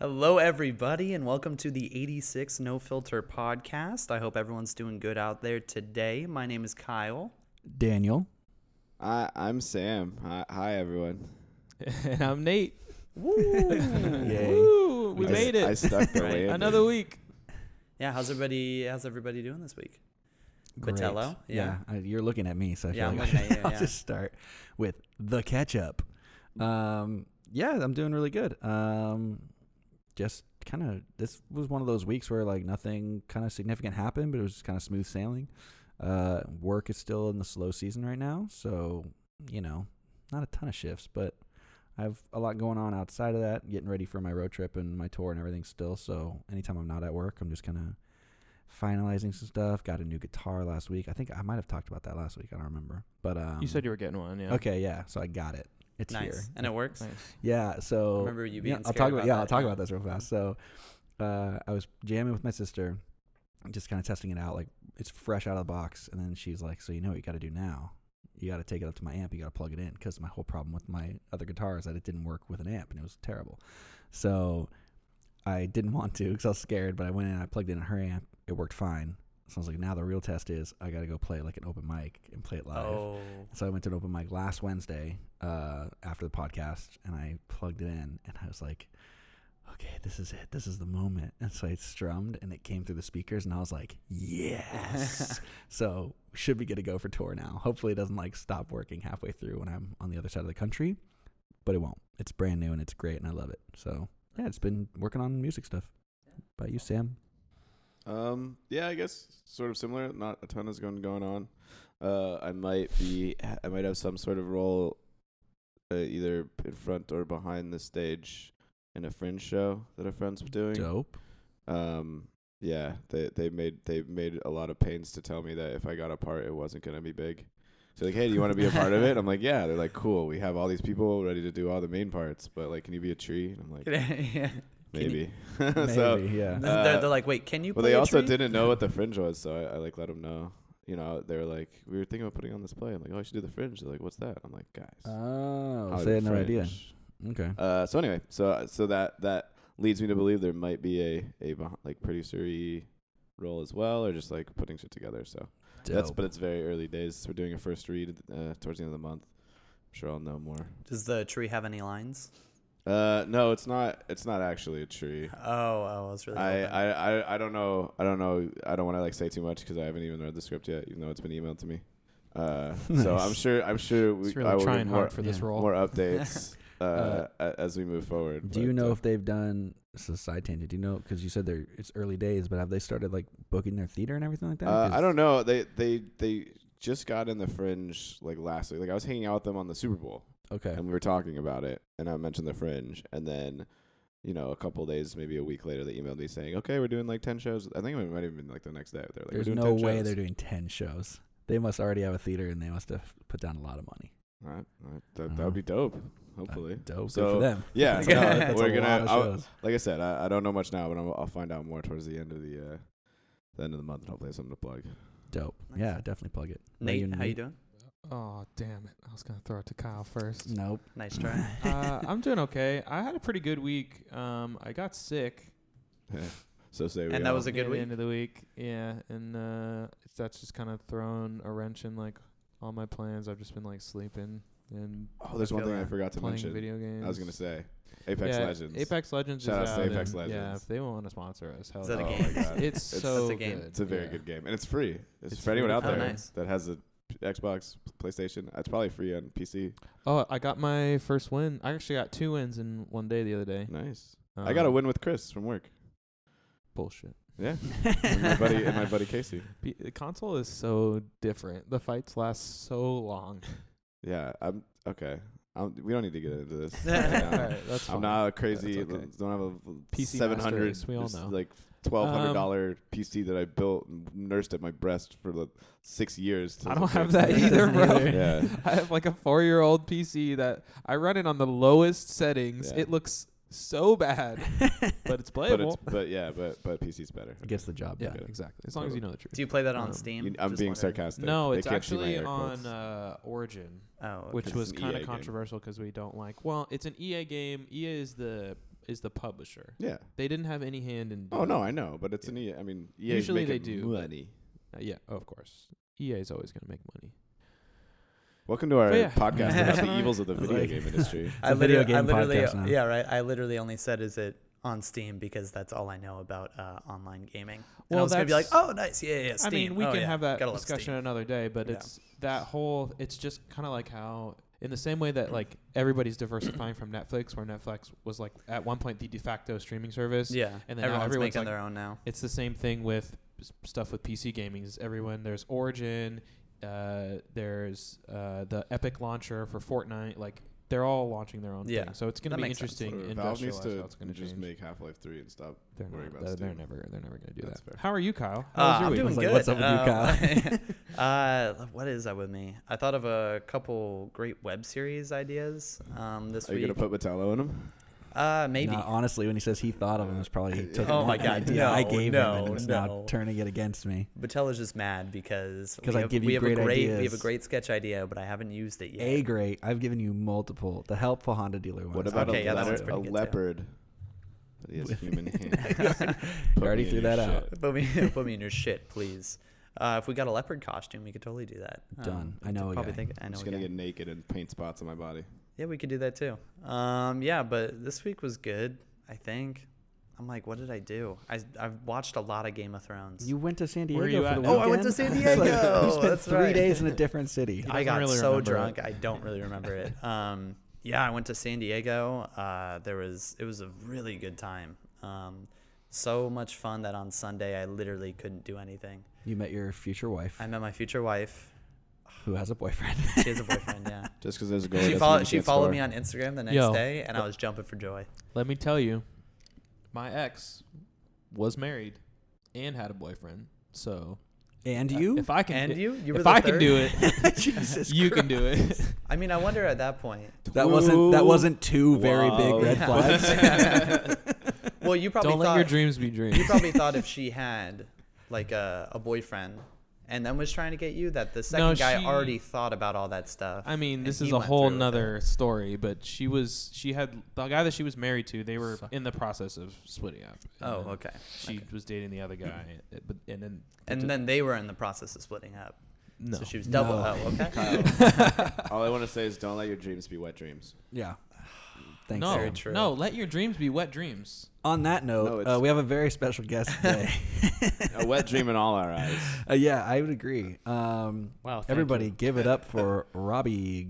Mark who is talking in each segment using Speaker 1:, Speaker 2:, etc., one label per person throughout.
Speaker 1: Hello, everybody, and welcome to the 86 No Filter podcast. I hope everyone's doing good out there today. My name is Kyle.
Speaker 2: Daniel.
Speaker 3: I, I'm Sam. Hi, hi everyone.
Speaker 4: and I'm Nate.
Speaker 2: Yay.
Speaker 4: Woo, we
Speaker 3: I s-
Speaker 4: made
Speaker 3: I
Speaker 4: it.
Speaker 3: stuck the
Speaker 1: Right.
Speaker 3: landing.
Speaker 4: Another week.
Speaker 1: Yeah, how's everybody? How's everybody doing this week?
Speaker 2: Great.
Speaker 1: Vitello?
Speaker 2: Yeah. uh, you're looking at me, so I feel
Speaker 1: Yeah, I'm
Speaker 2: like
Speaker 1: looking at you,
Speaker 2: I'll
Speaker 1: yeah.
Speaker 2: just start with the ketchup. Um, yeah, I'm doing really good. Um, just kind of this was one of those weeks where like nothing kind of significant happened, but it was just kind of smooth sailing. Uh, work is still in the slow season right now, so you know, not a ton of shifts, but I have a lot going on outside of that, getting ready for my road trip and my tour and everything still. So anytime I'm not at work, I'm just kind of finalizing some stuff. Got a new guitar last week. I think I might have talked about that last week. I don't remember. But um,
Speaker 4: You said you were getting one, yeah.
Speaker 2: okay, yeah. So I got it. It's
Speaker 1: nice,
Speaker 2: here.
Speaker 1: and it works.
Speaker 4: Nice.
Speaker 2: Yeah.
Speaker 1: I
Speaker 2: So
Speaker 1: remember you
Speaker 2: yeah,
Speaker 1: being
Speaker 2: I'll
Speaker 1: scared
Speaker 2: talk about,
Speaker 1: about
Speaker 2: yeah.
Speaker 1: that,
Speaker 2: I'll talk
Speaker 1: yeah.
Speaker 2: about this real fast. So uh, I was jamming with my sister, just kind of testing it out. Like it's fresh out of the box, and then she's like, "So you know what you got to do now." You got to take it up to my amp. You got to plug it in because my whole problem with my other guitar is that it didn't work with an amp and it was terrible. So I didn't want to because I was scared, but I went in and I plugged in her amp. It worked fine. So I was like, now the real test is I got to go play like an open mic and play it live.
Speaker 1: Oh,
Speaker 2: So I went to an open mic last Wednesday uh, after the podcast, and I plugged it in, and I was like, "Okay, this is it. This is the moment." And so I strummed, and it came through the speakers, and I was like, "Yes!" so should be good to go for tour now. Hopefully, it doesn't like stop working halfway through when I'm on the other side of the country, but it won't. It's brand new and it's great, and I love it. So yeah, it's been working on music stuff. About you, Sam?
Speaker 3: Um, yeah, I guess sort of similar. Not a ton is going going on. Uh, I might be. I might have some sort of role, uh, either in front or behind the stage, in a fringe show that a friend's
Speaker 4: Mm,
Speaker 3: doing.
Speaker 2: Dope.
Speaker 3: Um, yeah, they they made they made a lot of pains to tell me that if I got a part, it wasn't gonna be big. So like, hey, do you want to be a part of it? I'm like, yeah. They're like, cool. We have all these people ready to do all the main parts, but like, can you be a tree? And I'm like,
Speaker 1: yeah.
Speaker 3: maybe.
Speaker 2: Maybe,
Speaker 3: so
Speaker 2: yeah.
Speaker 1: they're, they're like, wait, can you?
Speaker 3: well,
Speaker 1: play
Speaker 3: they
Speaker 1: a
Speaker 3: also
Speaker 1: tree?"
Speaker 3: didn't know what the fringe was, so I, I like let them know. You know, they were like, we were thinking about putting on this play. I'm like, oh, I should do the fringe. They're like, what's that? I'm like, guys,
Speaker 2: Oh,
Speaker 3: how
Speaker 2: so they had
Speaker 3: did
Speaker 2: no idea.
Speaker 3: Fringe-"
Speaker 2: Okay.
Speaker 3: Uh, so anyway, so so that that leads me to believe there might be a a beh- like producery role as well, or just like putting shit together. So that's
Speaker 2: Dope.
Speaker 3: but it's very early days. We're doing a first read uh, towards the end of the month. I'm sure I'll know more.
Speaker 1: Does the tree have any lines?
Speaker 3: Uh, no, it's not. It's not actually a tree.
Speaker 1: Oh, oh, I was really.
Speaker 3: I,
Speaker 1: hoping.
Speaker 3: I, I, I don't know. I don't know. I don't want to like say too much because I haven't even read the script yet, even though it's been emailed to me. Uh, So
Speaker 2: Nice.
Speaker 3: I'm sure. I'm sure we
Speaker 4: It's
Speaker 3: I
Speaker 4: really
Speaker 3: will
Speaker 4: trying
Speaker 3: get more,
Speaker 4: hard for this
Speaker 2: yeah.
Speaker 4: role.
Speaker 3: more updates uh,
Speaker 2: Uh,
Speaker 3: a- as we move forward.
Speaker 2: Do you
Speaker 3: but,
Speaker 2: know
Speaker 3: uh,
Speaker 2: if they've done? This is a side tangent. Do you know because you said they're it's early days, but have they started like booking their theater and everything like that?
Speaker 3: Uh, I
Speaker 2: 'Cause-
Speaker 3: don't know. They they they just got in the fringe like last week. Like I was hanging out with them on the Super Bowl,
Speaker 2: Okay.
Speaker 3: and we were talking about it, and I mentioned the fringe, and then. You know, a couple days, maybe a week later, they emailed me saying, "Okay, we're doing like ten shows." I think it might have been like the next day. They're like,
Speaker 2: There's
Speaker 3: "We're doing
Speaker 2: no
Speaker 3: 10
Speaker 2: way
Speaker 3: shows."
Speaker 2: they're doing ten shows. They must already have a theater and they must have put down a lot of money.
Speaker 3: All right, all right. That, that would be dope. Hopefully,
Speaker 2: Dope. Good
Speaker 3: So
Speaker 2: for them.
Speaker 3: yeah,
Speaker 2: Uh-huh. That's
Speaker 1: no,
Speaker 2: a lot- that's
Speaker 3: we're
Speaker 2: a
Speaker 3: gonna-
Speaker 2: lot of
Speaker 3: I'll-
Speaker 2: shows.
Speaker 3: like I said, I, I don't know much now, but I'll, I'll find out more towards the end of the uh, the end of the month, and hopefully have something to plug.
Speaker 2: Dope.
Speaker 1: Nice.
Speaker 2: Yeah, definitely plug it. Are
Speaker 1: Nate, how you
Speaker 2: Nate?
Speaker 1: doing?
Speaker 4: Oh, damn it. I was going to throw it to Kyle
Speaker 3: Mm.
Speaker 4: first.
Speaker 2: Nope.
Speaker 1: Nice try.
Speaker 4: uh, I'm doing okay. I had a pretty good week. Um, I got sick
Speaker 3: So say we
Speaker 1: And that
Speaker 3: all.
Speaker 1: was a
Speaker 4: near
Speaker 1: good
Speaker 4: the
Speaker 1: week.
Speaker 4: end of the week. Yeah, and uh, it's- that's just kind of thrown a wrench in like all my plans. I've just been like sleeping and
Speaker 3: oh, there's one
Speaker 1: feel
Speaker 3: thing I
Speaker 1: that.
Speaker 3: forgot to
Speaker 4: playing
Speaker 3: mention.
Speaker 4: video games.
Speaker 3: I was gonna say Apex
Speaker 4: Yeah,
Speaker 3: Legends.
Speaker 4: Apex Legends
Speaker 3: Shout
Speaker 4: is
Speaker 3: outs to
Speaker 4: out
Speaker 3: Apex
Speaker 4: and- Yeah,
Speaker 3: Legends.
Speaker 4: if they want to sponsor us, hell
Speaker 1: Is that a
Speaker 3: oh
Speaker 4: yeah.
Speaker 1: game?
Speaker 3: my god,
Speaker 4: It's
Speaker 3: It's-
Speaker 4: so
Speaker 1: That's a game.
Speaker 4: good.
Speaker 3: it's a very
Speaker 4: yeah.
Speaker 3: good game, and it's free. It's,
Speaker 4: It's
Speaker 3: for anyone
Speaker 4: free.
Speaker 3: out
Speaker 1: Oh,
Speaker 3: there
Speaker 1: nice.
Speaker 3: that has a Xbox, PlayStation. It's probably free on PC.
Speaker 4: Oh, I got my first win. I actually got two wins in one day the other day.
Speaker 3: Nice. I got a
Speaker 4: Um,
Speaker 3: win with Chris from work.
Speaker 4: Bullshit.
Speaker 3: Yeah, and my buddy and my buddy Casey.
Speaker 4: P- the console is so different. The fights last so long.
Speaker 3: Yeah, I'm okay. I'm, we don't need to get into this.
Speaker 1: All
Speaker 3: right now.
Speaker 4: Alright, that's
Speaker 3: I'm
Speaker 4: fine.
Speaker 3: not a crazy.
Speaker 4: That's okay.
Speaker 3: Don't have a
Speaker 4: PC
Speaker 3: seven hundred.
Speaker 4: master race, we all know. Um,
Speaker 3: Like twelve hundred dollar PC that I built and nursed at my breast for like six years. till
Speaker 4: I
Speaker 3: the
Speaker 4: don't have
Speaker 3: day-
Speaker 4: that
Speaker 1: doesn't
Speaker 4: either, bro.
Speaker 1: either.
Speaker 3: Yeah.
Speaker 4: I have like a four year old PC that I run it on the lowest settings.
Speaker 3: Yeah.
Speaker 4: It looks so bad, but it's
Speaker 3: but it's
Speaker 4: playable.
Speaker 3: but yeah, but but PC's better.
Speaker 2: Gets the job.
Speaker 4: yeah,
Speaker 3: okay.
Speaker 4: exactly. As long as you know the truth.
Speaker 1: Do you play that on
Speaker 4: Um,
Speaker 1: Steam?
Speaker 3: You- I'm
Speaker 1: Just
Speaker 3: being
Speaker 1: wondering.
Speaker 3: sarcastic.
Speaker 4: No,
Speaker 3: They
Speaker 4: it's
Speaker 3: can't see my
Speaker 4: actually
Speaker 3: air
Speaker 4: on
Speaker 3: quotes.
Speaker 4: uh, Origin,
Speaker 1: Oh, okay.
Speaker 4: which
Speaker 3: It's
Speaker 4: was
Speaker 3: an
Speaker 4: kind
Speaker 3: EA
Speaker 4: of
Speaker 3: game.
Speaker 4: controversial because we don't like. Well, it's an EA game. EA is the is the publisher.
Speaker 3: yeah.
Speaker 4: They didn't have any hand in.
Speaker 3: Oh no,
Speaker 4: doing
Speaker 3: I know, but it's an EA. I mean, EA's
Speaker 4: Usually they
Speaker 3: making
Speaker 4: do, but-
Speaker 3: money.
Speaker 4: it. Uh, yeah, oh, of course. EA is always going to make money.
Speaker 3: Welcome to our
Speaker 4: yeah.
Speaker 3: podcast
Speaker 1: Yeah.
Speaker 3: about the evils of the video
Speaker 2: Like-
Speaker 3: game industry.
Speaker 1: I
Speaker 2: It's a video
Speaker 1: literally, I
Speaker 2: game
Speaker 1: literally
Speaker 2: podcast now.
Speaker 1: yeah, right. I literally only said, "Is it on Steam?" Because that's all I know about uh, online gaming. and I
Speaker 4: Well,
Speaker 1: was gonna be like,
Speaker 4: that's-
Speaker 1: "Oh, nice, yeah, yeah." yeah, Steam.
Speaker 4: I mean, we
Speaker 1: Oh,
Speaker 4: can
Speaker 1: yeah.
Speaker 4: have that
Speaker 1: Gotta love
Speaker 4: discussion
Speaker 1: Steam.
Speaker 4: another day, but
Speaker 1: Yeah.
Speaker 4: it's that whole. It's just kind of like how, in the same way that like everybody's diversifying from Netflix, where Netflix was like at one point the de facto streaming service.
Speaker 1: Yeah,
Speaker 4: and then now
Speaker 1: everyone's,
Speaker 4: everyone's
Speaker 1: making
Speaker 4: like-
Speaker 1: their own now.
Speaker 4: It's the same thing with s- stuff with PC gaming. Is everyone there's Origin, uh, there's uh, the Epic launcher for Fortnite. Like they're all launching their own
Speaker 1: Yeah,
Speaker 4: thing, so it's going
Speaker 1: that
Speaker 4: to be
Speaker 1: makes sense.
Speaker 4: interesting.
Speaker 3: Whatever. Valve needs
Speaker 4: industrialized how
Speaker 3: to
Speaker 4: it's going to
Speaker 3: just
Speaker 4: change.
Speaker 3: make Half Life Three and stop
Speaker 4: they're,
Speaker 3: worrying
Speaker 4: not,
Speaker 3: about
Speaker 4: they're, they're
Speaker 3: Steam.
Speaker 4: never they're never going to do
Speaker 3: That's
Speaker 4: that.
Speaker 3: fair.
Speaker 4: How are you, Kyle? How
Speaker 1: Uh,
Speaker 4: was your
Speaker 1: I'm
Speaker 4: week?
Speaker 1: doing
Speaker 2: Like,
Speaker 1: good.
Speaker 2: what's up with you,
Speaker 1: Um, uh, what is up with me? I thought of a couple great web series ideas um, this
Speaker 3: Are you
Speaker 1: week.
Speaker 3: gonna put Metallo in him?
Speaker 1: uh, maybe.
Speaker 2: Nah, honestly, when he says he thought of him, it's probably he took
Speaker 1: Oh
Speaker 2: it-
Speaker 1: my God,
Speaker 2: the idea I
Speaker 1: no,
Speaker 2: gave him,
Speaker 1: no,
Speaker 2: and it's
Speaker 1: no.
Speaker 2: now turning it against me.
Speaker 1: Batella's just mad because
Speaker 2: 'Cause
Speaker 1: we
Speaker 2: I
Speaker 1: have,
Speaker 2: give
Speaker 1: we
Speaker 2: you
Speaker 1: have
Speaker 2: great
Speaker 1: a great we have a
Speaker 2: ideas.
Speaker 1: great sketch idea, but I haven't used it yet.
Speaker 2: A great. I've given you multiple. The helpful Honda dealer one.
Speaker 3: What about
Speaker 1: Okay,
Speaker 3: a,
Speaker 1: yeah, that
Speaker 3: letter-
Speaker 1: one's pretty
Speaker 3: a
Speaker 1: good too.
Speaker 3: leopard? But he has human hands.
Speaker 2: You already threw that out.
Speaker 1: put me put me in your shit, please. Uh, if we got a leopard costume, we could totally do that. Um,
Speaker 2: Done. I
Speaker 1: we
Speaker 2: know
Speaker 1: could
Speaker 2: a
Speaker 1: Probably
Speaker 2: guy.
Speaker 1: think I
Speaker 3: I'm
Speaker 1: know.
Speaker 3: just
Speaker 1: a
Speaker 3: gonna
Speaker 1: guy.
Speaker 3: get naked and paint spots on my body.
Speaker 1: Yeah, we could do that too. Um, yeah, but this week was good. I think. I'm like, what did I do? I I've watched a lot of Game of Thrones.
Speaker 2: You went to San Diego
Speaker 4: you
Speaker 2: for the
Speaker 4: at?
Speaker 2: weekend.
Speaker 4: Oh,
Speaker 1: I went to San
Speaker 2: It's like,
Speaker 1: Diego.
Speaker 2: you spent
Speaker 1: That's
Speaker 2: three
Speaker 1: right.
Speaker 2: days in a different city.
Speaker 1: I got
Speaker 4: doesn't really
Speaker 1: so
Speaker 4: remember
Speaker 1: drunk,
Speaker 4: it.
Speaker 1: I don't really remember it. Um, yeah, I went to San Diego. Uh, there was it was a really good time. Um, so much fun that on Sunday I literally couldn't do anything.
Speaker 2: You met your future wife,
Speaker 1: I met my future wife.
Speaker 2: who has a boyfriend.
Speaker 1: She has a boyfriend. Yeah.
Speaker 3: Just because there's a goal.
Speaker 1: she
Speaker 3: doesn't mean
Speaker 1: followed.
Speaker 3: you
Speaker 1: She
Speaker 3: can't
Speaker 1: followed
Speaker 3: score.
Speaker 1: me on Instagram the next
Speaker 4: Yo.
Speaker 1: day, and I was jumping for joy.
Speaker 4: Let me tell you, my ex was married and had a boyfriend. So
Speaker 2: And
Speaker 4: uh,
Speaker 2: you?
Speaker 4: if I can,
Speaker 1: And you, you were
Speaker 4: if
Speaker 1: the
Speaker 4: I can
Speaker 1: third?
Speaker 4: do it,
Speaker 2: Jesus
Speaker 4: you can do it.
Speaker 1: I mean, I wonder at that point.
Speaker 2: That wasn't that
Speaker 3: Two-
Speaker 2: wasn't two very
Speaker 3: Wow.
Speaker 2: big red
Speaker 1: Yeah.
Speaker 2: flags.
Speaker 1: Well, you probably
Speaker 4: Don't
Speaker 1: thought,
Speaker 4: let your dreams be dreams.
Speaker 1: you probably thought if she had like a, a boyfriend and then was trying to get you, that the second
Speaker 4: No,
Speaker 1: guy
Speaker 4: she-
Speaker 1: already thought about all that stuff.
Speaker 4: I mean,
Speaker 1: and
Speaker 4: this
Speaker 1: he
Speaker 4: is a
Speaker 1: went
Speaker 4: whole
Speaker 1: through with it.
Speaker 4: nother story, but she was she had the guy that she was married to. They were in the process of splitting up. and
Speaker 1: Oh,
Speaker 4: then
Speaker 1: okay.
Speaker 4: She was dating the other guy, uh, but and then
Speaker 1: And then they were in the process of splitting up.
Speaker 4: no.
Speaker 1: So she was double.
Speaker 2: No.
Speaker 1: Oh, okay.
Speaker 3: All I want to say is don't let your dreams be wet dreams.
Speaker 2: yeah. Thanks.
Speaker 4: no,
Speaker 1: Very
Speaker 2: Sam.
Speaker 1: true.
Speaker 4: no, let your dreams be wet dreams.
Speaker 2: On that
Speaker 3: No,
Speaker 2: note,
Speaker 3: it's-
Speaker 2: uh, we have a very special guest today.
Speaker 3: A wet dream in all our eyes.
Speaker 2: uh, yeah, I would agree. Um,
Speaker 1: Wow, thank
Speaker 2: Everybody, give it up for Robbie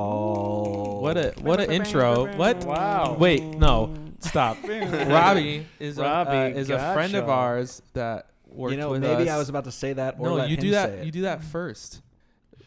Speaker 2: Gottschall.
Speaker 4: What a what an intro. What?
Speaker 5: Wow.
Speaker 4: Wait, no. Stop. Robbie is a,
Speaker 5: Robbie
Speaker 4: uh, is a friend of
Speaker 5: Gottschall.
Speaker 4: ours that worked
Speaker 2: you know,
Speaker 4: with
Speaker 2: maybe
Speaker 4: us.
Speaker 2: I was about to say that. Or
Speaker 4: No,
Speaker 2: let
Speaker 4: you
Speaker 2: him
Speaker 4: do
Speaker 2: say
Speaker 4: that.
Speaker 2: it.
Speaker 4: You do that first.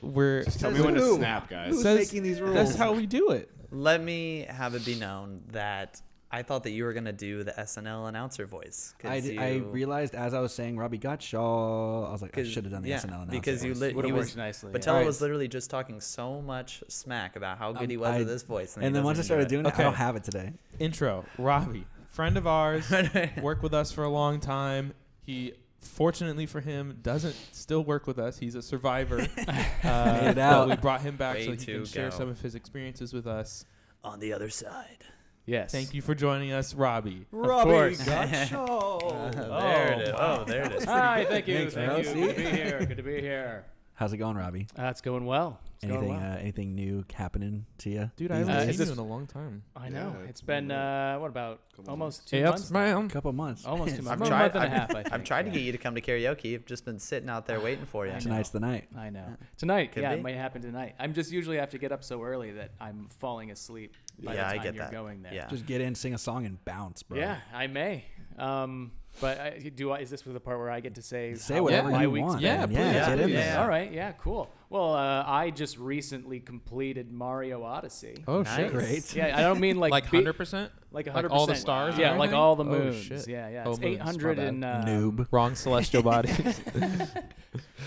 Speaker 4: We're
Speaker 3: Just tell me
Speaker 2: Says
Speaker 3: when to
Speaker 2: who?
Speaker 3: snap, guys.
Speaker 2: Who's
Speaker 4: Says-
Speaker 2: making these rules?
Speaker 4: that's how we do it.
Speaker 1: Let me have it be known that I thought that you were gonna do the SNL announcer voice. 'cause
Speaker 2: I, d- I
Speaker 1: you-
Speaker 2: realized as I was saying Robbie Gottschall, I was like, I
Speaker 1: 'cause-
Speaker 2: should have done the
Speaker 1: yeah,
Speaker 2: SNL announcement.
Speaker 1: because you lit.
Speaker 5: Would
Speaker 1: he
Speaker 5: have
Speaker 1: was
Speaker 5: worked nicely.
Speaker 1: But
Speaker 5: yeah.
Speaker 1: Taylor
Speaker 2: Alright.
Speaker 1: was literally just talking so much smack about how good
Speaker 2: Um,
Speaker 1: he was
Speaker 2: I-
Speaker 1: with his voice,
Speaker 2: and then once I started doing it,
Speaker 4: Okay.
Speaker 2: I don't have it today.
Speaker 4: Intro. Robbie, friend of ours,
Speaker 1: doing
Speaker 4: worked with us for a long time. He fortunately for him doesn't still work with us. He's a survivor. Uh,
Speaker 2: Made it
Speaker 4: but
Speaker 2: out.
Speaker 4: We brought him back
Speaker 1: Way
Speaker 4: so he
Speaker 1: to
Speaker 4: can share
Speaker 1: go.
Speaker 4: some of his experiences with us.
Speaker 1: on the other side,
Speaker 5: yes.
Speaker 4: Thank you for joining us, Robbie.
Speaker 2: Robbie
Speaker 5: course.
Speaker 2: Gottschall.
Speaker 1: Oh, there it is.
Speaker 5: Oh, wow.
Speaker 1: Oh, there it is.
Speaker 5: Hi, thank you.
Speaker 2: Thanks,
Speaker 5: thank
Speaker 2: bro.
Speaker 5: you. Good to be here. Good to be here.
Speaker 2: How's it going, Robbie?
Speaker 5: Uh, it's going well. It's
Speaker 2: Anything
Speaker 5: going well.
Speaker 2: uh, anything new happening to you?
Speaker 4: Dude, I
Speaker 2: these
Speaker 4: haven't
Speaker 5: Uh,
Speaker 2: days?
Speaker 4: seen
Speaker 5: is this-
Speaker 4: you in a long time.
Speaker 5: I know.
Speaker 3: Yeah,
Speaker 5: it's been uh, what about almost two months?
Speaker 4: Yes,
Speaker 5: now?
Speaker 4: ma'am.
Speaker 2: couple months.
Speaker 5: Almost two months.
Speaker 1: I've
Speaker 5: About
Speaker 1: tried.
Speaker 5: a month and a half. I
Speaker 1: I've,
Speaker 5: think.
Speaker 1: I've tried to
Speaker 5: yeah.
Speaker 1: get you to come to karaoke. I've just been sitting out there waiting for you.
Speaker 5: I know.
Speaker 2: Tonight's the night.
Speaker 5: I know. Tonight,
Speaker 1: Could
Speaker 5: yeah,
Speaker 1: be.
Speaker 5: it might happen tonight. I'm just usually have to get up so early that I'm falling asleep by
Speaker 1: Yeah, I
Speaker 5: the time
Speaker 1: get
Speaker 5: you're
Speaker 1: that.
Speaker 5: going there.
Speaker 1: Yeah.
Speaker 2: Just get in, sing a song, and bounce, bro.
Speaker 5: Yeah, I may. Um, But I, do I? Is this the part where I get to say
Speaker 2: Say
Speaker 5: how
Speaker 2: whatever
Speaker 5: my
Speaker 2: you
Speaker 5: week's
Speaker 2: want,
Speaker 5: been?
Speaker 4: man. Yeah, Yeah,
Speaker 1: please, get in please. there.
Speaker 5: All right. Yeah. Cool. Well, uh, I just recently completed Mario Odyssey.
Speaker 4: Oh
Speaker 1: Nice.
Speaker 4: shit!
Speaker 1: Great.
Speaker 5: Yeah, I don't mean like
Speaker 4: Like
Speaker 5: be-
Speaker 4: hundred percent.
Speaker 5: like a
Speaker 4: like
Speaker 5: hundred
Speaker 4: all the
Speaker 5: percent.
Speaker 4: stars and
Speaker 5: Yeah, like
Speaker 4: everything?
Speaker 5: all the
Speaker 4: Oh,
Speaker 5: moons.
Speaker 4: shit.
Speaker 5: yeah, yeah.
Speaker 4: Oh,
Speaker 5: It's
Speaker 4: moons,
Speaker 5: eight
Speaker 4: my
Speaker 5: hundred
Speaker 4: bad.
Speaker 5: and um,
Speaker 2: Noob.
Speaker 4: Wrong celestial bodies.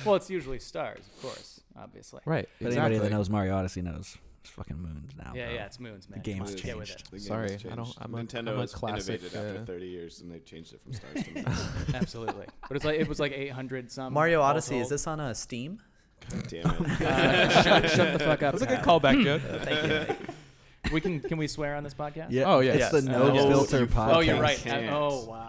Speaker 5: Well, it's usually stars, of course, obviously.
Speaker 4: right.
Speaker 2: But
Speaker 4: exactly.
Speaker 2: anybody that knows Mario Odyssey knows it's fucking moons now.
Speaker 5: Yeah,
Speaker 2: bro.
Speaker 5: yeah. It's moons, man.
Speaker 2: game's
Speaker 5: Come on, Get with
Speaker 2: changed.
Speaker 5: it.
Speaker 3: The game
Speaker 4: Sorry,
Speaker 3: has
Speaker 4: I don't-
Speaker 3: changed.
Speaker 4: I'm a-
Speaker 3: Nintendo
Speaker 4: I'm a
Speaker 3: has
Speaker 4: classic,
Speaker 3: innovated after
Speaker 4: uh,
Speaker 3: 30 years, and they changed it from stars to moons.
Speaker 5: Absolutely. But it's like it was like eight hundred some.
Speaker 1: Mario
Speaker 5: all
Speaker 1: Odyssey, is
Speaker 5: told.
Speaker 1: this on a Steam?
Speaker 3: God damn it!
Speaker 5: Uh, shut, shut the fuck up.
Speaker 4: That's a good
Speaker 5: Pat.
Speaker 4: callback joke.
Speaker 1: Thank you. thank you.
Speaker 5: We can can we swear on this podcast?
Speaker 2: Yeah.
Speaker 4: Oh, yes.
Speaker 2: It's the
Speaker 1: Yes.
Speaker 2: no
Speaker 5: Oh,
Speaker 2: filter
Speaker 3: you-
Speaker 2: podcast.
Speaker 5: Oh, you're right.
Speaker 3: Can't.
Speaker 5: Uh, oh wow.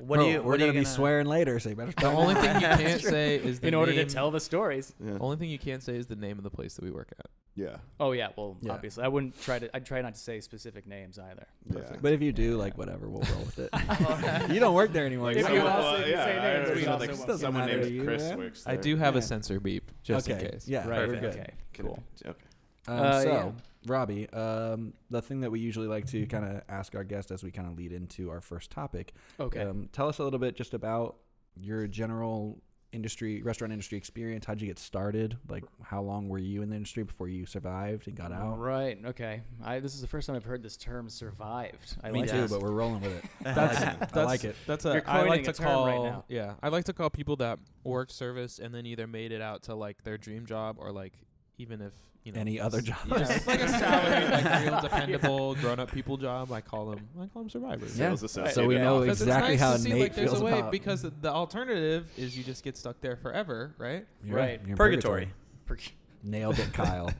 Speaker 1: What
Speaker 2: Bro,
Speaker 1: do you?
Speaker 2: We're
Speaker 1: what are
Speaker 2: gonna
Speaker 1: you
Speaker 2: be swearing later, so you better.
Speaker 4: The only thing you can't say is the
Speaker 5: In order to
Speaker 4: name-
Speaker 5: tell the stories.
Speaker 3: Yeah.
Speaker 4: Only thing you can't say is the name of the place that we work at.
Speaker 3: yeah.
Speaker 5: Oh yeah, well
Speaker 2: Yeah.
Speaker 5: obviously I wouldn't try to. I'd try not to say specific names either.
Speaker 3: Perfect.
Speaker 2: But if you do, like whatever, we'll roll with it. you don't work there anymore.
Speaker 5: Oh, If
Speaker 2: so-
Speaker 5: you also- if you
Speaker 3: yeah,
Speaker 5: say
Speaker 3: I
Speaker 5: names,
Speaker 3: already
Speaker 5: we
Speaker 3: know,
Speaker 5: also
Speaker 3: like,
Speaker 5: won't.
Speaker 2: Doesn't
Speaker 3: someone
Speaker 2: matter
Speaker 3: named
Speaker 2: you,
Speaker 3: Chris
Speaker 2: right?
Speaker 3: works
Speaker 4: I
Speaker 3: there.
Speaker 4: do have
Speaker 5: Yeah.
Speaker 4: a censor beep just
Speaker 2: okay.
Speaker 4: in case.
Speaker 2: Yeah.
Speaker 5: Right.
Speaker 2: We're good.
Speaker 5: Okay.
Speaker 3: Can-
Speaker 5: Cool.
Speaker 3: Okay.
Speaker 2: Um,
Speaker 5: Uh,
Speaker 2: so,
Speaker 5: yeah.
Speaker 2: Robbie, um, the thing that we usually like to kind of ask our guest as we kind of lead into our first topic.
Speaker 5: Okay.
Speaker 2: Um, tell us a little bit just about your general industry, restaurant industry experience. How'd you get started? Like, how long were you in the industry before you survived and got out?
Speaker 5: Right. Okay. I, this is the first time I've heard this term "survived." I
Speaker 2: Me
Speaker 5: like
Speaker 2: too,
Speaker 5: this.
Speaker 2: but we're rolling with it.
Speaker 4: That's,
Speaker 2: I like it.
Speaker 4: that's,
Speaker 2: I like it.
Speaker 4: That's a,
Speaker 5: You're
Speaker 4: I like
Speaker 5: coining
Speaker 4: to
Speaker 5: a term
Speaker 4: call.
Speaker 5: right now.
Speaker 4: Yeah, I like to call people that worked service and then either made it out to like their dream job or like even if you know
Speaker 2: Any other
Speaker 4: s-
Speaker 2: job?
Speaker 4: Yeah, it's like a salary, like real dependable grown-up people job. I call them. I call them survivors.
Speaker 2: Yeah.
Speaker 3: Sales associate.
Speaker 2: So we
Speaker 5: Yeah.
Speaker 2: know
Speaker 4: Because
Speaker 2: exactly
Speaker 4: it's nice
Speaker 2: how
Speaker 4: to see,
Speaker 2: Nate
Speaker 4: like, there's
Speaker 2: feels
Speaker 4: a way
Speaker 2: about
Speaker 4: because the alternative is you just get stuck there forever, right?
Speaker 2: You're right.
Speaker 5: Right.
Speaker 2: You're in
Speaker 1: Purgatory.
Speaker 5: Perc-
Speaker 2: Nailed it, Kyle.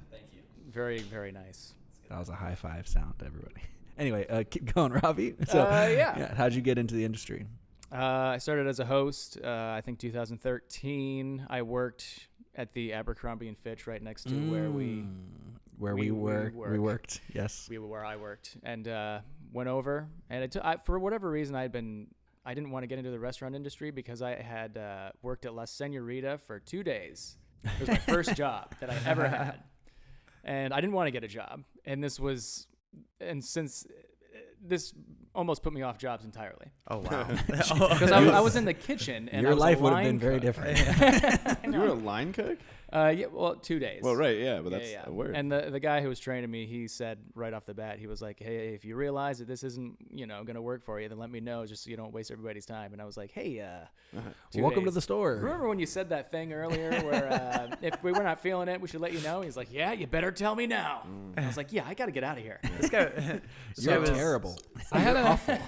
Speaker 5: Very, very nice.
Speaker 2: that was a high five sound, to everybody. Anyway, uh, keep going, Robbie. So,
Speaker 5: Uh, yeah.
Speaker 2: how'd you get into the industry?
Speaker 5: Uh, I started as a host. Uh, I think 2013. I worked at the Abercrombie and Fitch right next to where we
Speaker 2: Mm, where we,
Speaker 5: we- we
Speaker 2: were we
Speaker 5: work.
Speaker 2: worked. Yes.
Speaker 5: we were where I worked, and uh, went over. And it took, I, for whatever reason, I had been I didn't want to get into the restaurant industry because I had uh, worked at La Senorita for two days. It was my first job that I ever had, and I didn't want to get a job. And this was, and since uh, this almost put me off jobs entirely
Speaker 1: Oh wow.
Speaker 5: because I, I was in the kitchen and I
Speaker 2: Your
Speaker 5: was a
Speaker 2: life would have
Speaker 5: line
Speaker 2: been very
Speaker 5: cook.
Speaker 2: different.
Speaker 5: I
Speaker 3: You were a
Speaker 5: know.
Speaker 3: line cook?
Speaker 5: Uh, yeah, well, two days.
Speaker 3: Well, right, yeah, but
Speaker 5: Yeah,
Speaker 3: that's uh,
Speaker 5: yeah.
Speaker 3: a word.
Speaker 5: And the the guy who was training me, he said right off the bat, he was like, "Hey, if you realize that this isn't, you know, going to work for you, then let me know, just so you don't waste everybody's time." And I was like, "Hey, uh,
Speaker 3: Uh-huh.
Speaker 5: two
Speaker 2: Welcome to
Speaker 5: days.
Speaker 2: the store.
Speaker 5: Remember when you said that thing earlier where uh, if we were not feeling it, we should let you know? He's like, Yeah, you better tell me now.
Speaker 3: Mm.
Speaker 5: I was like, Yeah, I got to get out of here.
Speaker 1: this guy, this guy
Speaker 2: You're
Speaker 1: was-
Speaker 2: terrible.
Speaker 4: I had a,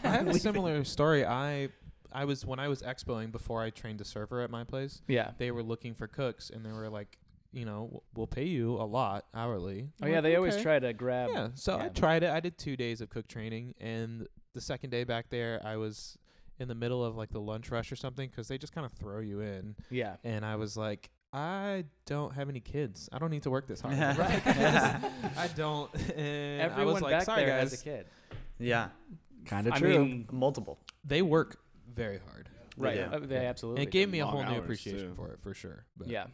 Speaker 4: I had a similar story. I I was when I was expoing before I trained a server at my place.
Speaker 5: Yeah.
Speaker 4: They were looking for cooks, and they were like, you know, "W- we'll pay you a lot hourly.
Speaker 5: Oh,
Speaker 4: I'm
Speaker 5: yeah,
Speaker 4: like,
Speaker 5: they always
Speaker 4: "Okay."
Speaker 5: try to grab.
Speaker 4: Yeah, so I
Speaker 5: yeah.
Speaker 4: tried it. I did two days of cook training, and the second day back there, I was in the middle of like the lunch rush or something because they just kind of throw you in,
Speaker 5: Yeah.
Speaker 4: and I was like. I don't have any kids. I don't need to work this hard.
Speaker 1: Yeah.
Speaker 4: Like, I just- I don't. And I
Speaker 5: Everyone
Speaker 4: was like,
Speaker 5: back
Speaker 4: sorry
Speaker 5: there
Speaker 4: guys.
Speaker 5: has a kid.
Speaker 1: Yeah,
Speaker 2: Kind of
Speaker 5: I
Speaker 2: true.
Speaker 5: mean,
Speaker 1: multiple.
Speaker 4: They work very hard.
Speaker 5: right.
Speaker 1: Yeah.
Speaker 5: uh, They absolutely.
Speaker 4: and it gave me a
Speaker 3: long
Speaker 4: whole new
Speaker 3: hours,
Speaker 4: appreciation
Speaker 3: too.
Speaker 4: for it for sure. But
Speaker 5: Yeah.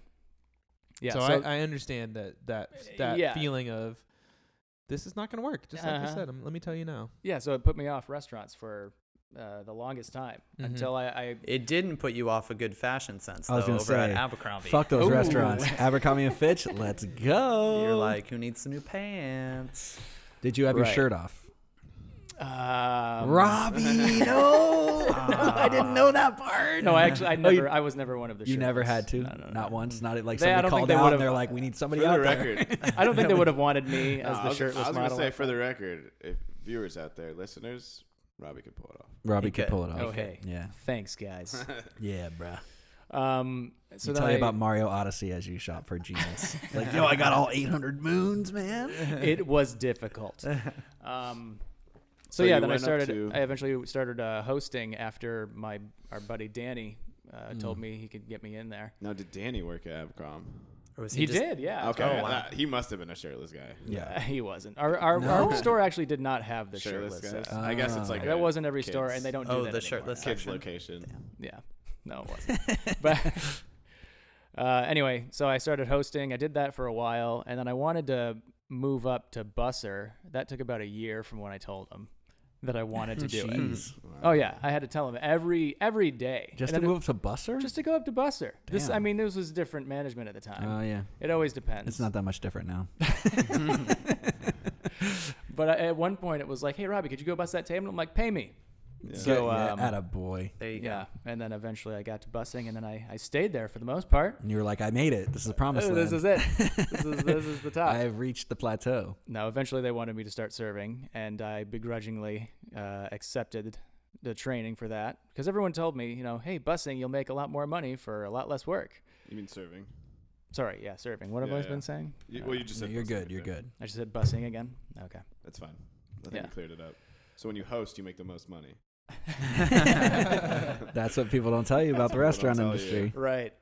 Speaker 5: Yeah. Eh,
Speaker 4: so, I, I understand that that that
Speaker 5: Yeah.
Speaker 4: feeling of this is not going to work. Just like I
Speaker 5: Uh-huh.
Speaker 4: said, i let me tell you now.
Speaker 5: Yeah, so it put me off restaurants for uh, the longest time
Speaker 4: Mhm.
Speaker 3: Mm-hmm.
Speaker 5: until I, I
Speaker 1: It didn't put you off a good fashion sense
Speaker 2: I
Speaker 1: though.
Speaker 2: was
Speaker 1: Over
Speaker 2: gonna
Speaker 1: at
Speaker 2: say,
Speaker 1: Abercrombie,
Speaker 2: Fuck those
Speaker 5: Ooh.
Speaker 2: restaurants. Abercrombie and Fitch. Let's go.
Speaker 1: you're like, who needs some new pants?
Speaker 2: Did you have your
Speaker 5: Right.
Speaker 2: shirt off?
Speaker 5: um, Ah.
Speaker 2: Robbie, no, I didn't know that part.
Speaker 5: No, I actually I
Speaker 2: Oh, you-
Speaker 5: never I was never one of the.
Speaker 2: You never
Speaker 5: shirtless.
Speaker 2: had to,
Speaker 5: No, no, no.
Speaker 2: not once, not at, like
Speaker 5: They- I
Speaker 2: somebody
Speaker 5: don't think
Speaker 2: called
Speaker 5: they
Speaker 2: out
Speaker 5: would've-
Speaker 2: and they're like, "We need
Speaker 3: for
Speaker 2: somebody
Speaker 3: the
Speaker 2: out there."
Speaker 3: record,
Speaker 5: I don't think they would have wanted me as
Speaker 3: No, I
Speaker 5: the
Speaker 3: was-
Speaker 5: shirtless
Speaker 3: I was
Speaker 5: model.
Speaker 3: gonna say for the record, if viewers out there, listeners, Robbie could pull it off.
Speaker 2: Robbie
Speaker 1: He
Speaker 2: could
Speaker 1: could.
Speaker 2: pull it off.
Speaker 5: oh hey,
Speaker 2: Yeah,
Speaker 5: thanks guys.
Speaker 2: yeah, bruh.
Speaker 5: Um, so
Speaker 2: So
Speaker 5: then
Speaker 2: tell you
Speaker 5: I-
Speaker 2: about Mario Odyssey as you shop for genius. like, yo, I got all 800 moons, man.
Speaker 5: it was difficult. Um,
Speaker 3: So
Speaker 5: so, yeah,
Speaker 3: you
Speaker 5: then I
Speaker 3: went up
Speaker 5: started.
Speaker 3: to-
Speaker 5: I eventually started uh, hosting after my our buddy Danny uh, told
Speaker 3: Mm.
Speaker 5: me he could get me in there.
Speaker 3: Now, did Danny work at Avcom?
Speaker 1: Or was
Speaker 5: He,
Speaker 1: just-
Speaker 5: did, yeah.
Speaker 3: Okay,
Speaker 1: Oh, wow.
Speaker 3: that- he must have been a shirtless guy.
Speaker 5: Uh,
Speaker 2: Yeah.
Speaker 5: he wasn't. Our our, our store actually did not have the
Speaker 3: Shirtless,
Speaker 5: shirtless.
Speaker 3: guys.
Speaker 5: uh,
Speaker 3: I guess it's
Speaker 2: Ah.
Speaker 3: like
Speaker 5: that
Speaker 3: a
Speaker 5: wasn't every store,
Speaker 3: kids-
Speaker 5: and they don't do
Speaker 1: Oh,
Speaker 5: that
Speaker 1: the
Speaker 5: anymore.
Speaker 1: shirtless
Speaker 3: kids
Speaker 1: section.
Speaker 3: location.
Speaker 5: Yeah, no, it wasn't. but uh, anyway, so I started hosting. I did that for a while, and then I wanted to move up to busser. That took about a year from when I told him. that I wanted to do it.
Speaker 2: Jeez.
Speaker 5: Oh yeah, I had to tell him every every day.
Speaker 2: Just to
Speaker 5: And then
Speaker 2: go up to Busser?
Speaker 5: just to go up to Busser. This, I
Speaker 2: Damn.
Speaker 5: mean, this was different management at the time.
Speaker 2: Oh yeah.
Speaker 5: it always depends.
Speaker 2: It's not that much different now.
Speaker 5: But I, at one point, it was like, "Hey, Robbie, could you go bust that table?" And I'm like, "Pay me." So
Speaker 2: yeah,
Speaker 5: um,
Speaker 2: at a boy.
Speaker 1: There you go.
Speaker 5: yeah, and then eventually I got to busing, and then I, I stayed there for the most part.
Speaker 2: And you were like, I made it. This is a promise.
Speaker 5: Oh, this is it. Ah. this is this is the top.
Speaker 2: I've reached the plateau.
Speaker 5: No, eventually they wanted me to start serving, and I begrudgingly uh, accepted the training for that because everyone told me, you know, hey, busing, you'll make a lot more money for a lot less work.
Speaker 3: You mean serving?
Speaker 5: Sorry, yeah, serving. What have
Speaker 3: Yeah,
Speaker 5: I always
Speaker 3: yeah.
Speaker 5: been saying?
Speaker 3: You,
Speaker 5: Uh,
Speaker 3: well, you just
Speaker 2: No,
Speaker 3: said
Speaker 2: you're
Speaker 3: busing
Speaker 2: good.
Speaker 3: right
Speaker 2: You're
Speaker 3: there.
Speaker 2: good.
Speaker 5: I just said busing again. Okay.
Speaker 3: That's fine. I think
Speaker 5: Yeah.
Speaker 3: we cleared it up. So when you host, you make the most money.
Speaker 2: That's what people don't tell you about the
Speaker 3: That's what
Speaker 2: restaurant
Speaker 3: people don't tell you.
Speaker 2: industry.
Speaker 5: right.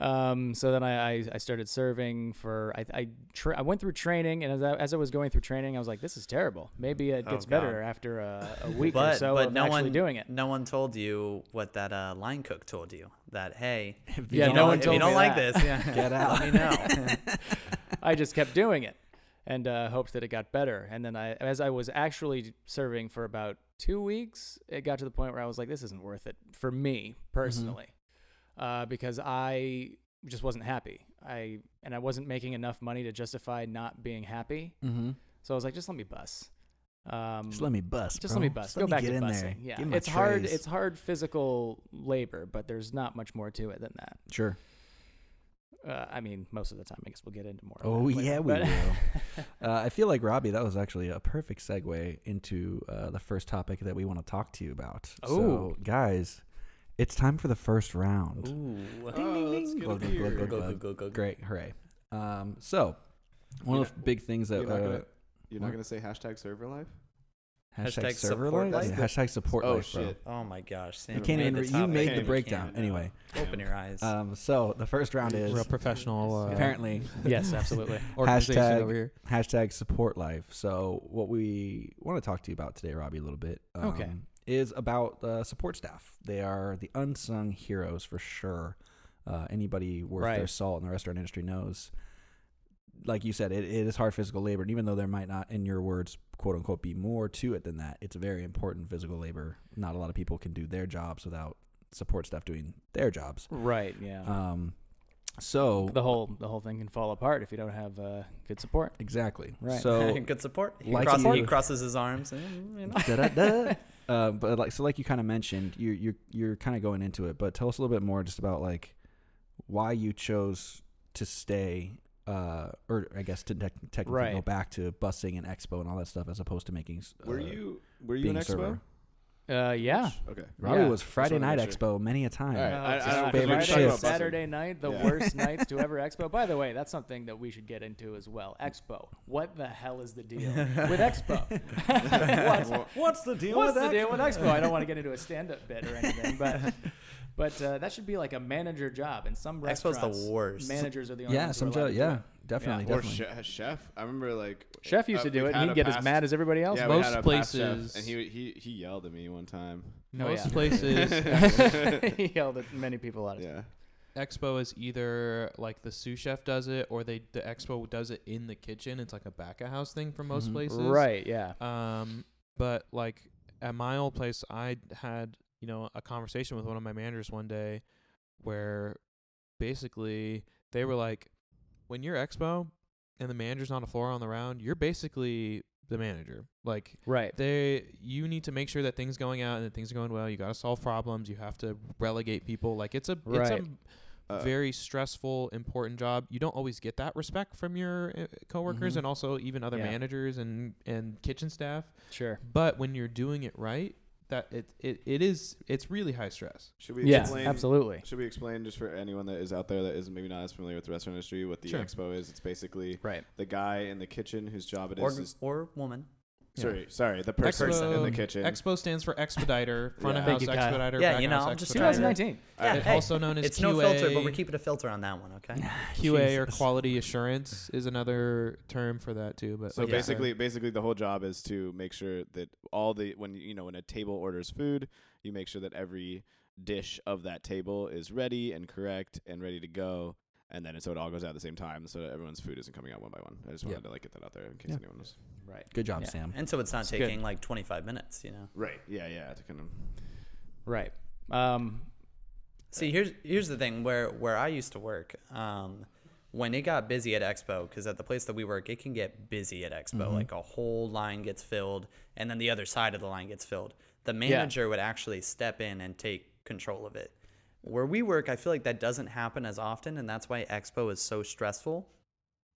Speaker 5: Um, so then I, I, I started serving for I I, tra- I went through training and as I, as I was going through training I was like this is terrible maybe it
Speaker 1: Oh,
Speaker 5: gets
Speaker 1: God.
Speaker 5: better after a, a week or
Speaker 1: But
Speaker 5: so
Speaker 1: but
Speaker 5: of
Speaker 1: no
Speaker 5: actually
Speaker 1: one
Speaker 5: doing it
Speaker 1: No one told you what that uh, line cook told you. That hey, if
Speaker 5: Yeah,
Speaker 1: you
Speaker 5: no
Speaker 1: don't-
Speaker 5: one
Speaker 1: if
Speaker 5: told
Speaker 1: you
Speaker 5: me
Speaker 1: don't like
Speaker 5: that.
Speaker 1: this, yeah,
Speaker 2: Get out.
Speaker 1: let me know.
Speaker 5: I just kept doing it and uh, hoped that it got better. And then I, as I was actually serving for about two weeks, it got to the point where I was like, this isn't worth it for me
Speaker 2: Mm-hmm.
Speaker 5: personally, uh, because I just wasn't happy. I and I wasn't making enough money to justify not being happy.
Speaker 2: mm-hmm.
Speaker 5: So I was like, just let me bus. Um,
Speaker 2: Just let me bust.
Speaker 5: just
Speaker 2: bro.
Speaker 5: let me bust. Go
Speaker 2: let me
Speaker 5: back
Speaker 2: get
Speaker 5: to
Speaker 2: in
Speaker 5: busing.
Speaker 2: there.
Speaker 5: Yeah,
Speaker 2: Give me my
Speaker 5: it's hard.
Speaker 2: trays.
Speaker 5: It's hard physical labor, but there's not much more to it than that.
Speaker 2: sure.
Speaker 5: Uh, I mean, most of the time, I guess we'll get into more. of
Speaker 2: Oh
Speaker 5: that later,
Speaker 2: yeah, we
Speaker 5: but-
Speaker 2: will. uh, I feel like Robbie, that was actually a perfect segue into uh, the first topic that we want to talk to you about.
Speaker 5: Oh.
Speaker 2: so, guys, it's time for the first round.
Speaker 3: Oh, let's get a
Speaker 2: Glug, glug, glug,
Speaker 3: beer.
Speaker 2: glug, glug. Great, hooray! Um, so, one of
Speaker 3: You
Speaker 2: the big things that
Speaker 3: You're not
Speaker 2: uh,
Speaker 3: gonna- You're not
Speaker 2: what?
Speaker 3: going to say hashtag server life?
Speaker 2: hashtag,
Speaker 1: Hashtag
Speaker 2: server
Speaker 1: support
Speaker 2: life,
Speaker 1: life?
Speaker 2: Yeah, hashtag support
Speaker 3: Oh,
Speaker 2: life, bro.
Speaker 3: shit.
Speaker 1: Oh my gosh, Sam,
Speaker 2: You can't
Speaker 1: made
Speaker 2: even.
Speaker 1: the
Speaker 2: re- you
Speaker 1: topic.
Speaker 2: made the
Speaker 3: Can't even-
Speaker 2: breakdown.
Speaker 3: can't.
Speaker 2: Anyway,
Speaker 1: Open your eyes.
Speaker 2: um, so the first round is
Speaker 4: Real professional. Uh,
Speaker 2: apparently
Speaker 5: yes, absolutely.
Speaker 4: organization
Speaker 2: Hashtag-
Speaker 4: over here.
Speaker 2: hashtag support life. So what we want to talk to you about today, Robbie, a little bit, um,
Speaker 5: Okay.
Speaker 2: is about uh, support staff. They are the unsung heroes for sure. Uh, anybody worth their
Speaker 5: Right.
Speaker 2: salt in the restaurant industry knows. Like you said, it, it is hard physical labor, and even though there might not, in your words, quote unquote, be more to it than that, it's very important physical labor. Not a lot of people can do their jobs without support staff doing their jobs.
Speaker 5: Right. Yeah.
Speaker 2: Um, so
Speaker 5: the whole the whole thing can fall apart if you don't have uh, good support.
Speaker 2: exactly
Speaker 5: Right.
Speaker 2: So
Speaker 1: good support. He,
Speaker 2: Like
Speaker 1: crosses, he
Speaker 2: you-
Speaker 1: crosses his arms. and, you know.
Speaker 2: Da-da-da. uh, but like so like you kind of mentioned you you're you're kind of going into it but tell us a little bit more just about like why you chose to stay uh, or I guess to tec- technically go
Speaker 5: Right.
Speaker 2: back to busing and expo and all that stuff as opposed to making. s-
Speaker 3: Were
Speaker 2: uh,
Speaker 3: you were you
Speaker 2: being
Speaker 3: an expo?
Speaker 2: server.
Speaker 5: Uh, yeah.
Speaker 3: Okay.
Speaker 2: Robbie
Speaker 5: Yeah.
Speaker 2: was Friday
Speaker 3: wanna
Speaker 2: night
Speaker 3: make
Speaker 2: expo many a time.
Speaker 3: All right. I- I don't- 'cause
Speaker 5: Oh, God.
Speaker 2: we were
Speaker 5: Friday,
Speaker 2: just talking about
Speaker 5: Saturday night, the
Speaker 3: Yeah.
Speaker 5: worst nights to ever Expo. By the way, that's something that we should get into as well. Expo. What the hell is the deal with Expo? what's,
Speaker 2: What's the deal
Speaker 5: what's the deal with Expo? I don't want to get into a stand-up bit or anything, but but uh, that should be like a manager job in some
Speaker 1: Expo's
Speaker 5: restaurants.
Speaker 1: the worst.
Speaker 5: Managers are the only
Speaker 2: Yeah,
Speaker 5: ones
Speaker 2: some
Speaker 5: who are allowed
Speaker 2: jo-
Speaker 5: to do
Speaker 2: yeah,
Speaker 5: it.
Speaker 2: definitely,
Speaker 3: Or
Speaker 2: definitely.
Speaker 3: chef, chef. I remember like
Speaker 5: Chef used
Speaker 3: uh,
Speaker 5: to do
Speaker 3: we've
Speaker 5: it,
Speaker 3: had
Speaker 5: and he'd
Speaker 3: a
Speaker 5: get as
Speaker 3: past-
Speaker 5: mad as everybody else.
Speaker 3: yeah,
Speaker 5: but-
Speaker 3: we
Speaker 4: Most
Speaker 3: had a past chef,
Speaker 4: places-
Speaker 3: and he, he he yelled at me one time.
Speaker 5: Oh,
Speaker 4: Most
Speaker 5: yeah.
Speaker 4: places,
Speaker 5: he yelled at many people out of
Speaker 3: Yeah.
Speaker 4: expo is either like the sous chef does it, or they the expo does it in the kitchen. It's like a back of house thing for most
Speaker 2: Mhm.
Speaker 4: places,
Speaker 5: Mm-hmm. Right, yeah.
Speaker 4: Um, but like at my old place, I had you know a conversation with one of my managers one day, where basically they were like, when you're expo and the manager's not a floor on the round, you're basically the manager. Like
Speaker 5: Right.
Speaker 4: they you need to make sure that things going out and that things are going well. You got to solve problems. You have to relegate people. Like it's a it's
Speaker 5: Right.
Speaker 4: a
Speaker 3: Uh,
Speaker 4: very stressful, important job. You don't always get that respect from your uh,
Speaker 3: Mm-hmm.
Speaker 4: coworkers
Speaker 2: Mhm.
Speaker 4: and also even other
Speaker 5: Yeah.
Speaker 4: managers and and kitchen staff.
Speaker 5: Sure.
Speaker 4: But when you're doing it right, that it it, it is it's really high stress.
Speaker 3: Should we
Speaker 5: Yeah,
Speaker 3: explain?
Speaker 5: absolutely.
Speaker 3: Should we explain just for anyone that is out there that is maybe not as familiar with the restaurant industry what the
Speaker 4: Sure.
Speaker 3: expo is? It's basically
Speaker 5: Right.
Speaker 3: the guy in the kitchen whose job it
Speaker 1: or,
Speaker 3: is. is
Speaker 1: or woman.
Speaker 4: Yeah.
Speaker 3: Sorry, sorry, the person
Speaker 1: Expo-
Speaker 3: in the kitchen.
Speaker 4: Expo stands for expediter, front of
Speaker 3: Yeah.
Speaker 4: house
Speaker 5: Thank you, Kyle.
Speaker 4: expediter,
Speaker 1: Yeah,
Speaker 4: back
Speaker 1: you
Speaker 4: house
Speaker 1: know, I'm just trying to-
Speaker 4: expediter.
Speaker 5: 2019.
Speaker 3: Yeah,
Speaker 1: Yeah,
Speaker 4: It's also known as
Speaker 1: it's
Speaker 4: QA.
Speaker 1: no filter, but we're keeping a filter on that one, okay?
Speaker 4: QA or
Speaker 2: Jesus.
Speaker 4: quality assurance is another term for that too. But
Speaker 3: So
Speaker 4: like I said-
Speaker 3: basically, basically the whole job is to make sure that all the when you know when a table orders food, you make sure that every dish of that table is ready and correct and ready to go, and then so it all goes out at the same time, so that everyone's food isn't coming out one by one. I just
Speaker 2: Yeah.
Speaker 3: wanted to like get that out there in case
Speaker 2: Yeah.
Speaker 3: anyone was
Speaker 5: Right.
Speaker 2: Good job,
Speaker 5: Yeah.
Speaker 2: Sam.
Speaker 1: And so it's not
Speaker 5: It's good.
Speaker 1: taking like 25 minutes, you know.
Speaker 3: right. Yeah, yeah, to kind of
Speaker 5: Right. Um,
Speaker 1: See, here's here's the thing where where I used to work. Um, when it got busy at Expo, because at the place that we work, it can get busy at Expo.
Speaker 5: Mm-hmm.
Speaker 1: Like a whole line gets filled, and then the other side of the line gets filled. The manager would actually step in and take control of it. Where we work, I feel like that doesn't happen as often, and that's why Expo is so stressful.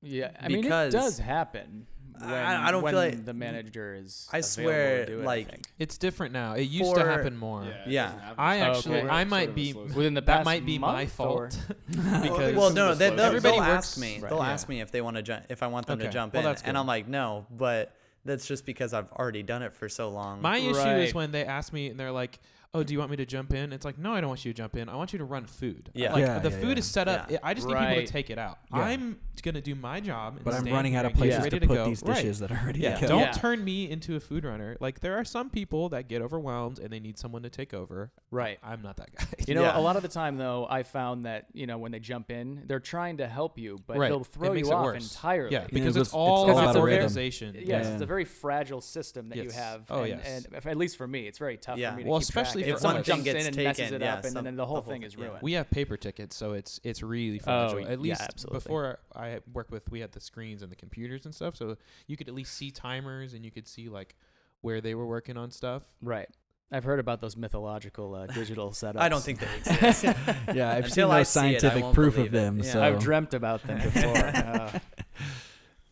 Speaker 5: yeah. I mean, it
Speaker 1: Because-
Speaker 5: does happen.
Speaker 1: I-
Speaker 5: When,
Speaker 1: I don't feel
Speaker 5: when
Speaker 1: like-
Speaker 5: the manager is.
Speaker 1: I
Speaker 5: available to
Speaker 1: swear,
Speaker 5: do it, I
Speaker 1: like-
Speaker 5: think.
Speaker 4: It's different now. It used to
Speaker 1: For-
Speaker 4: happen more.
Speaker 3: Yeah.
Speaker 1: Yeah. doesn't
Speaker 4: I actually,
Speaker 5: Okay.
Speaker 4: I might be
Speaker 5: Within the
Speaker 4: that
Speaker 5: past
Speaker 4: might be my
Speaker 5: month,
Speaker 4: fault because
Speaker 3: Because-
Speaker 1: well,
Speaker 3: some
Speaker 1: no,
Speaker 3: of the
Speaker 1: they, they'll,
Speaker 3: slow jumps.
Speaker 1: they'll
Speaker 4: Everybody
Speaker 1: ask
Speaker 4: works-
Speaker 1: me.
Speaker 5: Right.
Speaker 1: They'll
Speaker 4: Yeah.
Speaker 1: ask me if they want to jump, if I want them to
Speaker 4: Okay.
Speaker 1: jump
Speaker 4: Well,
Speaker 1: in,
Speaker 4: that's
Speaker 1: and
Speaker 4: good.
Speaker 1: I'm like, no, but that's just because I've already done it for so long.
Speaker 4: my issue
Speaker 5: Right.
Speaker 4: is when they ask me and they're like, "Oh, do you want me to jump in?" It's like, "No, I don't want you to jump in. I want you to run food."
Speaker 1: Yeah.
Speaker 4: like
Speaker 2: Yeah,
Speaker 4: the
Speaker 2: yeah,
Speaker 4: food
Speaker 2: yeah.
Speaker 4: is set up.
Speaker 1: Yeah.
Speaker 4: I just need people
Speaker 5: Right.
Speaker 4: to take it out.
Speaker 2: Yeah.
Speaker 4: I'm gonna do my job, and
Speaker 2: But I'm
Speaker 4: stand
Speaker 2: running
Speaker 4: here
Speaker 2: out of
Speaker 4: and get
Speaker 2: places
Speaker 4: ready
Speaker 2: to
Speaker 4: to
Speaker 2: put
Speaker 4: go.
Speaker 2: these
Speaker 4: Right.
Speaker 2: dishes that are ready
Speaker 4: Yeah.
Speaker 2: to go.
Speaker 4: Don't
Speaker 5: Yeah.
Speaker 4: turn me into a food runner. Like there are some people that get overwhelmed and they need someone to take over.
Speaker 5: Right.
Speaker 4: I'm not that guy.
Speaker 5: You know,
Speaker 1: Yeah.
Speaker 5: a lot of the time though, I found that you know when they jump in, they're trying to help you, but
Speaker 4: Right.
Speaker 5: they'll
Speaker 4: It
Speaker 5: throw
Speaker 4: makes
Speaker 5: you
Speaker 4: it
Speaker 5: off
Speaker 4: worse.
Speaker 5: entirely.
Speaker 4: yeah,
Speaker 2: it's
Speaker 4: because
Speaker 2: just-
Speaker 4: it's,
Speaker 2: it's
Speaker 4: all
Speaker 5: all
Speaker 4: about
Speaker 5: about rhythm.
Speaker 4: organization.
Speaker 5: Yes, it's
Speaker 2: Yeah.
Speaker 5: a very fragile system that you
Speaker 4: Yes.
Speaker 5: have.
Speaker 4: Oh,
Speaker 5: and,
Speaker 4: yes.
Speaker 5: and if- at least for me, it's very tough
Speaker 1: Yeah.
Speaker 5: for me to
Speaker 4: Well,
Speaker 5: keep track.
Speaker 4: especially
Speaker 5: if
Speaker 4: for
Speaker 5: someone
Speaker 4: us.
Speaker 5: jumps
Speaker 1: Something
Speaker 5: in
Speaker 1: gets
Speaker 5: and messes
Speaker 1: taken,
Speaker 5: it
Speaker 1: yeah,
Speaker 5: up, and
Speaker 1: some-
Speaker 5: then the whole
Speaker 1: the whole
Speaker 5: thing
Speaker 1: thing,
Speaker 5: is
Speaker 1: yeah.
Speaker 5: ruined.
Speaker 4: We have paper tickets, so it's it's really
Speaker 5: Oh,
Speaker 4: fragile.
Speaker 5: yeah,
Speaker 4: at least
Speaker 5: absolutely.
Speaker 4: before I worked with, we had the screens and the computers and stuff, so you could at least see timers and you could see like where they were working on stuff.
Speaker 5: Right. I've heard about those mythological uh, digital setups.
Speaker 1: I don't think they exist.
Speaker 2: Yeah, I've
Speaker 1: Until
Speaker 2: seen
Speaker 1: I see it,
Speaker 2: no
Speaker 1: I
Speaker 2: scientific
Speaker 1: won't
Speaker 2: proof of
Speaker 1: believe it.
Speaker 2: them.
Speaker 1: Yeah.
Speaker 2: So,
Speaker 5: I've dreamt about them before. Uh,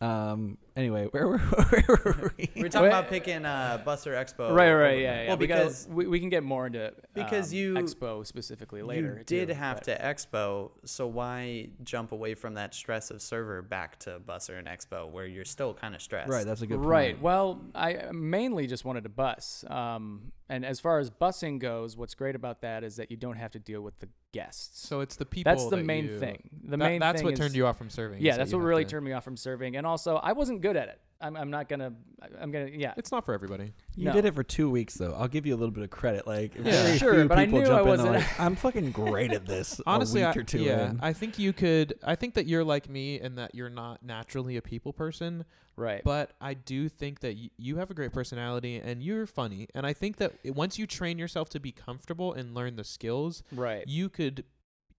Speaker 2: um, anyway, where were, where were we?
Speaker 1: We're talking
Speaker 5: Well-
Speaker 1: about picking uh, Buster Expo.
Speaker 5: right, right, yeah, yeah.
Speaker 1: Well,
Speaker 5: we, gotta-
Speaker 1: because
Speaker 5: we, we can get more into
Speaker 1: because
Speaker 5: um,
Speaker 1: you-
Speaker 5: expo specifically later.
Speaker 1: you did
Speaker 5: too,
Speaker 1: have
Speaker 5: but-
Speaker 1: to Expo, so why jump away from that stress of server back to Buster and Expo, where you're still kind of stressed?
Speaker 2: Right, that's a good point.
Speaker 5: Right. Well, I mainly just wanted to bus. Um, and as far as busing goes, what's great about that is that you don't have to deal with the guests.
Speaker 4: So it's the people.
Speaker 5: that's the
Speaker 4: that
Speaker 5: main
Speaker 4: you-
Speaker 5: thing. The
Speaker 4: that-
Speaker 5: main
Speaker 4: that's
Speaker 5: thing
Speaker 4: what
Speaker 5: is-
Speaker 4: turned you off from serving. is
Speaker 5: Yeah,
Speaker 4: that
Speaker 5: that's
Speaker 4: you
Speaker 5: what
Speaker 4: have
Speaker 5: really
Speaker 4: to-
Speaker 5: turned me off from serving. And also, I wasn't good at it. I'm, I'm not gonna. I'm gonna. Yeah.
Speaker 4: It's not for everybody.
Speaker 2: You
Speaker 5: No.
Speaker 2: did it for two weeks, though. I'll give you a little bit of credit. Like,
Speaker 4: Yeah.
Speaker 2: very
Speaker 5: Sure,
Speaker 2: few
Speaker 5: but I
Speaker 2: people
Speaker 5: knew
Speaker 2: jump
Speaker 5: I
Speaker 2: in, they're
Speaker 5: wasn't-
Speaker 2: like, I'm fucking great at this.
Speaker 4: Honestly,
Speaker 2: a week
Speaker 4: I,
Speaker 2: or two
Speaker 4: yeah,
Speaker 2: in.
Speaker 4: I think you could. I think that you're like me and that you're not naturally a people person,
Speaker 5: Right.
Speaker 4: but I do think that y- you have a great personality and you're funny. And I think that i- once you train yourself to be comfortable and learn the skills,
Speaker 5: right.
Speaker 4: you could.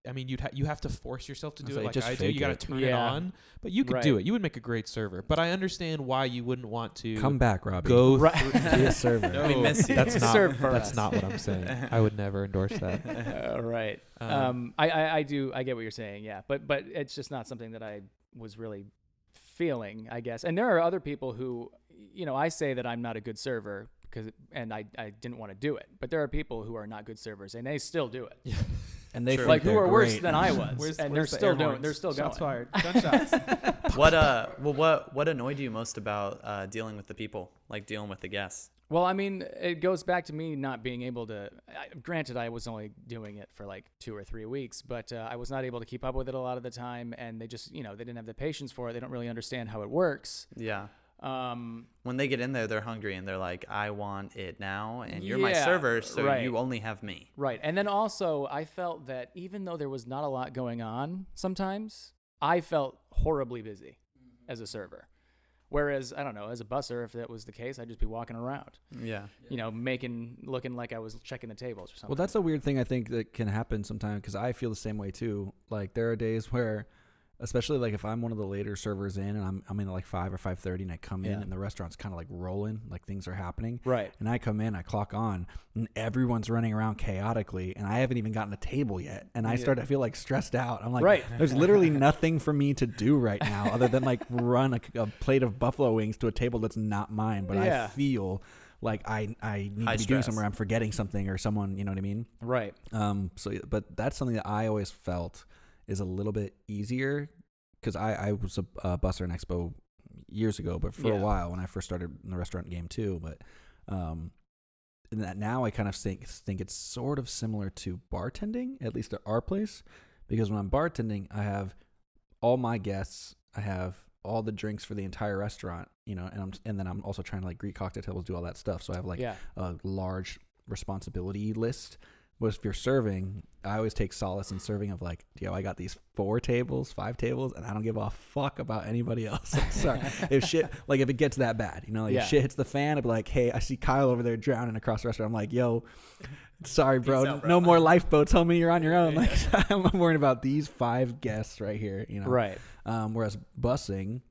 Speaker 4: I mean, you'd ha- you have to force yourself to
Speaker 2: It's
Speaker 4: do
Speaker 2: like,
Speaker 4: it like
Speaker 2: just
Speaker 4: I do.
Speaker 2: fake
Speaker 4: You got
Speaker 2: it.
Speaker 4: to turn it
Speaker 5: Yeah.
Speaker 4: on, but you could do
Speaker 5: Right.
Speaker 4: it. You would make a great server. But I understand why you wouldn't want to
Speaker 2: Come back, Robbie.
Speaker 4: go
Speaker 5: Right.
Speaker 4: through.
Speaker 2: be a server.
Speaker 1: No, we miss you.
Speaker 4: That's not.
Speaker 5: Serve for
Speaker 4: that's
Speaker 5: us.
Speaker 4: not what I'm saying. I would never endorse that.
Speaker 5: Uh, right.
Speaker 4: Um,
Speaker 5: Um, I, I, I do. I get what you're saying. Yeah. But, but it's just not something that I was really feeling, I guess. And there are other people who, you know, I say that I'm not a good server because, and I, I didn't want to do it, but there are people who are not good servers and they still do it.
Speaker 2: And they
Speaker 1: True.
Speaker 2: think
Speaker 5: Like who
Speaker 2: they're
Speaker 5: are worse
Speaker 2: great.
Speaker 5: than I was,
Speaker 4: Where's-
Speaker 5: and
Speaker 4: where's the
Speaker 5: they're still
Speaker 4: air
Speaker 5: doing.
Speaker 4: horns?
Speaker 5: They're still
Speaker 4: Shots
Speaker 5: going.
Speaker 4: fired. Gunshots.
Speaker 1: What uh, well, what what annoyed you most about uh, dealing with the people, like dealing with the guests?
Speaker 5: Well, I mean, it goes back to me not being able to. I, granted, I was only doing it for like two or three weeks, but uh, I was not able to keep up with it a lot of the time, and they just, you know, they didn't have the patience for it. They don't really understand how it works.
Speaker 1: Yeah.
Speaker 5: Um,
Speaker 1: When they get in there, they're hungry and they're like, "I want it now," and you're my
Speaker 5: Yeah,
Speaker 1: server, so
Speaker 5: right.
Speaker 1: you only have me.
Speaker 5: right, and then also, I felt that even though there was not a lot going on, sometimes I felt horribly busy as a server. Whereas, I don't know, as a busser, if that was the case, I'd just be walking around,
Speaker 1: Yeah.
Speaker 5: you know, making, looking like I was checking the tables or something.
Speaker 2: Well, that's a weird thing I think that can happen sometimes because I feel the same way too. Like there are days where, especially like if I'm one of the later servers in and I'm I'm in at, like five or five thirty and I come in
Speaker 5: Yeah.
Speaker 2: and the restaurant's kind of like rolling, like things are happening.
Speaker 5: Right.
Speaker 2: And I come in, I clock on, and everyone's running around chaotically, and I haven't even gotten a table yet, and I start to feel like stressed out. I'm like,
Speaker 5: Right.
Speaker 2: there's literally nothing for me to do right now other than like run a, a plate of buffalo wings to a table that's not mine, but I
Speaker 5: Yeah.
Speaker 2: feel. Like I, I need
Speaker 1: High
Speaker 2: to be doing
Speaker 1: stress.
Speaker 2: somewhere. I'm forgetting something or someone, you know what I mean?
Speaker 5: right.
Speaker 2: Um, so, yeah, but that's something that I always felt is a little bit easier because I, I was a uh, buster in expo years ago, but for a
Speaker 5: Yeah.
Speaker 2: while when I first started in the restaurant game too, but, um, and that now I kind of think, think it's sort of similar to bartending, at least at our place, because when I'm bartending, I have all my guests, I have all the drinks for the entire restaurant, you know, and I'm, and then I'm also trying to like Greek cocktail tables, do all that stuff. So I have like
Speaker 5: yeah.
Speaker 2: a large responsibility list was if you're serving, I always take solace in serving of like, yo, I got these four tables, five tables, and I don't give a fuck about anybody else. Like, sorry. if shit, like if it gets that bad, you know, like
Speaker 5: Yeah.
Speaker 2: if shit hits the fan, I'd be like, hey, I see Kyle over there drowning across the restaurant. I'm like, yo, sorry, bro,
Speaker 1: Peace out, bro.
Speaker 2: no more lifeboats, homie. You're on your own. Like, I'm worrying about these five guests right here, you know.
Speaker 5: Right.
Speaker 2: Um, whereas busing,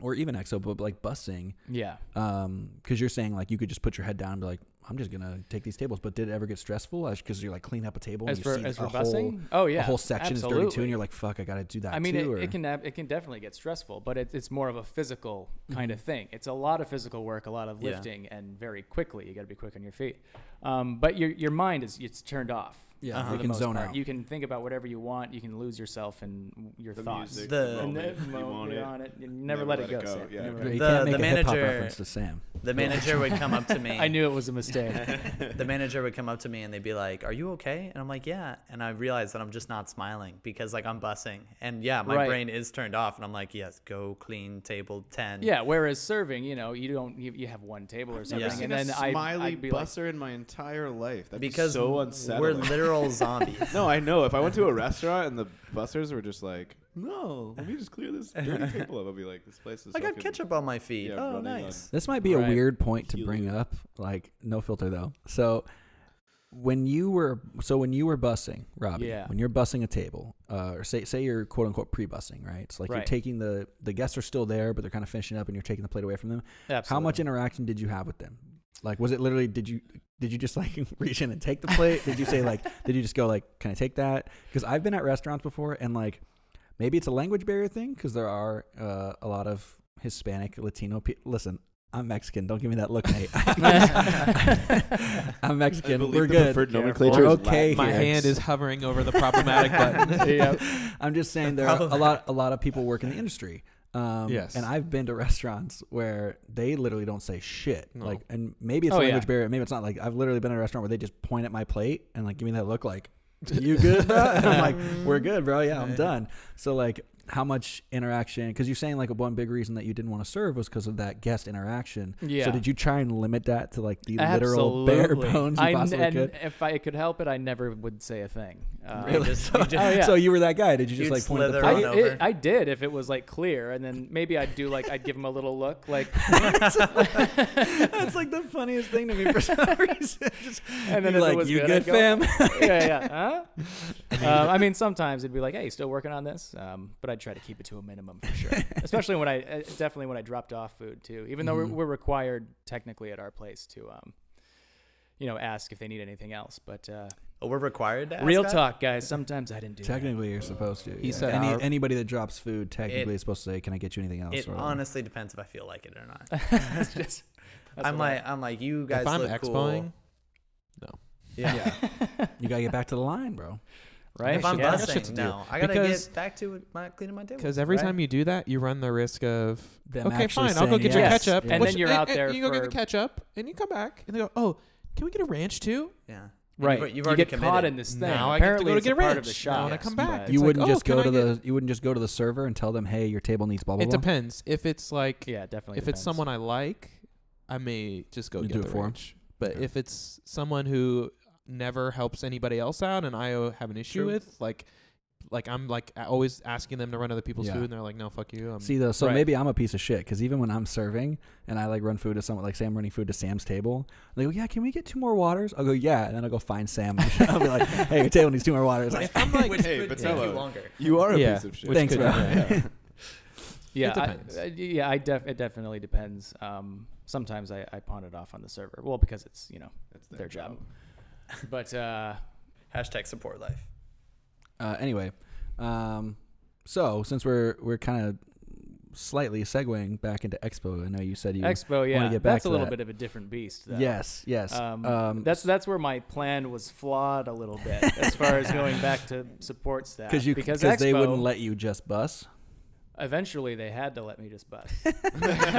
Speaker 2: or even EXO, but like busing,
Speaker 5: Yeah.
Speaker 2: um because you're saying like you could just put your head down and be like i'm just gonna take these tables but did it ever get stressful because you're like cleaning up a table
Speaker 5: As
Speaker 2: and you
Speaker 5: for
Speaker 2: see
Speaker 5: as
Speaker 2: a
Speaker 5: for
Speaker 2: whole,
Speaker 5: busing, oh yeah,
Speaker 2: a whole section
Speaker 5: absolutely.
Speaker 2: is dirty too and you're like fuck i gotta do that
Speaker 5: I mean,
Speaker 2: too,
Speaker 5: it,
Speaker 2: or-
Speaker 5: it can ab- it can definitely get stressful, but it, it's more of a physical kind
Speaker 2: Mm-hmm.
Speaker 5: of thing. It's a lot of physical work, a lot of
Speaker 1: Yeah.
Speaker 5: lifting, and very quickly. You got to be quick on your feet. Um, but your your mind is it's turned off.
Speaker 2: yeah
Speaker 1: Uh-huh.
Speaker 5: for
Speaker 2: you
Speaker 5: the
Speaker 2: can
Speaker 5: most
Speaker 2: zone
Speaker 5: part.
Speaker 2: out
Speaker 5: You can think about whatever you want. You can lose yourself in your
Speaker 3: The
Speaker 5: thoughts.
Speaker 3: music,
Speaker 1: The-
Speaker 5: And
Speaker 3: moment,
Speaker 5: then
Speaker 3: you
Speaker 5: mo-
Speaker 3: want
Speaker 5: you're
Speaker 3: it.
Speaker 5: on it. You never, let, it go. Sam.
Speaker 3: Yeah,
Speaker 5: Never
Speaker 3: okay.
Speaker 5: let it
Speaker 2: you
Speaker 5: go.
Speaker 2: can't
Speaker 1: The-
Speaker 2: make
Speaker 1: the
Speaker 2: a hip-hop
Speaker 1: manager-
Speaker 2: reference to sam
Speaker 1: The manager would come up to me.
Speaker 5: I knew it was a mistake.
Speaker 1: the manager would come up to me and they'd be like, "Are you okay?" And I'm like, "Yeah." And I realized that I'm just not smiling because like I'm bussing, and yeah, my
Speaker 5: Right.
Speaker 1: brain is turned off, and I'm like, "Yes, go clean table ten.
Speaker 5: yeah. Whereas serving, you know, you don't you, you have one table or something,
Speaker 1: never
Speaker 5: and then I
Speaker 3: smiley
Speaker 5: I'd be like,
Speaker 3: busser in my entire life. That's
Speaker 1: because
Speaker 3: so
Speaker 1: we're
Speaker 3: unsettling.
Speaker 1: literal zombies.
Speaker 3: no, I know. If I went to a restaurant and the bussers were just like, "No, let me just clear this dirty table up," I'd be like, "This place is."
Speaker 1: I got
Speaker 3: fucking-
Speaker 1: ketchup on my feet.
Speaker 3: Yeah,
Speaker 1: oh,
Speaker 3: running on-
Speaker 1: nice.
Speaker 2: this might be
Speaker 5: Right.
Speaker 2: a weird point to
Speaker 3: Healing.
Speaker 2: bring up like no filter though so when you were so when you were busing robbie
Speaker 5: Yeah.
Speaker 2: when you're busing a table uh, or say say you're quote unquote pre-busing right it's like you're
Speaker 5: Right.
Speaker 2: taking the the guests are still there but they're kind of finishing up and you're taking the plate away from them How much
Speaker 5: "Absolutely."
Speaker 2: interaction did you have with them? Like, was it literally? Did you did you just like reach in and take the plate? Did you say like? Did you just go like, "Can I take that?" Because I've been at restaurants before, and like, maybe it's a language barrier thing because there are uh, a lot of Hispanic, Latino people. Listen, I'm Mexican. Don't give me that look, mate. I'm
Speaker 3: I
Speaker 2: Mexican.
Speaker 3: believe
Speaker 2: We're
Speaker 3: the
Speaker 2: good.
Speaker 3: preferred
Speaker 5: Careful.
Speaker 3: nomenclature is
Speaker 2: We're okay
Speaker 3: Latin.
Speaker 4: My
Speaker 2: here.
Speaker 4: hand is hovering over the problematic button.
Speaker 5: Yep.
Speaker 2: I'm just saying there are a lot a lot of people work in the industry. Um,
Speaker 4: Yes.
Speaker 2: And I've been to restaurants where they literally don't say shit.
Speaker 4: No.
Speaker 2: Like, and maybe it's a
Speaker 5: Oh,
Speaker 2: language
Speaker 5: yeah.
Speaker 2: barrier. Maybe it's not. Like, I've literally been at a restaurant where they just point at my plate and like give me that look, like, "You good, bro?" And I'm like, "We're good, bro. Yeah, I'm done." So like, how much interaction? Because you're saying like one big reason that you didn't want to serve was because of that guest interaction.
Speaker 5: Yeah.
Speaker 2: So did you try and limit that to like the literal bare
Speaker 5: Absolutely.
Speaker 2: bones you
Speaker 5: I n-
Speaker 2: possibly
Speaker 5: and
Speaker 2: could?
Speaker 5: If I could help it, I never would say a thing. Um,
Speaker 1: You just- you just-
Speaker 5: Oh, yeah.
Speaker 2: So you were that guy. Did you just
Speaker 1: You'd
Speaker 2: like point at the
Speaker 1: slither
Speaker 2: plate?
Speaker 1: on
Speaker 5: I, it,
Speaker 1: over.
Speaker 5: I did if it was like clear, and then maybe I'd do like I'd give him a little look, like,
Speaker 2: Oh, That's like the funniest thing to me for some reason. Just,
Speaker 5: and then
Speaker 2: you're
Speaker 5: if
Speaker 2: like,
Speaker 5: it was
Speaker 2: you
Speaker 5: good,
Speaker 2: good,
Speaker 5: I'd go,
Speaker 2: fam?
Speaker 5: yeah, yeah. Huh? Um, I mean, sometimes it'd be like, "Hey, you still working on this?" Um, but I'd try to keep it to a minimum for sure. Especially when I uh, definitely when I dropped off food too. Even though
Speaker 2: Mhm.
Speaker 5: we're, we're required technically at our place to, um, you know, ask if they need anything else. But uh,
Speaker 1: Oh, we're required to ask
Speaker 5: real
Speaker 1: that?
Speaker 5: talk, guys. Sometimes I didn't do that.
Speaker 2: Technically, you're supposed to.
Speaker 4: He
Speaker 2: yeah.
Speaker 4: said
Speaker 2: Any,
Speaker 4: our-
Speaker 2: anybody that drops food technically
Speaker 1: It-
Speaker 2: is supposed to say, "Can I get you anything else?"
Speaker 1: It
Speaker 2: or whatever.
Speaker 1: honestly depends if I feel like it or not.
Speaker 5: It's just- that's
Speaker 1: I'm
Speaker 5: what I-
Speaker 1: like, I'm like, you guys
Speaker 4: if I'm
Speaker 1: look
Speaker 4: expoing,
Speaker 1: cool.
Speaker 2: yeah. you gotta get back to the line, bro.
Speaker 5: right?
Speaker 1: If I'm
Speaker 4: Yeah, I got shit to
Speaker 1: bussing,
Speaker 4: do.
Speaker 1: no, I gotta
Speaker 4: Because-
Speaker 1: get back to my cleaning my table.
Speaker 4: Because every
Speaker 5: Right.
Speaker 4: time you do that, you run the risk of
Speaker 2: Them
Speaker 4: okay,
Speaker 2: actually
Speaker 4: fine, I'll go
Speaker 2: saying
Speaker 4: get
Speaker 5: yes.
Speaker 4: your ketchup, eh,
Speaker 2: And
Speaker 5: then you're out there
Speaker 4: You go get the
Speaker 5: for-
Speaker 4: ketchup, and you come back, and they go, "Oh, can we get a ranch too?"
Speaker 1: yeah, And
Speaker 5: Right.
Speaker 1: You've, you've
Speaker 5: you
Speaker 1: already
Speaker 5: get
Speaker 1: committed.
Speaker 5: caught in this thing.
Speaker 4: Now I have to
Speaker 5: Apparently
Speaker 4: go to
Speaker 5: it's
Speaker 4: get
Speaker 5: a part of
Speaker 4: rich.
Speaker 5: the
Speaker 4: Now
Speaker 5: shop.
Speaker 4: when I come back,
Speaker 5: but-
Speaker 2: You
Speaker 4: It's like,
Speaker 2: wouldn't
Speaker 4: "Oh,
Speaker 2: just
Speaker 4: can
Speaker 2: go
Speaker 4: I
Speaker 2: to
Speaker 4: get-"
Speaker 2: the. You wouldn't just go to the server and tell them, "Hey, your table needs blah blah
Speaker 4: It
Speaker 2: blah."
Speaker 4: depends. If it's like,
Speaker 5: yeah, definitely.
Speaker 4: if it's someone I like, I may just go
Speaker 2: You
Speaker 4: get
Speaker 2: do
Speaker 4: the
Speaker 2: it for 'em.
Speaker 4: ranch. But
Speaker 2: Okay.
Speaker 4: if it's someone who never helps anybody else out, and I uh, have an issue
Speaker 1: True.
Speaker 4: with, like, like I'm like a- always asking them to run other people's
Speaker 2: Yeah.
Speaker 4: food, and they're like, "No, fuck you." I'm,
Speaker 2: See though, so
Speaker 5: Right.
Speaker 2: maybe I'm a piece of shit because even when I'm serving and I like run food to someone, like say I'm running food to Sam's table, they go, "Yeah, can we get two more waters?" I'll go, "Yeah," and then I'll go find Sam. I'll be like, "Hey, your table needs two more waters." Like,
Speaker 4: if I'm like,
Speaker 1: Which
Speaker 3: Hey,
Speaker 1: could
Speaker 3: but
Speaker 1: take
Speaker 3: hello.
Speaker 1: you longer.
Speaker 3: You are a
Speaker 4: Yeah.
Speaker 3: piece of shit.
Speaker 4: Which
Speaker 2: Thanks,
Speaker 4: could-
Speaker 2: bro.
Speaker 4: yeah.
Speaker 5: yeah,
Speaker 4: It
Speaker 5: I-
Speaker 4: depends.
Speaker 5: I, yeah, I def- it definitely depends. Um, sometimes I, I pawn it off on the server. Well, because it's you know
Speaker 3: That's
Speaker 5: their job. But uh,
Speaker 1: Hashtag support life.
Speaker 2: Uh, anyway, um, so since we're we're kind of slightly segueing back into Expo, I know you said you.
Speaker 5: Expo, yeah,
Speaker 2: get back
Speaker 5: that's
Speaker 2: to
Speaker 5: a little
Speaker 2: that.
Speaker 5: bit of a different beast. Though.
Speaker 2: yes, yes.
Speaker 5: Um,
Speaker 2: Um,
Speaker 5: that's that's where my plan was flawed a little bit as far as going back to support staff
Speaker 2: because you
Speaker 5: because
Speaker 2: because they
Speaker 5: Expo,
Speaker 2: wouldn't let you just bus.
Speaker 5: Eventually, they had to let me just bust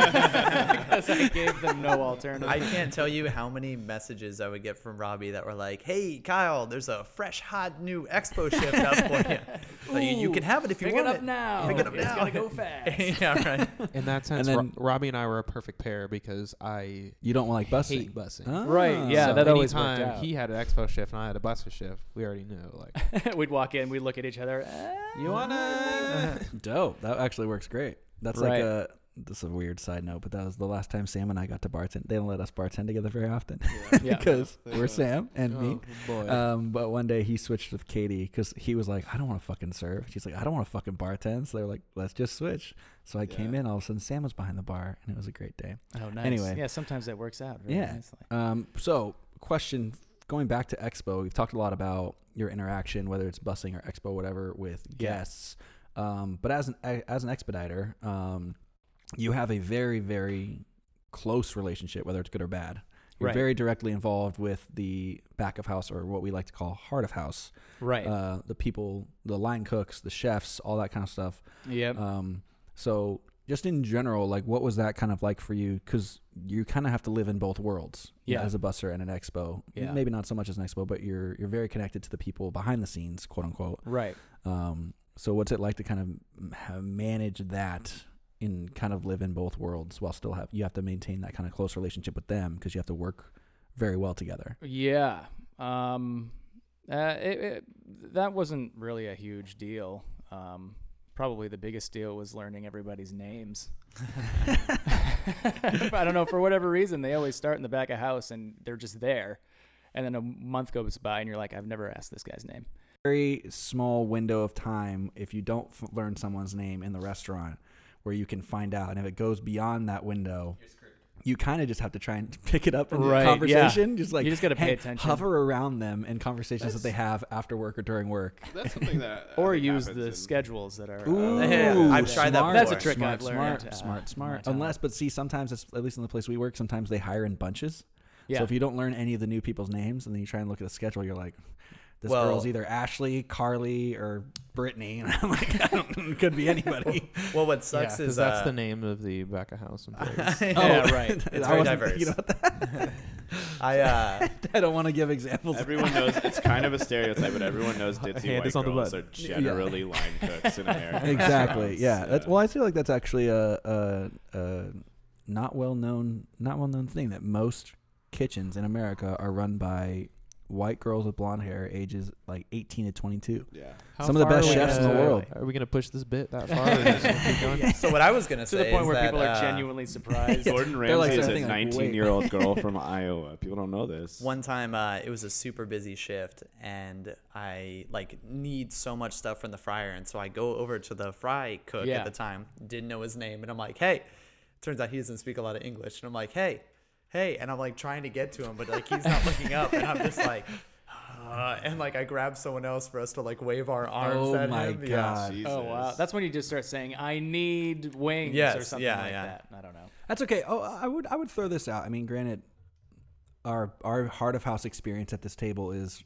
Speaker 5: because I gave them no alternative.
Speaker 1: I can't tell you how many messages I would get from Robbie that were like, "Hey, Kyle, there's a fresh, hot new expo shift up for you." But you, you can have it if you
Speaker 5: Pick it
Speaker 1: want
Speaker 5: up
Speaker 1: it.
Speaker 5: now.
Speaker 1: Pick it up
Speaker 5: it's
Speaker 1: now.
Speaker 5: gonna go fast.
Speaker 1: yeah, right.
Speaker 4: In that
Speaker 2: And
Speaker 4: sense,
Speaker 2: then-
Speaker 4: Ro- Robbie and I were a perfect pair because I
Speaker 2: You don't like busing. Ah,
Speaker 4: hate busing.
Speaker 5: Right, yeah,
Speaker 4: so
Speaker 5: that always worked
Speaker 4: anytime
Speaker 5: out.
Speaker 4: He had an expo shift and I had a buster shift. We already knew. Like,
Speaker 5: we'd walk in, we'd look at each other. "Ah."
Speaker 4: you wanna?
Speaker 2: Dope. That actually works great. That's
Speaker 5: Right.
Speaker 2: like a. This is a weird side note, but that was the last time Sam and I got to bartend. They don't let us bartend together very often
Speaker 5: yeah.
Speaker 2: because
Speaker 3: They
Speaker 2: we're
Speaker 3: don't.
Speaker 2: Sam and me.
Speaker 4: Oh, boy.
Speaker 2: Um, but one day he switched with Katie because he was like, I don't want to fucking serve. She's like, I don't want to fucking bartend. So they were like, let's just switch. So I came
Speaker 3: Yeah.
Speaker 2: in. All of a sudden, Sam was behind the bar, and it was a great day.
Speaker 5: Oh, nice.
Speaker 2: Anyway.
Speaker 5: yeah, sometimes that works out. Really
Speaker 2: Yeah.
Speaker 5: nicely.
Speaker 2: Um, so, question going back to Expo, we've talked a lot about your interaction, whether it's busing or Expo, whatever, with
Speaker 5: Yeah.
Speaker 2: guests. Um, but as an as an expediter, um, you have a very very close relationship, whether it's good or bad. You're
Speaker 5: Right.
Speaker 2: very directly involved with the back of house, or what we like to call heart of house,
Speaker 5: Right.
Speaker 2: uh, the people, the line cooks, the chefs, all that kind of stuff.
Speaker 5: yep.
Speaker 2: Um, so just in general, like what was that kind of like for you? Because you kind of have to live in both worlds,
Speaker 5: Yeah.
Speaker 2: as a busser and an expo.
Speaker 5: Yeah.
Speaker 2: Maybe not so much as an expo, but you're you're very connected to the people behind the scenes, quote unquote.
Speaker 5: right.
Speaker 2: Um, so what's it like to kind of m- ha- manage that? and kind of live in both worlds while still have you have to maintain that kind of close relationship with them because you have to work very well together.
Speaker 5: Yeah. Um, uh, it, it, that wasn't really a huge deal. Um, probably the biggest deal was learning everybody's names. I don't know. For whatever reason, they always start in the back of house and they're just there. And then a month goes by and you're like, I've never asked this guy's name.
Speaker 2: very small window of time if you don't f- learn someone's name in the restaurant where you can find out. And if it goes beyond that window, you kind of just have to try and pick it up in
Speaker 5: Right,
Speaker 2: the
Speaker 5: yeah.
Speaker 2: conversation. Just like
Speaker 5: You just gotta pay
Speaker 2: hang-
Speaker 5: attention.
Speaker 2: Hover around them in conversations that they have after work or during work.
Speaker 3: That's something that
Speaker 5: Or use the
Speaker 3: schedule.
Speaker 5: schedules that are. uh,
Speaker 2: Ooh,
Speaker 1: yeah, I've tried that
Speaker 2: smart,
Speaker 1: That's a before.
Speaker 5: trick
Speaker 2: smart,
Speaker 5: I've learned,
Speaker 2: Smart,
Speaker 5: uh,
Speaker 2: smart, smart.
Speaker 5: my time.
Speaker 2: Unless, but see, sometimes it's at least in the place we work. Sometimes they hire in bunches.
Speaker 5: yeah.
Speaker 2: So if you don't learn any of the new people's names and then you try and look at the schedule, you're like, this
Speaker 1: Well-
Speaker 2: girl's either Ashley, Carly, or Brittany. And I'm like, I don't, it could be anybody.
Speaker 1: Well, what sucks
Speaker 4: because
Speaker 1: is
Speaker 4: that's
Speaker 1: uh,
Speaker 4: the name Oh, of the back of house employees.
Speaker 1: yeah,
Speaker 5: yeah, right.
Speaker 1: It's
Speaker 2: I
Speaker 1: very
Speaker 2: wasn't
Speaker 1: diverse.
Speaker 2: thinking about that.
Speaker 1: I uh,
Speaker 2: I don't want to give examples.
Speaker 3: Everyone knows it's kind of a stereotype, but everyone knows ditzy
Speaker 4: hand
Speaker 3: white
Speaker 4: is on the
Speaker 3: girls
Speaker 4: button.
Speaker 3: are generally line cooks in America.
Speaker 2: exactly.
Speaker 3: restaurants.
Speaker 2: Yeah. That's, well, I feel like that's actually a, a, a not well known, not well known thing that most kitchens in America are run by white girls with blonde hair, ages like 18 to 22.
Speaker 3: yeah.
Speaker 4: How
Speaker 2: Some of the
Speaker 4: far are
Speaker 2: best
Speaker 4: we
Speaker 2: chefs in the
Speaker 4: gonna-
Speaker 2: world.
Speaker 4: Are we gonna push this bit that far? or just gonna keep going?
Speaker 1: so what I was gonna
Speaker 5: to
Speaker 1: say
Speaker 5: the point
Speaker 1: is
Speaker 5: where
Speaker 1: that,
Speaker 5: people are
Speaker 1: uh,
Speaker 5: genuinely surprised.
Speaker 3: Gordon
Speaker 2: They're
Speaker 3: Ramsay
Speaker 2: like
Speaker 3: is
Speaker 2: sort of
Speaker 3: a
Speaker 2: thing like, wait.
Speaker 3: 19 year old girl from Iowa. People don't know this.
Speaker 1: One time, uh, it was a super busy shift, and I like need so much stuff from the fryer, and so I go over to the fry cook
Speaker 5: Yeah.
Speaker 1: at the time. Didn't know his name, and I'm like, "Hey!" Turns out he doesn't speak a lot of English, and I'm like, "Hey, hey!" And I'm like trying to get to him, but like he's not looking up, and I'm just like, uh, and like I grab someone else for us to like wave our arms
Speaker 2: Oh
Speaker 1: at
Speaker 2: my
Speaker 1: him.
Speaker 2: God.
Speaker 3: Jesus.
Speaker 5: Oh wow, that's when you just start saying, "I need wings" or
Speaker 1: Yes,
Speaker 5: something
Speaker 1: yeah,
Speaker 5: like
Speaker 1: yeah.
Speaker 5: that. I don't know.
Speaker 2: That's okay. Oh, I would I would throw this out. I mean, granted, our our heart of house experience at this table is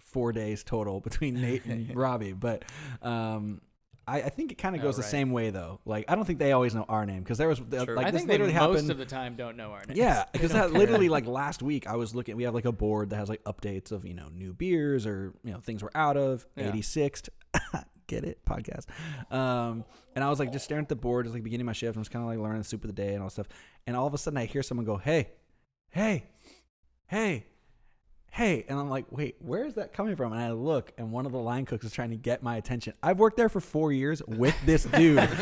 Speaker 2: four days total between Nate and Robbie, but um. I, I think it kind of
Speaker 5: Oh,
Speaker 2: goes the
Speaker 5: right.
Speaker 2: same way though. Like I don't think they always know our name because there was the,
Speaker 1: True.
Speaker 2: like
Speaker 5: I
Speaker 2: this
Speaker 5: think they
Speaker 2: literally
Speaker 5: most
Speaker 2: happened.
Speaker 5: of the time don't know our names.
Speaker 2: yeah, because that literally like last week I was looking. We have like a board that has like updates of you know new beers or you know things we're out of.
Speaker 5: Yeah.
Speaker 2: Eighty sixth, get it podcast. Um, and I was like just staring at the board. It's like beginning of my shift. I'm just kind of like learning the soup of the day and all that stuff. And all of a sudden I hear someone go, "Hey, hey, hey." Hey, and I'm like, wait, where is that coming from? And I look, and one of the line cooks is trying to get my attention. I've worked there for four years with this dude, with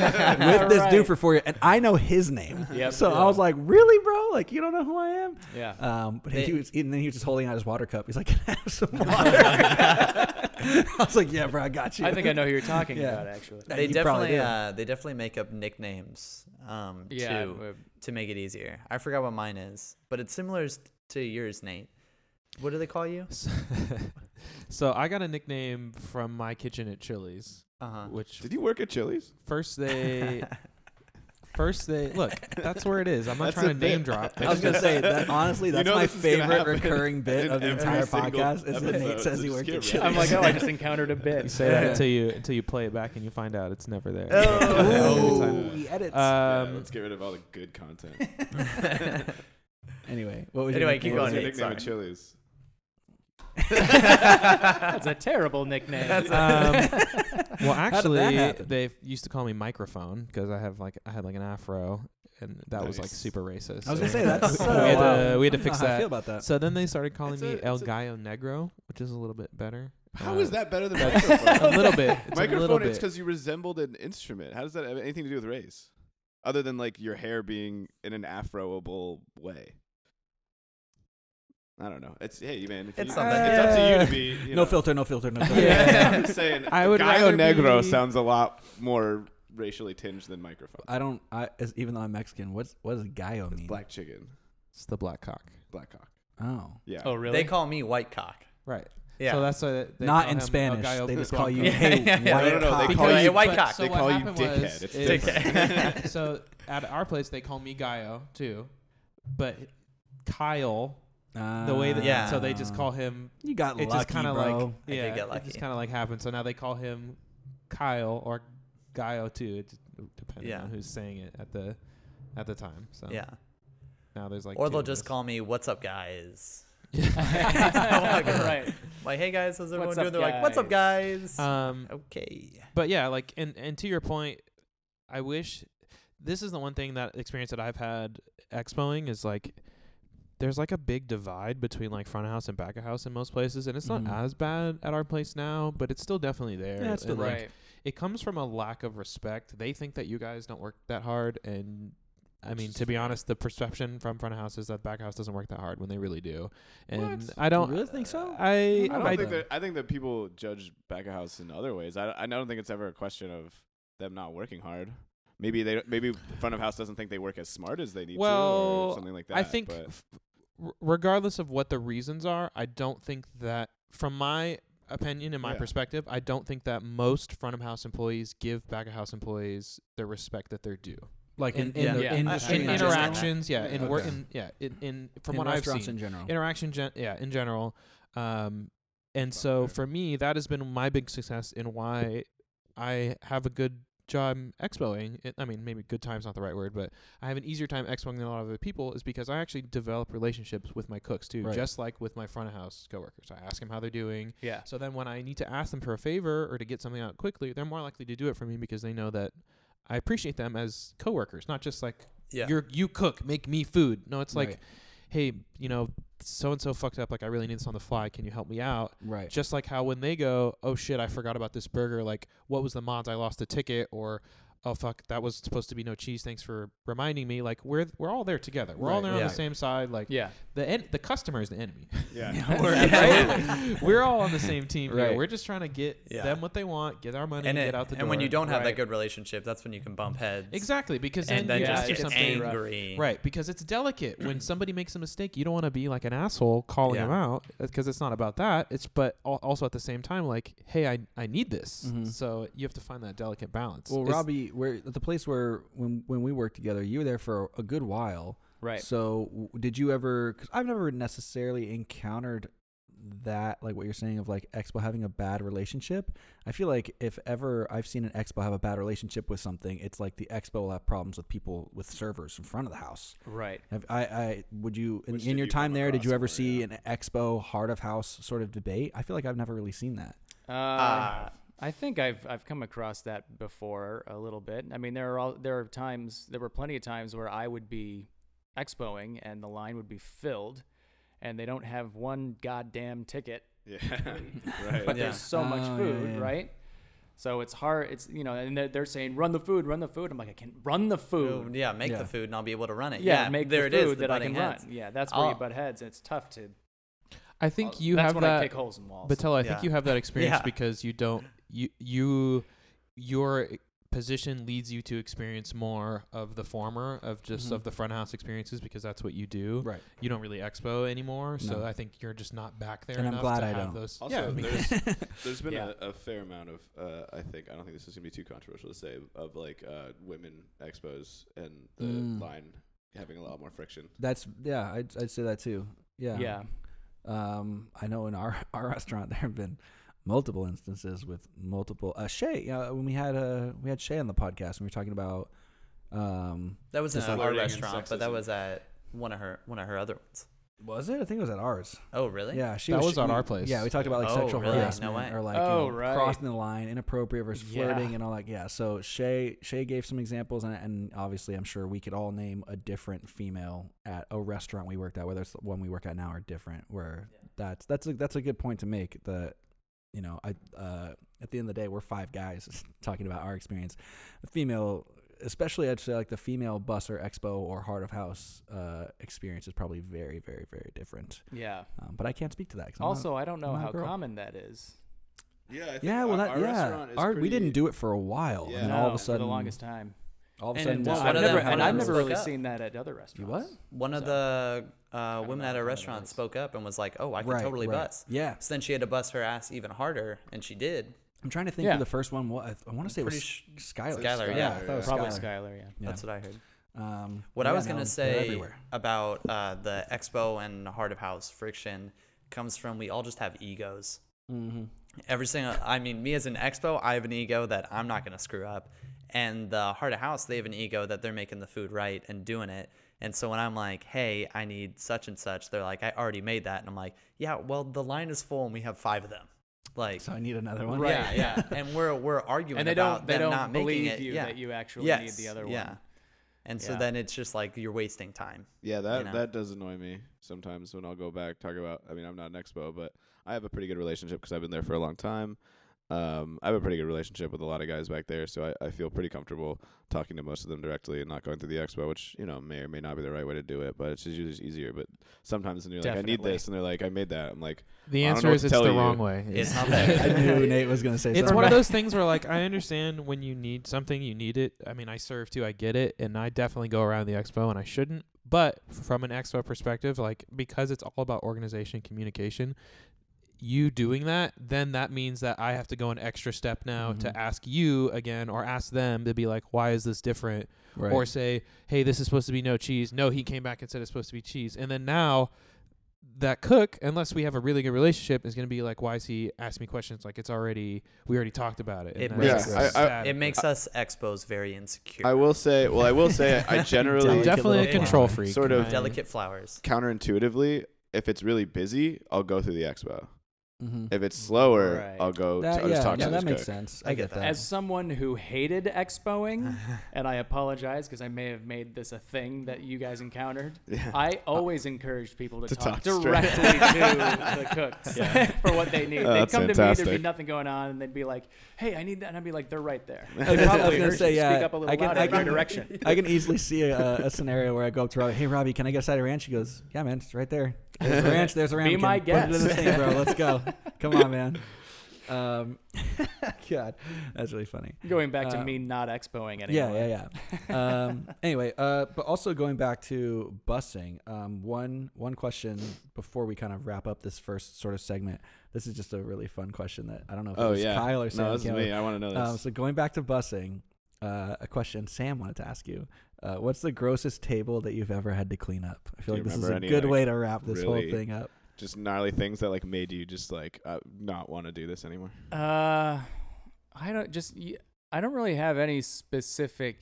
Speaker 2: this
Speaker 5: Right.
Speaker 2: dude for four years, and I know his name.
Speaker 5: Yep.
Speaker 2: so I
Speaker 5: Yeah.
Speaker 2: was like, really, bro? Like, you don't know who I am?
Speaker 5: Yeah.
Speaker 2: Um, but he
Speaker 1: They-
Speaker 2: was, and then he was just holding out his water cup. He's like, "Can I have some water?" I was like, "Yeah, bro, I got you."
Speaker 5: I think I know who you're talking
Speaker 2: Yeah.
Speaker 5: about actually.
Speaker 2: Yeah,
Speaker 1: They
Speaker 2: you probably
Speaker 1: definitely,
Speaker 2: do.
Speaker 1: uh, they definitely make up nicknames, um,
Speaker 5: Yeah,
Speaker 1: too.
Speaker 5: uh,
Speaker 1: to make it easier. I forgot what mine is, but it's similar s- to yours, Nate. What do they call you?
Speaker 4: so I got a nickname from my kitchen at Chili's,
Speaker 1: Uh huh.
Speaker 4: which
Speaker 3: Did you work at Chili's?
Speaker 4: first they, first they look. That's where it is. I'm
Speaker 3: That's
Speaker 4: not trying
Speaker 3: a
Speaker 4: to name
Speaker 3: bit.
Speaker 4: drop.
Speaker 2: I was gonna say that honestly,
Speaker 3: You
Speaker 2: that's
Speaker 3: know
Speaker 2: my
Speaker 3: this is gonna
Speaker 2: favorite
Speaker 3: happen
Speaker 2: recurring bit
Speaker 3: in
Speaker 2: of the
Speaker 3: every
Speaker 2: entire
Speaker 3: single
Speaker 2: podcast is that Nate
Speaker 3: episode,
Speaker 2: says he
Speaker 3: so just
Speaker 2: worked
Speaker 3: get
Speaker 2: at
Speaker 3: ready.
Speaker 2: Chili's.
Speaker 5: I'm like, oh, I just encountered a bit.
Speaker 4: You say that until you until you play it back and you find out it's never there.
Speaker 1: Oh.
Speaker 4: Every
Speaker 2: Ooh, he edits.
Speaker 4: time.
Speaker 3: yeah,
Speaker 4: Um,
Speaker 3: let's get rid of all the good content.
Speaker 2: anyway, what was
Speaker 1: Anyway, keep
Speaker 2: your nickname?
Speaker 3: What was
Speaker 1: going,
Speaker 3: your
Speaker 1: Nate,
Speaker 3: nickname
Speaker 1: sorry.
Speaker 3: at Chili's?
Speaker 5: That's a terrible nickname.
Speaker 1: That's
Speaker 4: Um, well,
Speaker 2: How did that
Speaker 4: actually,
Speaker 2: happen?
Speaker 4: they used to call me microphone because I have like I had like an afro, and that was like
Speaker 3: Nice.
Speaker 4: super racist.
Speaker 2: I was gonna
Speaker 4: so-
Speaker 2: say that's.
Speaker 4: we,
Speaker 2: so-
Speaker 4: had
Speaker 2: wow.
Speaker 4: to, we had to
Speaker 2: I don't know
Speaker 4: fix
Speaker 2: how I
Speaker 4: that.
Speaker 2: feel about that.
Speaker 4: So then they started calling
Speaker 3: It's
Speaker 4: me
Speaker 3: a-
Speaker 4: El
Speaker 3: it's a-
Speaker 4: Gallo Negro, which is a little bit better.
Speaker 3: How is
Speaker 4: Uh,
Speaker 3: that better than
Speaker 4: that's-
Speaker 3: microphone?
Speaker 4: A little bit. It's a little
Speaker 3: microphone,
Speaker 4: bit.
Speaker 3: it's because you resembled an instrument. How does that have anything to do with race? Other than like your hair being in an afroable way. I don't know. It's hey man, if
Speaker 1: It's
Speaker 3: you,
Speaker 1: something.
Speaker 3: it's up to you
Speaker 4: Uh,
Speaker 3: to be you
Speaker 2: no
Speaker 3: know.
Speaker 2: filter, no filter, no filter.
Speaker 3: Yeah,
Speaker 4: Yeah.
Speaker 3: I'm just saying.
Speaker 4: I would
Speaker 3: Gallo
Speaker 4: rather
Speaker 3: Negro
Speaker 4: be-
Speaker 3: sounds a lot more racially tinged than microphone.
Speaker 2: I don't. I as, even though I'm Mexican, what's what does gallo mean?
Speaker 3: Black chicken,
Speaker 4: it's the black cock.
Speaker 3: black cock.
Speaker 2: Oh,
Speaker 3: Yeah.
Speaker 5: oh, really?
Speaker 1: They call me White Cock.
Speaker 4: Right.
Speaker 1: Yeah.
Speaker 4: So that's why they
Speaker 2: not
Speaker 4: call
Speaker 2: in
Speaker 4: him El
Speaker 2: Spanish.
Speaker 4: Gallo
Speaker 2: They just
Speaker 4: Blanco.
Speaker 2: call you
Speaker 1: Yeah,
Speaker 2: hey
Speaker 1: yeah, yeah.
Speaker 2: white
Speaker 3: No, no, no,
Speaker 2: cock."
Speaker 3: they call
Speaker 1: Because-
Speaker 3: you-
Speaker 1: Hey, white
Speaker 4: but-
Speaker 1: cock.
Speaker 4: so
Speaker 3: They
Speaker 4: what
Speaker 3: call you
Speaker 4: happened
Speaker 3: dickhead.
Speaker 4: was
Speaker 3: It's
Speaker 4: is-
Speaker 1: different.
Speaker 4: so at our place, they call me Gaio too, but Kyle. The way that
Speaker 2: Ah.
Speaker 3: Ah.
Speaker 1: Yeah.
Speaker 4: so they just call him.
Speaker 2: you got
Speaker 4: It
Speaker 2: lucky,
Speaker 4: just kind of like
Speaker 2: bro.
Speaker 1: I did
Speaker 4: yeah,
Speaker 1: get
Speaker 4: it
Speaker 1: lucky.
Speaker 4: just kind of like happened. So now they call him Kyle or Gaio too, it d- depending
Speaker 1: Yeah.
Speaker 4: on who's saying it at the at the time. So
Speaker 1: Yeah.
Speaker 4: now there's like
Speaker 1: or
Speaker 4: two
Speaker 1: they'll
Speaker 4: of
Speaker 1: just
Speaker 4: us.
Speaker 1: call me "What's up, guys."
Speaker 5: right.
Speaker 1: Like, hey guys, how's everyone
Speaker 5: What's
Speaker 1: doing?
Speaker 5: up,
Speaker 1: They're like, "What's up, guys?"
Speaker 4: Um,
Speaker 1: okay.
Speaker 4: but yeah, like and and to your point, I wish this is the one thing that experience that I've had expoing is like there's like a big divide between like front of house and back of house in most places, and it's not
Speaker 1: Mm-hmm.
Speaker 2: Mhm.
Speaker 4: as bad at our place now, but it's still definitely there.
Speaker 2: Yeah, it's still
Speaker 4: And, like,
Speaker 5: Right.
Speaker 4: it comes from a lack of respect. They think that you guys don't work that hard, and I mean, to be honest, the perception from front of house is that back of house doesn't work that hard when they really do. And
Speaker 3: What?
Speaker 4: I don't
Speaker 2: really think so?
Speaker 4: I
Speaker 3: I don't
Speaker 4: I-
Speaker 3: think that. I think that people judge back of house in other ways. I, I don't think it's ever a question of them not working hard. Maybe they maybe front of house doesn't think they work as smart as they need to,
Speaker 4: Well,
Speaker 3: or something like that.
Speaker 4: I think,
Speaker 3: but
Speaker 4: f- r- regardless of what the reasons are, I don't think that, from my opinion and my
Speaker 3: Yeah.
Speaker 4: perspective, I don't think that most front of house employees give back of house employees the respect that they're due.
Speaker 2: like in, in
Speaker 4: in-
Speaker 2: the
Speaker 1: yeah.
Speaker 2: industry,
Speaker 1: I- I
Speaker 4: In
Speaker 2: in
Speaker 1: understand
Speaker 2: general.
Speaker 4: interactions, yeah,
Speaker 3: Yeah.
Speaker 4: in work,
Speaker 2: Okay.
Speaker 4: in yeah, in, in from
Speaker 2: In
Speaker 4: what I've
Speaker 2: restaurants
Speaker 4: seen,
Speaker 2: in general.
Speaker 4: interaction, gen- yeah, in general. Um, and so
Speaker 3: Okay.
Speaker 4: for me, that has been my big success in why I have a good job expoing. It, I mean, maybe good time's not the right word, but I have an easier time expoing than a lot of other people is because I actually develop relationships with my cooks too,
Speaker 2: Right.
Speaker 4: just like with my front of house coworkers. I ask them how they're doing.
Speaker 5: Yeah.
Speaker 4: So then when I need to ask them for a favor or to get something out quickly, they're more likely to do it for me because they know that I appreciate them as coworkers, not just like
Speaker 1: Yeah.
Speaker 4: you're you cook, make me food. No, it's like
Speaker 2: Right.
Speaker 4: hey, you know, so and so fucked up. Like, I really need this on the fly. Can you help me out?
Speaker 2: right.
Speaker 4: Just like how when they go, oh shit, I forgot about this burger. Like, what was the mods? I lost the ticket. Or, oh fuck, that was supposed to be no cheese. Thanks for reminding me. Like, we're we're all there together. We're all
Speaker 2: Right,
Speaker 4: there on
Speaker 1: yeah.
Speaker 4: the same side. Like,
Speaker 5: Yeah.
Speaker 4: the en- the customer is the enemy.
Speaker 3: yeah,
Speaker 4: we're all on the same team. here.
Speaker 2: Right.
Speaker 4: We're just trying to get
Speaker 1: Yeah.
Speaker 4: them what they want, get our money,
Speaker 1: And,
Speaker 4: and
Speaker 1: it,
Speaker 4: get out the door.
Speaker 1: and when you don't have that
Speaker 5: Right.
Speaker 1: good relationship, that's when you can bump heads.
Speaker 4: exactly because then,
Speaker 1: And then
Speaker 4: you
Speaker 5: Yeah,
Speaker 1: just
Speaker 4: ask
Speaker 5: it
Speaker 1: get
Speaker 4: for
Speaker 5: gets
Speaker 4: something
Speaker 5: pretty rough.
Speaker 1: angry. Mm.
Speaker 4: Right, because it's delicate when somebody makes a mistake. You don't want to be like an asshole calling
Speaker 1: Yeah.
Speaker 4: them out because it's not about that. It's but al- also at the same time like, hey, I I need this.
Speaker 1: Mm-hmm.
Speaker 2: Mhm.
Speaker 4: So you have to find that delicate balance.
Speaker 2: well,
Speaker 4: It's-
Speaker 2: Robbie, we're at the place where when when we worked together, you were there for a good while.
Speaker 5: Right.
Speaker 2: So w- did you ever? Cause I've never necessarily encountered that, like what you're saying of like Expo having a bad relationship. I feel like if ever I've seen an Expo have a bad relationship with something, it's like the Expo will have problems with people with servers in front of the house.
Speaker 5: Right.
Speaker 2: Have, I, I would you in,
Speaker 3: Which
Speaker 2: in
Speaker 3: did
Speaker 2: your
Speaker 3: you
Speaker 2: time
Speaker 3: come
Speaker 2: there? Did you
Speaker 3: across
Speaker 2: ever
Speaker 3: more,
Speaker 2: see
Speaker 3: yeah.
Speaker 2: an Expo heart of house sort of debate? I feel like I've never really seen that.
Speaker 5: Uh,
Speaker 1: Ah.
Speaker 5: I think I've I've come across that before a little bit. I mean, there are all there are times there were plenty of times where I would be expoing and the line would be filled, and they don't have one goddamn ticket,
Speaker 3: yeah, right.
Speaker 5: but
Speaker 1: Yeah.
Speaker 5: there's so much
Speaker 2: Oh, yeah,
Speaker 5: food,
Speaker 2: yeah.
Speaker 5: right? So it's hard. It's you know, and they're, they're saying run the food, run the food. I'm like, I can run the food.
Speaker 1: Ooh, yeah, make
Speaker 2: Yeah.
Speaker 1: the food and I'll be able to run it.
Speaker 5: yeah,
Speaker 1: Yeah,
Speaker 5: make
Speaker 1: there
Speaker 5: the
Speaker 1: it
Speaker 5: food
Speaker 1: is. the
Speaker 5: that I
Speaker 1: butting
Speaker 5: can
Speaker 1: heads.
Speaker 5: run. Yeah, that's where
Speaker 1: Oh.
Speaker 5: you butt heads. It's tough to. uh,
Speaker 4: I
Speaker 1: uh,
Speaker 4: think you
Speaker 5: that's
Speaker 4: have
Speaker 5: when I
Speaker 4: that.
Speaker 5: kick holes in walls.
Speaker 4: Battelle, I
Speaker 1: Yeah.
Speaker 4: think you have that experience
Speaker 1: Yeah.
Speaker 4: because you don't you you your position leads you to experience more of the former of just
Speaker 2: Mhm.
Speaker 4: of the front house experiences because that's what you do.
Speaker 2: Right.
Speaker 4: You don't really expo anymore, so
Speaker 2: No.
Speaker 4: I think you're just not back there.
Speaker 2: And I'm
Speaker 4: enough
Speaker 2: glad
Speaker 4: to
Speaker 2: I
Speaker 4: have
Speaker 2: don't.
Speaker 4: Those,
Speaker 3: Also,
Speaker 4: yeah, I mean,
Speaker 3: there's there's been
Speaker 5: Yeah.
Speaker 3: a, a fair amount of uh, I think I don't think this is gonna be too controversial to say of like uh, women expos and the
Speaker 2: Mm.
Speaker 3: line having a lot more friction.
Speaker 2: That's yeah, I'd, I'd say that too. Yeah.
Speaker 5: yeah.
Speaker 2: Um, I know in our our restaurant there have been multiple instances with multiple uh, Shay. You know, when we had uh, we had Shay on the podcast and we were talking about um,
Speaker 1: That was in
Speaker 3: Just
Speaker 1: our
Speaker 3: flirting and
Speaker 1: restaurant, but that
Speaker 3: sexism.
Speaker 1: was at one of her one of her other ones.
Speaker 2: Was it? I think it was at ours.
Speaker 1: Oh, really?
Speaker 2: Yeah, she
Speaker 4: That
Speaker 2: was,
Speaker 4: was at
Speaker 2: we-
Speaker 4: our place.
Speaker 2: Yeah, we talked about like
Speaker 1: Oh,
Speaker 2: sexual
Speaker 1: really? No
Speaker 2: harassment
Speaker 1: way.
Speaker 2: or like you
Speaker 5: Oh,
Speaker 2: know,
Speaker 5: right.
Speaker 2: crossing the line, inappropriate versus
Speaker 5: Yeah.
Speaker 2: flirting, and all like yeah. So Shay Shay gave some examples, and, and obviously I'm sure we could all name a different female at a restaurant we worked at, whether it's the one we work at now or different. Where that's that's a, that's a good point to make. That you know, I uh, at the end of the day, we're five guys talking about our experience. A female. Especially, I'd say like the female bus or expo or heart of house uh, experience is probably very, very, very different.
Speaker 5: Yeah.
Speaker 2: Um, but I can't speak to that. 'cause I'm not-
Speaker 5: Also, I don't know
Speaker 2: not a
Speaker 5: how
Speaker 2: girl.
Speaker 5: common that is.
Speaker 3: Yeah, I think
Speaker 2: yeah, well,
Speaker 3: our-
Speaker 2: that
Speaker 3: our
Speaker 2: yeah,
Speaker 3: restaurant is
Speaker 2: our, we didn't
Speaker 3: pretty-
Speaker 2: do it for a while,
Speaker 3: Yeah.
Speaker 2: and then all of
Speaker 5: No,
Speaker 2: a
Speaker 5: for
Speaker 2: sudden,
Speaker 5: the longest time.
Speaker 2: all of a
Speaker 1: And
Speaker 2: sudden,
Speaker 1: then
Speaker 2: just-
Speaker 1: one
Speaker 5: I've
Speaker 1: of
Speaker 5: never,
Speaker 1: them-
Speaker 5: and
Speaker 1: one
Speaker 5: I've
Speaker 1: of them
Speaker 5: never really
Speaker 1: spoke up.
Speaker 5: seen that at other restaurants.
Speaker 2: you what?
Speaker 1: One of the uh, women
Speaker 5: know
Speaker 1: at a
Speaker 5: how
Speaker 1: restaurant
Speaker 5: that is.
Speaker 1: spoke up and was like, "Oh, I could
Speaker 2: Right,
Speaker 1: totally
Speaker 2: right.
Speaker 1: bust."
Speaker 2: Yeah.
Speaker 1: So then she had to bust her ass even harder, and she did.
Speaker 2: I'm trying to think
Speaker 5: Yeah.
Speaker 2: who the first one was. I want to say it was
Speaker 1: pretty
Speaker 2: Sh- Skylar.
Speaker 1: Skylar, yeah.
Speaker 2: I thought it was
Speaker 5: Probably
Speaker 2: Skylar.
Speaker 5: Skylar, yeah.
Speaker 2: Yeah.
Speaker 1: That's what I heard.
Speaker 2: Um,
Speaker 1: What I
Speaker 2: yeah,
Speaker 1: was
Speaker 2: no,
Speaker 1: gonna
Speaker 2: they're
Speaker 1: say
Speaker 2: everywhere.
Speaker 1: about uh, the expo and heart of house friction comes from we all just have egos.
Speaker 5: Mm-hmm.
Speaker 1: Every single, I mean, me as an expo, I have an ego that I'm not gonna screw up, and the heart of house, they have an ego that they're making the food right and doing it. And so when I'm like, "Hey, I need such and such," they're like, "I already made that," and I'm like, "Yeah, well, the line is full, and we have five of them." Like,
Speaker 2: So I need another one.
Speaker 5: Right.
Speaker 1: yeah, yeah, and we're we're arguing
Speaker 5: And they
Speaker 1: about
Speaker 5: don't, they
Speaker 1: them
Speaker 5: don't
Speaker 1: not making
Speaker 5: believe
Speaker 1: it.
Speaker 5: you
Speaker 1: yeah.
Speaker 5: that you actually need the other one.
Speaker 1: Yeah. And so
Speaker 5: Yeah.
Speaker 1: then it's just like you're wasting time.
Speaker 3: Yeah, that
Speaker 1: know?
Speaker 3: that does annoy me sometimes when I'll go back talk about. I mean, I'm not an expo, but I have a pretty good relationship because I've been there for a long time. Um, I have a pretty good relationship with a lot of guys back there, so I, I feel pretty comfortable talking to most of them directly and not going through the expo, which you know may or may not be the right way to do it, but it's just usually just easier. But sometimes when you're like, I need
Speaker 5: Definitely.
Speaker 3: this, and they're like, I made that. I'm like,
Speaker 4: The
Speaker 3: I don't
Speaker 4: answer
Speaker 3: know
Speaker 4: is
Speaker 3: what to tell
Speaker 4: it's the
Speaker 3: you.
Speaker 4: wrong way.
Speaker 1: It's not
Speaker 2: I
Speaker 1: that.
Speaker 2: knew Nate was gonna say
Speaker 4: It's
Speaker 2: something.
Speaker 4: one of those things where like I understand when you need something, you need it. I mean, I serve too, I get it, and I definitely go around the expo and I shouldn't. But from an expo perspective, like because it's all about organization, communication, you doing that, then that means that I have to go an extra step now
Speaker 2: Mhm.
Speaker 4: to ask you again or ask them to be like, why is this different?
Speaker 2: Right.
Speaker 4: or say, "Hey, this is supposed to be no cheese." No, he came back and said it's supposed to be cheese. And then now that cook, unless we have a really good relationship, is going to be like, "Why is he asking me questions? Like it's already we already talked about it." And
Speaker 1: It
Speaker 4: that's
Speaker 1: makes-
Speaker 4: just
Speaker 3: Yeah, I- I-
Speaker 4: sad.
Speaker 1: It makes us expos very insecure.
Speaker 3: I will say, well, I will say, I
Speaker 4: I'm
Speaker 3: generally
Speaker 2: Delicate
Speaker 4: definitely a
Speaker 1: little
Speaker 4: control
Speaker 2: flower.
Speaker 4: freak.
Speaker 3: Sort
Speaker 4: and
Speaker 3: of
Speaker 4: I-
Speaker 1: delicate flowers.
Speaker 3: counterintuitively, if it's really busy, I'll go through the expo.
Speaker 2: Mhm.
Speaker 3: If it's slower,
Speaker 5: Mm, Right.
Speaker 3: I'll go.
Speaker 2: That-
Speaker 3: to, I'll
Speaker 2: yeah,
Speaker 3: just talk
Speaker 2: no,
Speaker 3: to
Speaker 2: that
Speaker 3: this
Speaker 2: makes
Speaker 3: guy.
Speaker 2: sense.
Speaker 1: I
Speaker 2: I
Speaker 1: get
Speaker 2: get
Speaker 1: that.
Speaker 2: that.
Speaker 5: As someone who hated expoing, and I apologize because I may have made this a thing that you guys encountered.
Speaker 3: Yeah.
Speaker 5: I always encouraged people to,
Speaker 3: To
Speaker 5: talk,
Speaker 3: talk straight.
Speaker 5: directly to the cooks for what they need.
Speaker 3: Oh,
Speaker 5: they'd
Speaker 3: that's
Speaker 5: come to me, there'd be
Speaker 3: fantastic.
Speaker 5: nothing going on, and they'd be like, "Hey, I need that," and I'd be like, "They're right there."
Speaker 2: I was
Speaker 5: They'd
Speaker 2: gonna- I was
Speaker 5: probably
Speaker 2: gonna
Speaker 5: urge you
Speaker 2: say,
Speaker 5: to
Speaker 2: yeah,
Speaker 5: speak up a little
Speaker 2: I can-
Speaker 5: louder
Speaker 2: I
Speaker 5: in their
Speaker 2: can-
Speaker 5: direction.
Speaker 2: I can easily see a, a scenario where I go up to Robbie, hey Robbie, can I get a side of ranch? He goes, yeah, man, it's right there. There's a ranch. There's a
Speaker 5: Be
Speaker 2: ramekin.
Speaker 5: my
Speaker 2: Put it in the
Speaker 5: guest."
Speaker 2: thing, bro. Let's go. Come on, man. Um, God, that's really funny.
Speaker 5: Going back to
Speaker 2: Uh,
Speaker 5: me not expoing anymore.
Speaker 2: Yeah, yeah, yeah. um, anyway, uh, but also going back to busing, um, one one question before we kind of wrap up this first sort of segment. This is just a really fun question that I don't know if it
Speaker 3: Oh
Speaker 2: was
Speaker 3: yeah,
Speaker 2: Kyle or Sam.
Speaker 3: no, this is
Speaker 2: came up
Speaker 3: me. I want to know this.
Speaker 2: um, so going back to busing, uh, a question Sam wanted to ask you: uh, What's the grossest table that you've ever had to clean up? I feel
Speaker 3: Do
Speaker 2: like
Speaker 3: you
Speaker 2: this is
Speaker 3: remember
Speaker 2: a
Speaker 3: any,
Speaker 2: good
Speaker 3: like,
Speaker 2: way to wrap this
Speaker 3: really-
Speaker 2: whole thing up.
Speaker 3: just gnarly things that like made you just like uh, not want to do this anymore.
Speaker 5: Uh, I don't just y- I don't really have any specific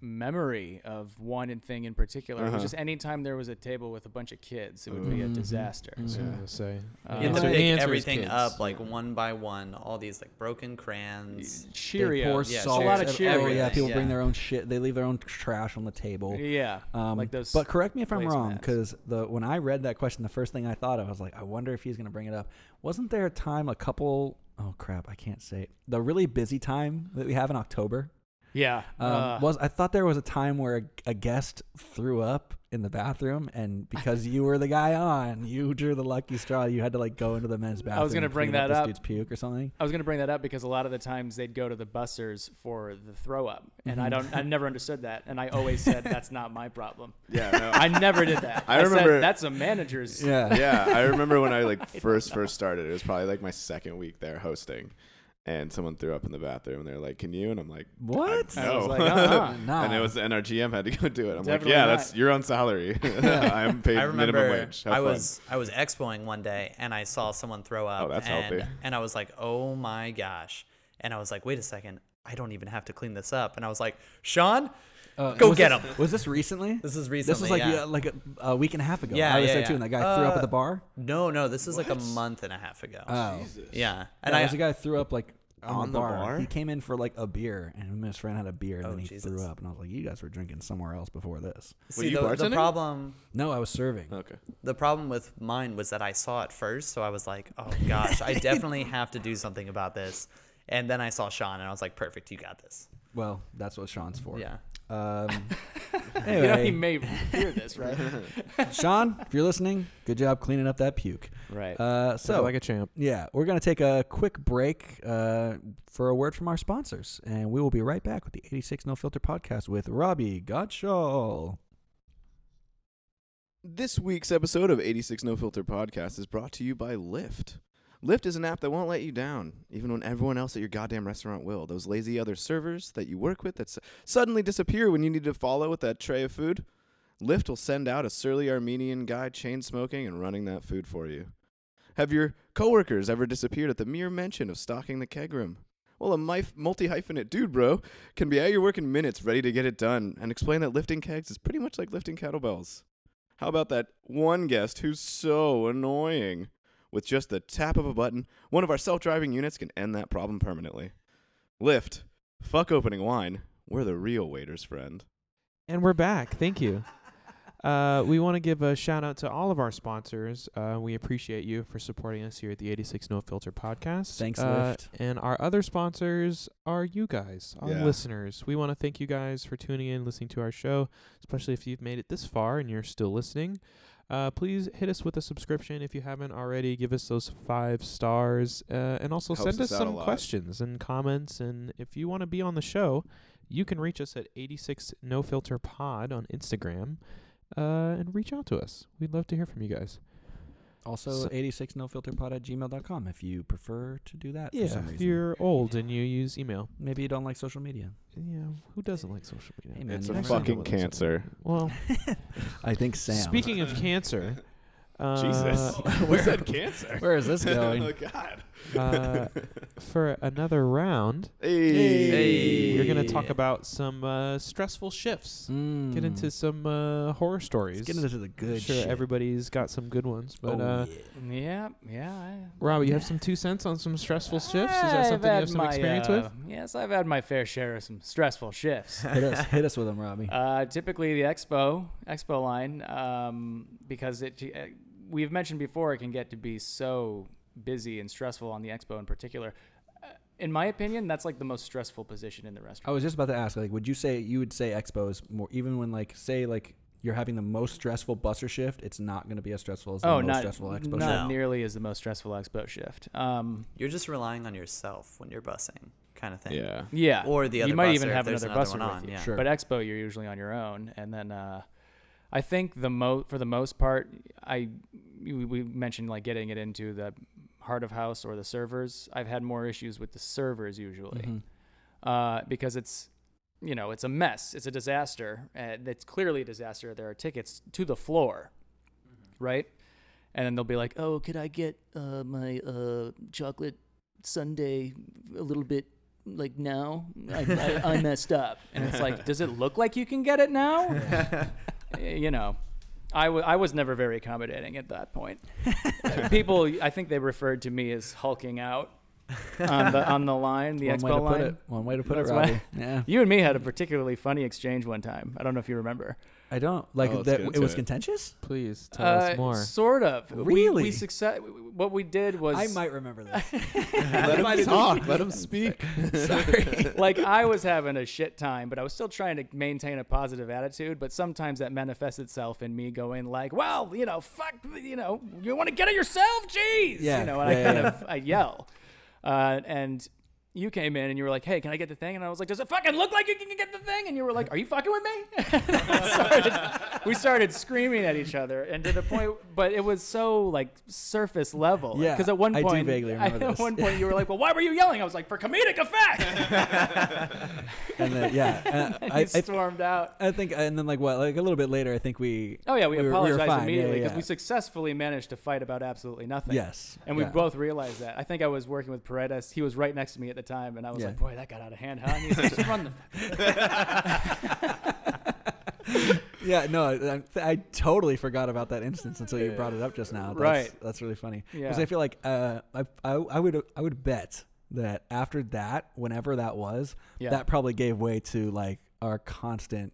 Speaker 5: memory of one and thing in particular. It
Speaker 3: Uh-huh.
Speaker 5: was just anytime there was a table with a bunch of kids, it would be a
Speaker 2: Mhm.
Speaker 5: disaster.
Speaker 4: That's what I'm
Speaker 3: Yeah.
Speaker 4: gonna say.
Speaker 2: Mm-hmm.
Speaker 5: Uh,
Speaker 1: you
Speaker 5: Yeah,
Speaker 1: have
Speaker 5: so
Speaker 1: to
Speaker 5: the
Speaker 1: pick
Speaker 4: answer is
Speaker 1: everything
Speaker 4: kids.
Speaker 1: up like one by one, all these like broken crayons.
Speaker 2: They pour
Speaker 5: Cheerios,
Speaker 1: yeah,
Speaker 2: salt.
Speaker 5: a lot of
Speaker 1: Cheerios.
Speaker 2: ev- oh, yeah,
Speaker 5: Cheerios.
Speaker 2: people bring
Speaker 1: Yeah.
Speaker 2: their own shit. They leave their own trash on the table.
Speaker 5: yeah,
Speaker 2: Um,
Speaker 5: like those.
Speaker 2: But correct me if I'm wrong,
Speaker 5: placemats.
Speaker 2: because the when I read that question, the first thing I thought of I was like, I wonder if he's going to bring it up. Wasn't there a time, a couple? Oh crap, I can't say it. the really busy time that we have in October.
Speaker 5: yeah,
Speaker 2: Um,
Speaker 5: uh,
Speaker 2: was I thought there was a time where a, a guest threw up in the bathroom, and because you were the guy on, you drew the lucky straw. You had to like go into the men's bathroom.
Speaker 5: I was gonna
Speaker 2: and
Speaker 5: bring
Speaker 2: clean
Speaker 5: that
Speaker 2: this
Speaker 5: up.
Speaker 2: dude's puke or something.
Speaker 5: I was going to bring that up because a lot of the times they'd go to the bussers for the throw up, and I
Speaker 2: Mhm.
Speaker 5: don't, I never understood that, and I always said that's not my problem.
Speaker 3: Yeah, no,
Speaker 5: I never did that.
Speaker 3: I
Speaker 5: I,
Speaker 3: remember-
Speaker 5: said that's a manager's.
Speaker 2: Yeah,
Speaker 3: yeah, I remember when I like first first started. It was probably like my second week there hosting, and someone threw up in the bathroom, and they're like, "Can you?" And I'm like,
Speaker 2: What?
Speaker 3: "I-
Speaker 5: I
Speaker 3: No."
Speaker 5: was like, uh-uh.
Speaker 2: Nah.
Speaker 3: And it was and our GM had to go do it. I'm
Speaker 5: Definitely
Speaker 3: like, "Yeah,
Speaker 5: not.
Speaker 3: that's your own salary. I'm paid
Speaker 1: I
Speaker 3: minimum
Speaker 1: remember
Speaker 3: wage. Have
Speaker 1: I
Speaker 3: fun."
Speaker 1: was I was expoing one day and I saw someone throw up.
Speaker 3: Oh, that's
Speaker 1: and,
Speaker 3: healthy.
Speaker 1: And I was like, oh my gosh. And I was like, wait a second, I don't even have to clean this up. And I was like, Sean,
Speaker 4: Uh,
Speaker 1: Go
Speaker 2: was
Speaker 1: get
Speaker 2: this-
Speaker 1: 'em.
Speaker 2: Was this recently?
Speaker 1: This is recently.
Speaker 2: This was like
Speaker 1: yeah.
Speaker 2: yeah, like a, a week and a half ago.
Speaker 1: Yeah,
Speaker 2: I was
Speaker 1: yeah,
Speaker 2: there
Speaker 1: yeah.
Speaker 2: too, and that guy threw up at
Speaker 1: Uh,
Speaker 2: the bar.
Speaker 1: No, no, this is like a month and a half ago.
Speaker 2: Oh,
Speaker 1: yeah,
Speaker 2: and
Speaker 1: and
Speaker 2: yeah,
Speaker 1: I
Speaker 2: there's a guy threw up like on,
Speaker 3: On
Speaker 2: the,
Speaker 3: the
Speaker 2: bar.
Speaker 3: bar?
Speaker 2: He came in for like a beer, and him and his friend had a beer, and
Speaker 1: Oh,
Speaker 2: then he
Speaker 1: Jesus.
Speaker 2: threw up. And I was like, "You guys were drinking somewhere else before this."
Speaker 1: see
Speaker 3: you
Speaker 1: the, the
Speaker 3: bartending?
Speaker 1: problem.
Speaker 2: No, I was serving.
Speaker 3: Okay.
Speaker 1: The problem with mine was that I saw it first, so I was like, "Oh gosh, I definitely have to do something about this." And then I saw Sean, and I was like, "Perfect, you got this."
Speaker 2: Well, that's what Sean's for.
Speaker 1: Yeah.
Speaker 2: Um,
Speaker 5: You know,
Speaker 2: anyway,
Speaker 5: he may hear this, right?
Speaker 2: Sean, if you're listening, good job cleaning up that puke.
Speaker 5: right.
Speaker 2: Uh,
Speaker 4: so
Speaker 2: so,
Speaker 4: like a champ.
Speaker 2: yeah, we're gonna take a quick break uh, for a word from our sponsors, and we will be right back with the 86 No Filter podcast with Robbie Gottschall.
Speaker 3: This week's episode of 86 No Filter Podcast is brought to you by Lyft. Lyft is an app that won't let you down, even when everyone else at your goddamn restaurant will. Those lazy other servers that you work with that s- suddenly disappear when you need to follow with that tray of food. Lyft will send out a surly Armenian guy chain smoking and running that food for you. Have your coworkers ever disappeared at the mere mention of stocking the keg room? Well, a multi hyphenate dude, bro, can be at your work in minutes ready to get it done and explain that lifting kegs is pretty much like lifting kettlebells. How about that one guest who's so annoying? With just the tap of a button, one of our self driving units can end that problem permanently. Lyft, fuck opening wine. We're the real waiter's friend.
Speaker 4: And we're back. Thank you. Uh, we want to give a shout out to all of our sponsors. Uh, we appreciate you for supporting us here at the 86 No Filter podcast.
Speaker 2: Thanks,
Speaker 4: uh,
Speaker 2: Lyft.
Speaker 4: And our other sponsors are you guys, our
Speaker 3: Yeah.
Speaker 4: listeners. We want to thank you guys for tuning in, listening to our show, especially if you've made it this far and you're still listening. Uh, please hit us with a subscription if you haven't already. Give us those five stars, uh, and also
Speaker 3: Helps
Speaker 4: send us
Speaker 3: us out a
Speaker 4: some
Speaker 3: lot.
Speaker 4: questions and comments. And if you want to be on the show, you can reach us at 86nofilterpod on Instagram uh, and reach out to us. We'd love to hear from you guys.
Speaker 2: Also,
Speaker 4: So-
Speaker 2: 86nofilterpod at gmail.com if you prefer to do that for some
Speaker 4: if
Speaker 2: reason.
Speaker 4: you're old and you use email.
Speaker 2: Maybe you don't like social media.
Speaker 4: Yeah, who doesn't like social media?
Speaker 2: Hey, man,
Speaker 3: it's
Speaker 2: you
Speaker 3: a
Speaker 2: never know
Speaker 3: fucking
Speaker 2: what
Speaker 3: cancer.
Speaker 4: Well,
Speaker 2: I think Sam.
Speaker 4: speaking of cancer, uh,
Speaker 3: Jesus. Who said cancer?
Speaker 2: Where is this
Speaker 3: oh,
Speaker 2: going?
Speaker 3: God.
Speaker 4: uh, for another round,
Speaker 3: Hey.
Speaker 4: we're going to talk about some uh, stressful shifts.
Speaker 2: Mm.
Speaker 4: Get
Speaker 3: Hmm.
Speaker 4: into some uh, horror stories.
Speaker 2: Let's get into the
Speaker 4: I'm
Speaker 2: good
Speaker 4: sure
Speaker 2: shit.
Speaker 4: everybody's got some good ones, but
Speaker 2: Oh,
Speaker 4: uh,
Speaker 2: yeah.
Speaker 5: yeah, yeah. I,
Speaker 4: Rob, you have some two cents on some stressful shifts. Is that
Speaker 5: I've
Speaker 4: something you
Speaker 5: had
Speaker 4: have some
Speaker 5: my,
Speaker 4: experience
Speaker 5: uh,
Speaker 4: with?
Speaker 5: Yes, I've had my fair share of some stressful shifts.
Speaker 2: hit us, hit us with them, Robbie.
Speaker 5: Uh, typically, the expo expo line, um, because it uh, we've mentioned before, it can get to be so busy and stressful on the expo in particular. Uh, in my opinion, that's like the most stressful position in the
Speaker 2: I
Speaker 5: restaurant.
Speaker 4: Oh,
Speaker 2: was just about to ask, like, would you say you would say expo is more even when like say like you're having the most stressful busser shift, it's not going to be as stressful as the
Speaker 5: oh,
Speaker 2: most
Speaker 5: not,
Speaker 2: stressful expo shift.
Speaker 5: not
Speaker 1: No.
Speaker 5: nearly as the most stressful expo shift. Um,
Speaker 1: You're just relying on yourself when you're bussing, kind of thing.
Speaker 3: Yeah.
Speaker 5: yeah,
Speaker 1: Or the other
Speaker 5: You might
Speaker 1: busser
Speaker 5: even
Speaker 1: if
Speaker 5: have
Speaker 1: there's
Speaker 5: another,
Speaker 1: another one
Speaker 5: busser with
Speaker 1: on,
Speaker 5: you.
Speaker 1: yeah.
Speaker 2: Sure.
Speaker 5: But expo, you're usually on your own, and then uh, I think the mo for the most part, I we we mentioned like getting it into the heart of house or the servers. I've had more issues with the servers usually
Speaker 2: Mhm.
Speaker 5: uh, because it's you know it's a mess it's a disaster and it's clearly a disaster there are tickets to the floor
Speaker 1: Mm-hmm.
Speaker 5: right and then they'll be like oh could i get uh, my uh, chocolate sundae a little bit like now I, I, I messed up and it's like does it look like you can get it now Y- you know I wa- I was never very accommodating at that point people i think they referred to me as hulking out on the on the line the
Speaker 2: One way to
Speaker 5: expo line
Speaker 2: put it. One way to put
Speaker 5: That's
Speaker 2: it,
Speaker 5: why-
Speaker 2: Robbie. Yeah,
Speaker 5: you and me had a particularly funny exchange one time. I don't know if you remember.
Speaker 2: I don't like
Speaker 3: Oh, let's
Speaker 2: that.
Speaker 3: get
Speaker 2: It
Speaker 3: into
Speaker 2: was
Speaker 3: it.
Speaker 2: contentious.
Speaker 4: Please tell
Speaker 5: Uh,
Speaker 4: us more.
Speaker 5: Sort of. We- We,
Speaker 2: Really?
Speaker 5: success. What we did was
Speaker 2: I might remember this.
Speaker 3: Let him talk. Let him speak.
Speaker 5: like I was having a shit time, but I was still trying to maintain a positive attitude. But sometimes that manifests itself in me going like, "Well, you know, fuck, you know, you want to get it yourself, jeez."
Speaker 2: Yeah,
Speaker 5: You know, and
Speaker 2: yeah,
Speaker 5: I kind
Speaker 2: yeah.
Speaker 5: of I yell, uh, and you came in and you were like, "Hey, can I get the thing?" And I was like, "Does it fucking look like you can get the thing?" And you were like, "Are you fucking with me?" started, we started screaming at each other, and to the point, but it was so like surface level.
Speaker 2: Yeah,
Speaker 5: because at one
Speaker 2: I do
Speaker 5: point,
Speaker 2: vaguely remember
Speaker 5: at
Speaker 2: this.
Speaker 5: one point you were like, "Well, why were you yelling?" I was like, "For comedic effect."
Speaker 2: and then yeah, uh,
Speaker 5: And
Speaker 2: I,
Speaker 5: you
Speaker 2: I,
Speaker 5: stormed out.
Speaker 2: I think, and then like what, like a little bit later, I think we.
Speaker 5: Oh yeah, we,
Speaker 2: were- were
Speaker 5: apologized
Speaker 2: fine. Yeah,
Speaker 5: immediately
Speaker 2: yeah,
Speaker 5: because
Speaker 2: yeah.
Speaker 5: we successfully managed to fight about absolutely nothing.
Speaker 2: Yes,
Speaker 5: And we
Speaker 2: yeah.
Speaker 5: both realized that. I think I was working with Paredes. He was right next to me at the time, and I was
Speaker 2: Yeah.
Speaker 5: like, "Boy, that got out of hand, huh?" And he's like, "Just run the."
Speaker 2: yeah, no, I, I totally forgot about that instance until you brought it up just now. That's,
Speaker 5: Right.
Speaker 2: that's really funny. Because
Speaker 5: Yeah.
Speaker 2: I feel like uh, I, I I would I would bet that after that, whenever that was,
Speaker 5: Yeah.
Speaker 2: that probably gave way to like our constant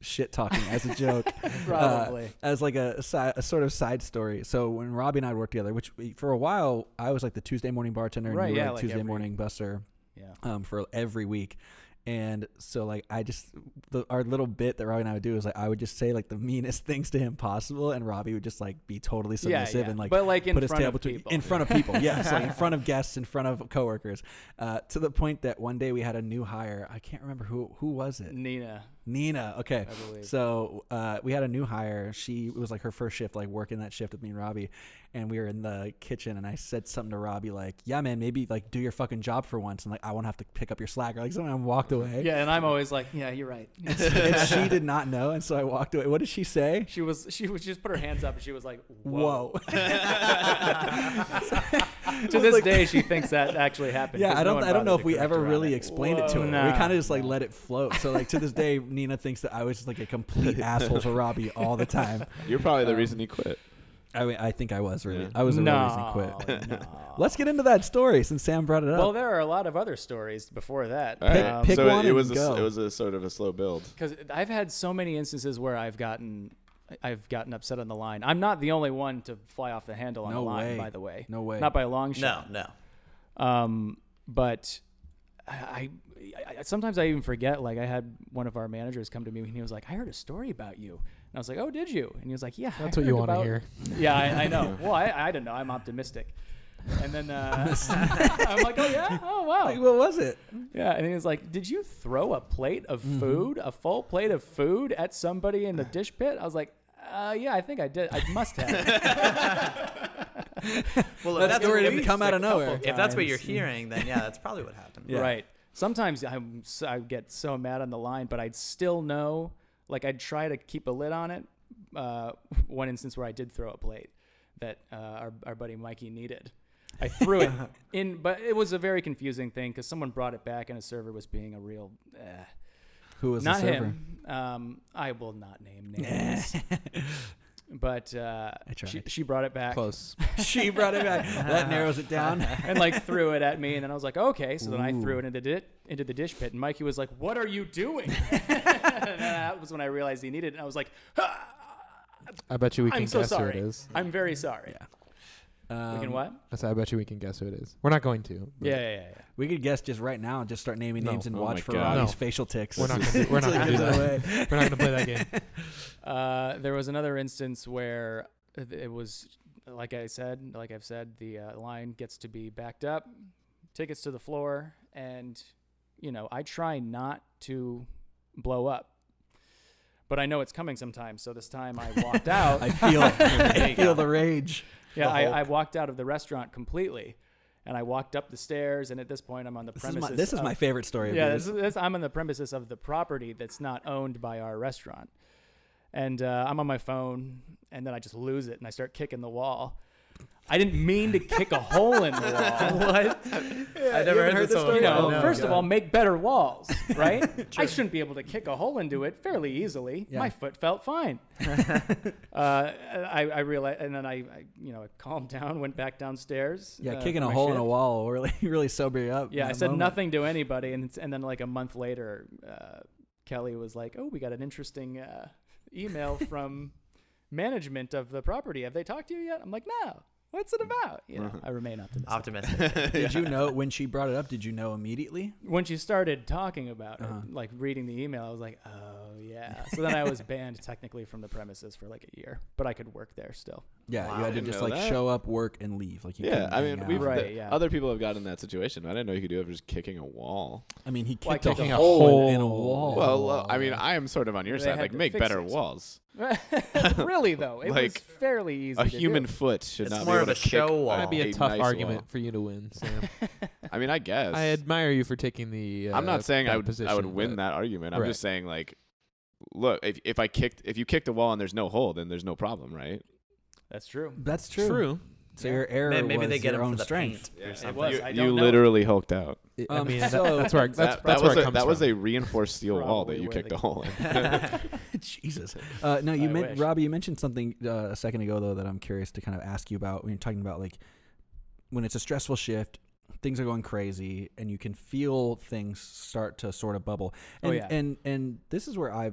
Speaker 2: shit talking as a joke. uh,
Speaker 5: Probably.
Speaker 2: as like a, si- a sort of side story. So when Robbie and I worked together, which we, for a while I was like the Tuesday morning bartender and
Speaker 5: Right,
Speaker 2: you were
Speaker 5: yeah,
Speaker 2: like
Speaker 5: like
Speaker 2: Tuesday
Speaker 5: every-
Speaker 2: morning buster
Speaker 5: yeah.
Speaker 2: um, for every week. And so like I just the, our little bit that Robbie and I would do is like I would just say like the meanest things to him possible, and Robbie would just like be totally submissive and like
Speaker 5: but like in
Speaker 2: put his
Speaker 5: front
Speaker 2: tail
Speaker 5: of
Speaker 2: between
Speaker 5: people.
Speaker 2: in front of people. yes, like in front of guests, in front of coworkers, uh, to the point that one day we had a new hire. I can't remember who who was it.
Speaker 5: Nina,
Speaker 2: Nina. Okay.
Speaker 5: I believe.
Speaker 2: So uh, we had a new hire. She it was like her first shift, like working that shift with me and Robbie, and we were in the kitchen. And I said something to Robbie like, "Yeah, man, maybe like do your fucking job for once, and like I won't have to pick up your slack." Or like something, and walked away.
Speaker 5: yeah, and I'm always like, yeah, you're right.
Speaker 2: and she did not know, and so I walked away. What did she say?
Speaker 5: she was she was just put her hands up and she was like, whoa.
Speaker 2: Whoa.
Speaker 5: to this day, she thinks that actually happened.
Speaker 2: Yeah,
Speaker 5: 'cause
Speaker 2: I
Speaker 5: no
Speaker 2: don't.
Speaker 5: one
Speaker 2: I don't know
Speaker 5: bothered
Speaker 2: if
Speaker 5: to
Speaker 2: we
Speaker 5: correct
Speaker 2: ever
Speaker 5: her on
Speaker 2: really
Speaker 5: it.
Speaker 2: explained it to her.
Speaker 5: Whoa.
Speaker 2: We kind of just like
Speaker 5: Nah.
Speaker 2: let it float. So like to this day, Nina thinks that I was just like a complete asshole to Robbie all the time.
Speaker 3: You're probably the reason he quit.
Speaker 2: I mean, I think I was really.
Speaker 3: Yeah.
Speaker 2: I was the real reason he
Speaker 5: No,
Speaker 2: quit.
Speaker 5: Oh, no.
Speaker 2: Let's get into that story since Sam brought it up.
Speaker 5: Well, there are a lot of other stories before that.
Speaker 3: All right.
Speaker 2: pick
Speaker 3: so
Speaker 2: one
Speaker 3: it
Speaker 2: and
Speaker 3: was a,
Speaker 2: go.
Speaker 3: it was a sort of a slow build.
Speaker 5: because I've had so many instances where I've gotten I've gotten upset on the line. I'm not the only one to fly off the handle on
Speaker 2: No
Speaker 5: the line,
Speaker 2: way.
Speaker 5: by the way.
Speaker 2: No way.
Speaker 5: Not by a long
Speaker 1: No,
Speaker 5: shot.
Speaker 1: no.
Speaker 5: Um, but I, I, I sometimes I even forget. Like I had one of our managers come to me and he was like, "I heard a story about you," and I was like, "Oh, did you?" And he was like, "Yeah." I
Speaker 4: That's what you want
Speaker 5: heard
Speaker 4: to
Speaker 5: about-
Speaker 4: hear.
Speaker 5: Yeah, I, I know. well, I, I don't know. I'm optimistic. And then uh, I'm like, "Oh yeah, oh wow."
Speaker 2: Like, what was it?
Speaker 5: Yeah, and he was like, "Did you throw a plate of food, a full plate of food, at somebody in the dish pit?" I was like, uh, "Yeah, I think I did. I must have."
Speaker 1: Well,
Speaker 2: That's where it come out of nowhere.
Speaker 1: If that's what you're
Speaker 2: Times.
Speaker 1: hearing, then yeah, that's probably what happened.
Speaker 2: Yeah.
Speaker 5: Right. Sometimes I'm, s- I get so mad on the line, but I'd still know. Like I'd try to keep a lid on it. Uh, one instance where I did throw a plate that uh, our our buddy Mikey needed. I threw it in, but it was a very confusing thing because someone brought it back and a server was being a real. Uh,
Speaker 2: Who was
Speaker 5: not
Speaker 2: the server?
Speaker 5: him. Um, I will not name names. but uh,
Speaker 2: I
Speaker 5: she,
Speaker 2: tried.
Speaker 5: she brought it back
Speaker 4: Close.
Speaker 2: she brought it back. That narrows it down.
Speaker 5: and like threw it at me, and then I was like, okay. So then I threw it into the di- into the dish pit, and Mikey was like, "What are you doing?" and that was when I realized he needed it, and I was like, "Ah,
Speaker 4: I bet you we can
Speaker 5: "I'm so
Speaker 4: guess who
Speaker 5: sorry.
Speaker 4: it is.
Speaker 5: I'm very sorry."
Speaker 2: Um,
Speaker 5: we can what?
Speaker 4: I said I bet you we can guess who it is. We're not going to. but
Speaker 5: Yeah, yeah, yeah. yeah.
Speaker 2: We could guess just right now and just start naming
Speaker 4: No.
Speaker 2: names and
Speaker 3: Oh
Speaker 2: watch
Speaker 3: my
Speaker 2: for
Speaker 3: God.
Speaker 2: Robbie's
Speaker 4: No.
Speaker 2: facial ticks.
Speaker 4: We're not gonna do- we're
Speaker 2: Until
Speaker 4: not
Speaker 2: he
Speaker 4: gonna do
Speaker 2: gives
Speaker 4: that.
Speaker 2: it away.
Speaker 4: We're not going to play that game.
Speaker 5: Uh, there was another instance where it was, like I said, like I've said, the uh, line gets to be backed up, tickets to the floor, and you know I try not to blow up, but I know it's coming sometimes. So this time I walked out.
Speaker 2: I feel, I
Speaker 5: you
Speaker 2: feel
Speaker 5: go.
Speaker 2: the rage.
Speaker 5: yeah,
Speaker 1: the
Speaker 5: I,
Speaker 1: Hulk.
Speaker 5: I walked out of the restaurant completely, and I walked up the stairs. And at this point, I'm on the
Speaker 2: This is
Speaker 5: premises.
Speaker 2: my, this is
Speaker 5: of-
Speaker 2: my favorite story. of
Speaker 5: yeah,
Speaker 2: yours.
Speaker 5: this is, this, I'm on the premises of the property that's not owned by our restaurant, and uh, I'm on my phone, and then I just lose it, and I start kicking the wall. I didn't mean to kick a hole in the wall.
Speaker 1: What? I've never heard,
Speaker 2: heard
Speaker 1: this
Speaker 2: this
Speaker 1: one.
Speaker 2: story?
Speaker 5: You know,
Speaker 2: Oh, no.
Speaker 5: first of
Speaker 2: God.
Speaker 5: all, make better walls, right? I shouldn't be able to kick a hole into it fairly easily.
Speaker 2: Yeah.
Speaker 5: My foot felt fine. uh, I, I realized, and then I, I, you know, I calmed down, went back downstairs.
Speaker 2: yeah,
Speaker 5: uh,
Speaker 2: kicking
Speaker 5: for
Speaker 2: a
Speaker 5: my
Speaker 2: hole in
Speaker 5: shift.
Speaker 2: a wall will really really sober you up.
Speaker 5: Yeah,
Speaker 2: in
Speaker 5: I
Speaker 2: that
Speaker 5: said
Speaker 2: moment.
Speaker 5: nothing to anybody, and it's, and then like a month later, uh, Kelly was like, "Oh, we got an interesting uh, email from management of the property. Have they talked to you yet?" I'm like, "No. What's it about?" You know, I remain optimistic.
Speaker 1: Optimistic.
Speaker 2: Did you know when she brought it up? Did you know immediately?
Speaker 5: When she started talking about it,
Speaker 2: Uh-huh.
Speaker 5: like reading the email, I was like, "Oh yeah." So then I was banned technically from the premises for like a year, but I could work there still.
Speaker 2: Yeah,
Speaker 1: Wow.
Speaker 2: you
Speaker 1: I
Speaker 2: had to
Speaker 3: didn't
Speaker 2: just
Speaker 3: know
Speaker 2: like
Speaker 3: that.
Speaker 2: show up, work, and leave. Like you
Speaker 3: Yeah,
Speaker 2: couldn't
Speaker 3: I
Speaker 2: hang
Speaker 3: mean,
Speaker 2: out.
Speaker 3: we've
Speaker 5: Right,
Speaker 3: the-
Speaker 5: yeah.
Speaker 3: other people have gotten in that situation. I didn't know you could do it for just kicking a wall.
Speaker 2: I mean, he
Speaker 5: Well, I
Speaker 2: kicked a,
Speaker 5: kicked
Speaker 4: a
Speaker 2: hole in- in a wall.
Speaker 4: hole.
Speaker 3: well, uh, I mean, I am sort of on your
Speaker 5: They
Speaker 3: side.
Speaker 5: had
Speaker 3: Like,
Speaker 5: to
Speaker 3: make
Speaker 5: fix
Speaker 3: better
Speaker 5: it.
Speaker 3: walls.
Speaker 5: really though, it
Speaker 3: Like,
Speaker 5: was fairly easy.
Speaker 3: A
Speaker 5: to do.
Speaker 3: human foot should
Speaker 1: it's
Speaker 3: not
Speaker 1: more
Speaker 3: be
Speaker 1: of
Speaker 3: able
Speaker 1: a
Speaker 3: to kick
Speaker 1: show wall.
Speaker 4: That'd be a
Speaker 3: A
Speaker 4: tough
Speaker 3: nice
Speaker 4: argument
Speaker 3: wall.
Speaker 4: for you to win, Sam.
Speaker 3: I mean, I guess.
Speaker 4: I admire you for taking the. Uh,
Speaker 3: I'm not saying I
Speaker 4: that
Speaker 3: would
Speaker 4: Position,
Speaker 3: I would win
Speaker 4: but-
Speaker 3: that argument. I'm
Speaker 4: Right.
Speaker 3: just saying like, look, if if I kicked if you kicked a wall and there's no hole, then there's no problem, right?
Speaker 5: That's true.
Speaker 2: that's true. So your error
Speaker 1: Maybe, maybe
Speaker 2: was
Speaker 1: they get
Speaker 2: your
Speaker 1: him
Speaker 2: own
Speaker 1: for the
Speaker 2: strength.
Speaker 1: paint or
Speaker 5: It
Speaker 1: something.
Speaker 5: was.
Speaker 3: you
Speaker 5: I don't
Speaker 3: you
Speaker 5: know.
Speaker 3: literally hulked out.
Speaker 4: It- I
Speaker 2: Um,
Speaker 4: mean, that-
Speaker 2: so-
Speaker 4: that's where I-
Speaker 2: That-
Speaker 4: that's, that's
Speaker 3: that
Speaker 4: where
Speaker 3: was
Speaker 4: it
Speaker 3: a,
Speaker 4: comes
Speaker 3: that
Speaker 4: from.
Speaker 3: was a reinforced steel wall that
Speaker 5: Probably
Speaker 3: you
Speaker 5: where
Speaker 3: kicked
Speaker 5: they-
Speaker 3: a hole in.
Speaker 2: Jesus. Uh, no, you
Speaker 5: I
Speaker 2: meant
Speaker 5: wish.
Speaker 2: Robbie. You mentioned something uh, a second ago though that I'm curious to kind of ask you about. When you're talking about like when it's a stressful shift, things are going crazy, and you can feel things start to sort of bubble.
Speaker 5: Oh,
Speaker 2: And,
Speaker 5: yeah.
Speaker 2: And and this is where I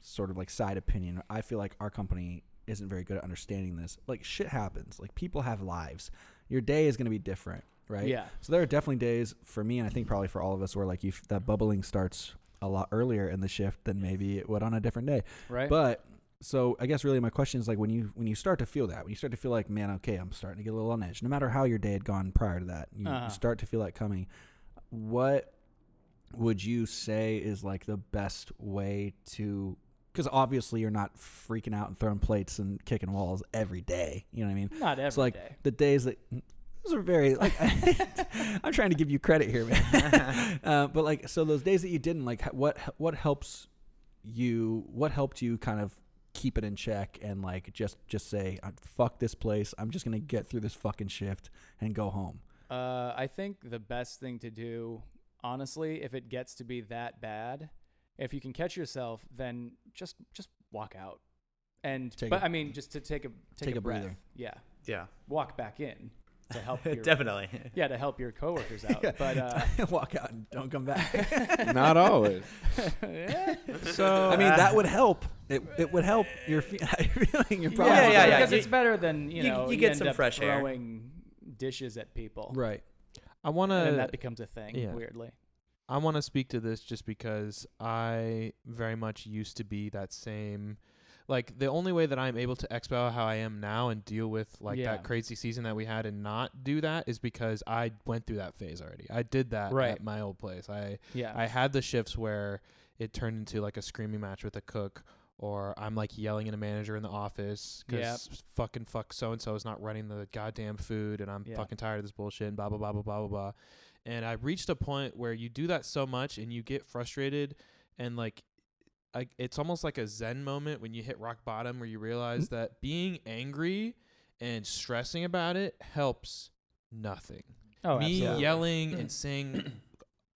Speaker 2: sort of like side opinion. I feel like our company isn't very good at understanding this. Like shit happens. Like people have lives. Your day is going to be different, right?
Speaker 5: Yeah.
Speaker 2: So there are definitely days for me, and I think probably for all of us, where like you f- that bubbling starts a lot earlier in the shift than maybe it would on a different day.
Speaker 5: Right.
Speaker 2: But so I guess really my question is like when you when you start to feel that when you start to feel like man okay I'm starting to get a little on edge no matter how your day had gone prior to that you, you
Speaker 5: Uh-huh.
Speaker 2: start to feel that coming. What would you say is like the best way to? Because obviously you're not freaking out and throwing plates and kicking walls every day. You know what I mean?
Speaker 5: not every day.
Speaker 2: It's like the days that those are very like I'm trying to give you credit here, man. uh, but like so those days that you didn't like h- what what helps you what helped you kind of keep it in check and like just just say "Uh, fuck this place. I'm just going to get through this fucking shift and go home.
Speaker 5: Uh, I think the best thing to do, honestly, if it gets to be that bad, if you can catch yourself, then just just walk out. And
Speaker 2: Take
Speaker 5: but
Speaker 2: a-
Speaker 5: I mean, just to take a take,
Speaker 2: Take
Speaker 5: a,
Speaker 2: a
Speaker 5: breath.
Speaker 2: breather.
Speaker 5: Yeah,
Speaker 1: Yeah,
Speaker 5: walk back in to help. Your,
Speaker 1: definitely.
Speaker 5: Yeah, to help your coworkers out. But uh,
Speaker 2: Walk out and don't come back.
Speaker 3: Not always.
Speaker 5: yeah,
Speaker 4: so
Speaker 2: I mean,
Speaker 5: uh,
Speaker 2: that would help. It, it would help your fe- feeling your problem.
Speaker 1: Yeah, yeah, yeah.
Speaker 5: Because
Speaker 1: You-
Speaker 5: it's better than you
Speaker 1: you-
Speaker 5: know
Speaker 1: you
Speaker 5: you,
Speaker 1: get
Speaker 5: end
Speaker 1: some
Speaker 5: up
Speaker 1: fresh air.
Speaker 5: throwing dishes at people.
Speaker 2: Right.
Speaker 4: I want
Speaker 5: And then
Speaker 4: to
Speaker 5: that becomes a thing.
Speaker 4: yeah.
Speaker 5: Weirdly.
Speaker 4: I want to speak to this just because I very much used to be that same. Like the only way that I'm able to expo how I am now and deal with like
Speaker 5: Yeah.
Speaker 4: that crazy season that we had and not do that is because I went through that phase already. I did that
Speaker 5: Right.
Speaker 4: at my old place. I
Speaker 5: Yeah.
Speaker 4: I had the shifts where it turned into like a screaming match with a cook, or I'm like yelling at a manager in the office because fucking fuck so and so is not running the goddamn food, and I'm
Speaker 5: Yeah.
Speaker 4: fucking tired of this bullshit, and blah blah blah blah blah blah blah. And I reached a point where you do that so much, and you get frustrated, and like. I, it's almost like a zen moment when you hit rock bottom where you realize
Speaker 5: Mm-hmm.
Speaker 4: that being angry and stressing about it helps nothing
Speaker 5: oh,
Speaker 4: me
Speaker 5: absolutely.
Speaker 4: yelling and saying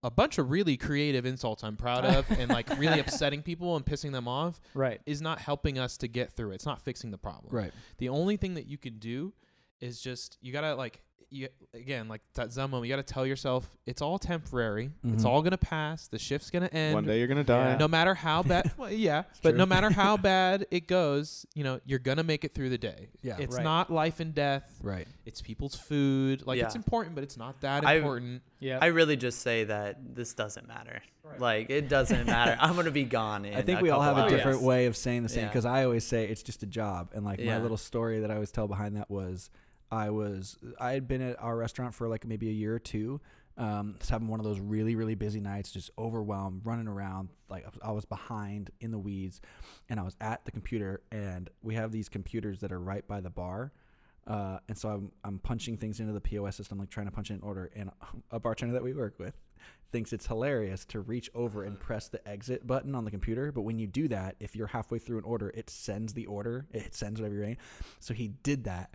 Speaker 4: a bunch of really creative insults I'm proud of and like really upsetting people and pissing them off
Speaker 5: Right.
Speaker 4: is not helping us to get through. it. It's not fixing the problem.
Speaker 2: Right.
Speaker 4: The only thing that you can do is just you gotta like you again like that Zen moment. You gotta tell yourself it's all temporary. It's
Speaker 2: Mhm.
Speaker 4: all gonna pass. The shift's gonna end.
Speaker 3: One day you're gonna die.
Speaker 5: Yeah.
Speaker 4: No matter how bad, well, yeah, but
Speaker 2: true.
Speaker 4: no matter how bad it goes, you know you're gonna make it through the day.
Speaker 2: Yeah.
Speaker 4: it's
Speaker 5: Right.
Speaker 4: not life and death.
Speaker 2: Right.
Speaker 4: It's people's food. Like it's
Speaker 1: Yeah.
Speaker 4: important, but it's not that
Speaker 1: I-
Speaker 4: important.
Speaker 5: Yeah.
Speaker 1: I really just say that this doesn't matter. Like it doesn't matter. I'm gonna be gone. In
Speaker 2: I think
Speaker 1: a
Speaker 2: we all
Speaker 1: couple
Speaker 2: have a
Speaker 1: hours.
Speaker 5: Oh,
Speaker 2: different
Speaker 5: yes.
Speaker 2: way of saying the same
Speaker 1: Yeah.
Speaker 2: because I always say it's just a job. And like my
Speaker 1: Yeah.
Speaker 2: little story that I always tell behind that was I was I had been at our restaurant for like maybe a year or two. Um, just having one of those really really busy nights, just overwhelmed, running around. Like I was- I was behind in the weeds, and I was at the computer, and we have these computers that are right by the bar. Uh, and so I'm, I'm punching things into the POS system, like trying to punch in an order. And a bartender that we work with thinks it's hilarious to reach over and press the exit button on the computer. But when you do that, if you're halfway through an order, it sends the order, it sends whatever you're in. So he did that.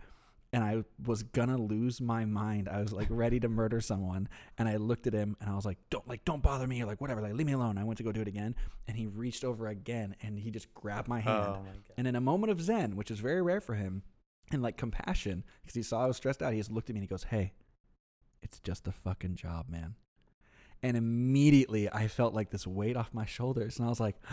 Speaker 2: And I was gonna lose my mind. I was like ready to murder someone, and I looked at him and I was like, "Don't like, don't bother me." Or like, whatever, like, leave me alone. I went to go do it again, and he reached over again and he just grabbed my hand.
Speaker 1: Oh my god.
Speaker 2: And in a moment of zen, which is very rare for him, and like compassion, because he saw I was stressed out, he just looked at me and he goes, Hey, it's just a fucking job, man. And immediately I felt like this weight off my shoulders. And I was like,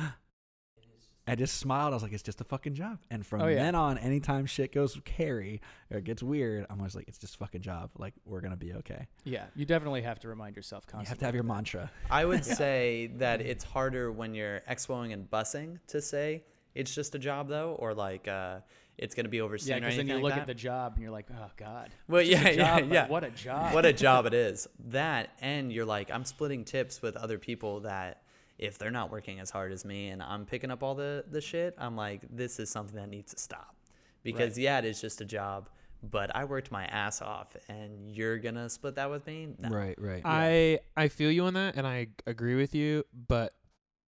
Speaker 2: I just smiled. I was like, it's just a fucking job. And from
Speaker 5: Oh, yeah.
Speaker 2: then on, anytime shit goes hairy or it gets weird, I'm always like, it's just a fucking job. Like, we're going to be okay.
Speaker 5: yeah. You definitely have to remind yourself constantly.
Speaker 2: You have to have your mantra.
Speaker 1: I would say that it's harder when you're expoing and bussing to say it's just a job though, or like uh, it's gonna be overseen.
Speaker 5: Yeah,
Speaker 1: or
Speaker 5: because then
Speaker 1: anything
Speaker 5: you
Speaker 1: like
Speaker 5: look
Speaker 1: that.
Speaker 5: at the job and you're like, oh god.
Speaker 1: Well,
Speaker 5: It's just
Speaker 1: yeah,
Speaker 5: a
Speaker 1: yeah,
Speaker 5: job, but
Speaker 1: yeah.
Speaker 5: What a job.
Speaker 1: what a job it is. That and you're like, I'm splitting tips with other people that if they're not working as hard as me and I'm picking up all the, the shit, I'm like, this is something that needs to stop. Because yeah, it is just a job, but I worked my ass off and you're gonna split that with me? No.
Speaker 2: right.
Speaker 4: I I feel you on that, and I ag- agree with you. But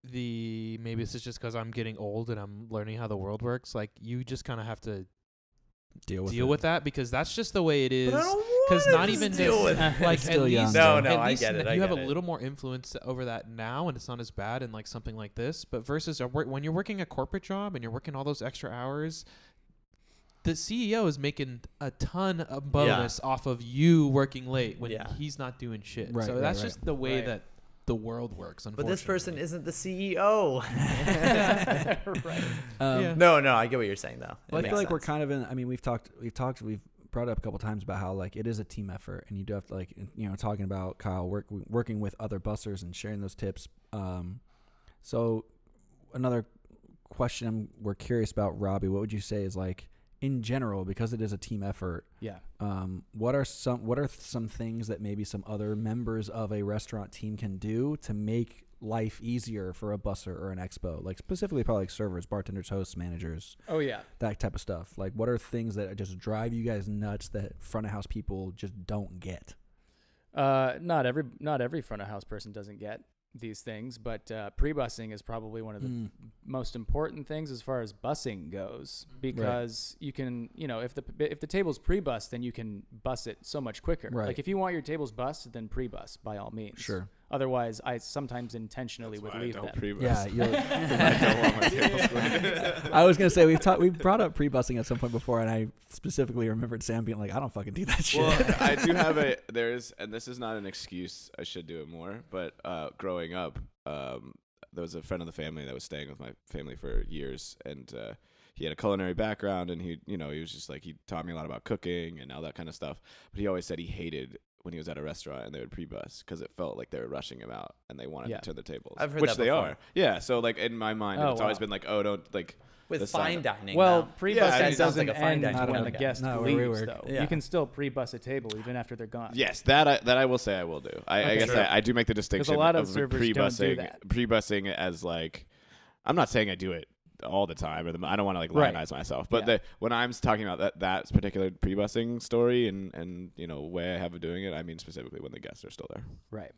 Speaker 4: the maybe this is just because I'm getting old and I'm learning how the world works. Like you just kind of have to
Speaker 2: deal with
Speaker 4: deal
Speaker 2: it.
Speaker 4: with that because that's just the way it is.
Speaker 1: Because
Speaker 4: 'cause not even this- like
Speaker 2: Still
Speaker 4: at
Speaker 2: young.
Speaker 4: least,
Speaker 1: No, no,
Speaker 4: at
Speaker 1: I
Speaker 4: least
Speaker 1: get it,
Speaker 4: You
Speaker 1: I
Speaker 4: have
Speaker 1: get
Speaker 4: a
Speaker 1: it.
Speaker 4: little more influence over that now, and it's not as bad. And like something like this, but versus a, wor- when you're working a corporate job and you're working all those extra hours, the CEO is making a ton of bonus off of you working late when
Speaker 1: Yeah.
Speaker 4: he's not doing shit.
Speaker 2: Right,
Speaker 4: so
Speaker 2: right,
Speaker 4: that's
Speaker 2: right.
Speaker 4: just the way
Speaker 5: Right.
Speaker 4: that the world works.
Speaker 1: But this person
Speaker 4: unfortunately.
Speaker 1: isn't the E CEO.
Speaker 5: right.
Speaker 2: Um,
Speaker 4: Yeah.
Speaker 1: No, no, I get what you're saying though. It
Speaker 2: Well, I feel
Speaker 1: makes
Speaker 2: like we're
Speaker 1: sense.
Speaker 2: kind of in. I mean, we've talked, we've talked, we've brought up a couple times about how like it is a team effort, and you do have to like you know talking about Kyle work working with other bussers and sharing those tips. Um, so another question I'm- we're curious about, Robbie, what would you say is like in general because it is a team effort?
Speaker 5: Yeah.
Speaker 2: Um, what are some what are some things that maybe some other members of a restaurant team can do to make life easier for a busser or an expo like specifically probably like servers bartenders hosts managers
Speaker 5: Oh yeah.
Speaker 2: that type of stuff. Like, what are things that just drive you guys nuts that front of house people just don't get?
Speaker 5: Uh, not every not every front of house person doesn't get these things, but uh, pre-busing is probably one of
Speaker 1: Hmm.
Speaker 5: the most important things as far as busing goes because you can you know if the if the table's pre-bus then you can bus it so much quicker
Speaker 2: Right.
Speaker 5: like if you want your tables bused then pre-bus by all means
Speaker 2: Sure.
Speaker 5: otherwise i sometimes intentionally would leave them
Speaker 2: Yeah, you're-
Speaker 3: I don't want my tables busted.
Speaker 2: I was gonna say we've taught we brought up pre busing at some point before, and I specifically remembered Sam being like, "I don't fucking do that shit."
Speaker 3: Well, I do have a there is, and this is not an excuse. I should do it more. But uh, growing up, um, there was a friend of the family that was staying with my family for years, and uh, he had a culinary background, and he, you know, he was just like he taught me a lot about cooking and all that kind of stuff. But he always said he hated when he was at a restaurant and they would pre-bus because it felt like they were rushing him out and they wanted
Speaker 5: Yeah.
Speaker 3: to turn the tables,
Speaker 1: I've heard
Speaker 3: which
Speaker 1: that
Speaker 3: they
Speaker 1: before.
Speaker 3: are. Yeah. So like in my mind,
Speaker 5: Oh,
Speaker 3: it's always
Speaker 5: wow.
Speaker 3: been like, oh, don't like the
Speaker 1: with
Speaker 3: sign
Speaker 1: fine
Speaker 3: up-
Speaker 1: dining.
Speaker 5: well,
Speaker 1: though.
Speaker 5: pre-bus
Speaker 3: Yeah, it
Speaker 5: that
Speaker 3: sounds
Speaker 5: doesn't
Speaker 1: like a fine
Speaker 5: end
Speaker 1: dining
Speaker 5: when the
Speaker 1: podcast.
Speaker 5: guest
Speaker 2: Not where we
Speaker 5: leaves,
Speaker 2: work.
Speaker 5: though.
Speaker 1: Yeah.
Speaker 5: You can still pre-bus a table even after they're gone.
Speaker 3: Yes, that I, that I will say I will do. I, I
Speaker 5: Okay.
Speaker 3: guess
Speaker 5: Sure.
Speaker 3: I, I do make the distinction
Speaker 5: lot of
Speaker 3: of,
Speaker 5: servers don't do
Speaker 3: pre-busing,
Speaker 5: that.
Speaker 3: pre-busing as like I'm not saying I do it all the time or the, I don't want to like
Speaker 5: Right.
Speaker 3: lionize myself, but
Speaker 5: Yeah.
Speaker 3: the, when I'm talking about that that particular pre-busing story and and you know way I have of doing it, I mean specifically when the guests are still there.
Speaker 5: Right.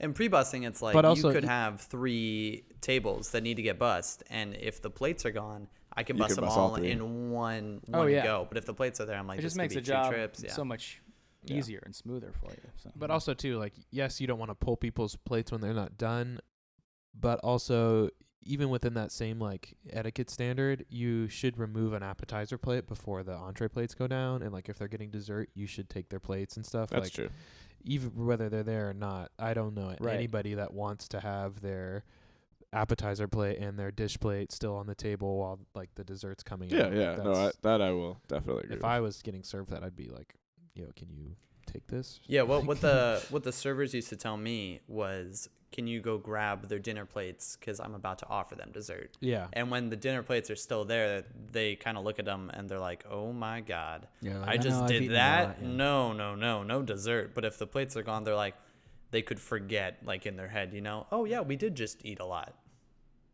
Speaker 1: And pre-busing, it's like
Speaker 4: But also-
Speaker 1: you could have three tables that need to get bussed, and if the plates are gone, I can
Speaker 3: You
Speaker 1: bus
Speaker 3: can
Speaker 1: them
Speaker 3: bus all
Speaker 1: all
Speaker 3: three.
Speaker 1: in one
Speaker 5: Oh,
Speaker 1: one
Speaker 5: yeah.
Speaker 1: go. But if the plates are there, I'm like,
Speaker 5: it
Speaker 1: this
Speaker 5: just
Speaker 1: could
Speaker 5: makes
Speaker 1: be
Speaker 5: the job
Speaker 1: two trips. Yeah.
Speaker 5: so much
Speaker 3: Yeah.
Speaker 5: easier and smoother for you. So.
Speaker 3: Mm.
Speaker 4: But also too, like yes, you don't want to pull people's plates when they're not done, but also even within that same like etiquette standard, you should remove an appetizer plate before the entree plates go down, and like if they're getting dessert, you should take their plates and stuff.
Speaker 3: That's
Speaker 4: like,
Speaker 3: true.
Speaker 4: Even whether they're there or not, I don't know
Speaker 5: Right.
Speaker 4: anybody that wants to have their appetizer plate and their dish plate still on the table while like the dessert's coming.
Speaker 3: Yeah,
Speaker 4: out.
Speaker 3: yeah. No, I,
Speaker 4: That's-
Speaker 3: that I will definitely agree.
Speaker 4: if I was getting served that, I'd be like, "Yo, can you take this?"
Speaker 1: Yeah, what what the what the servers used to tell me was, can you go grab their dinner plates because I'm about to offer them dessert.
Speaker 4: yeah.
Speaker 1: And when the dinner plates are still there, they kind of look at them and they're like, "Oh my god,
Speaker 2: Yeah, like,
Speaker 1: I
Speaker 2: I
Speaker 1: just
Speaker 2: know I've
Speaker 1: did
Speaker 2: eaten a
Speaker 1: that."
Speaker 2: lot, yeah.
Speaker 1: No, no, no, no dessert. But if the plates are gone, they're like, they could forget, like in their head, you know, "Oh yeah, we did just eat a lot."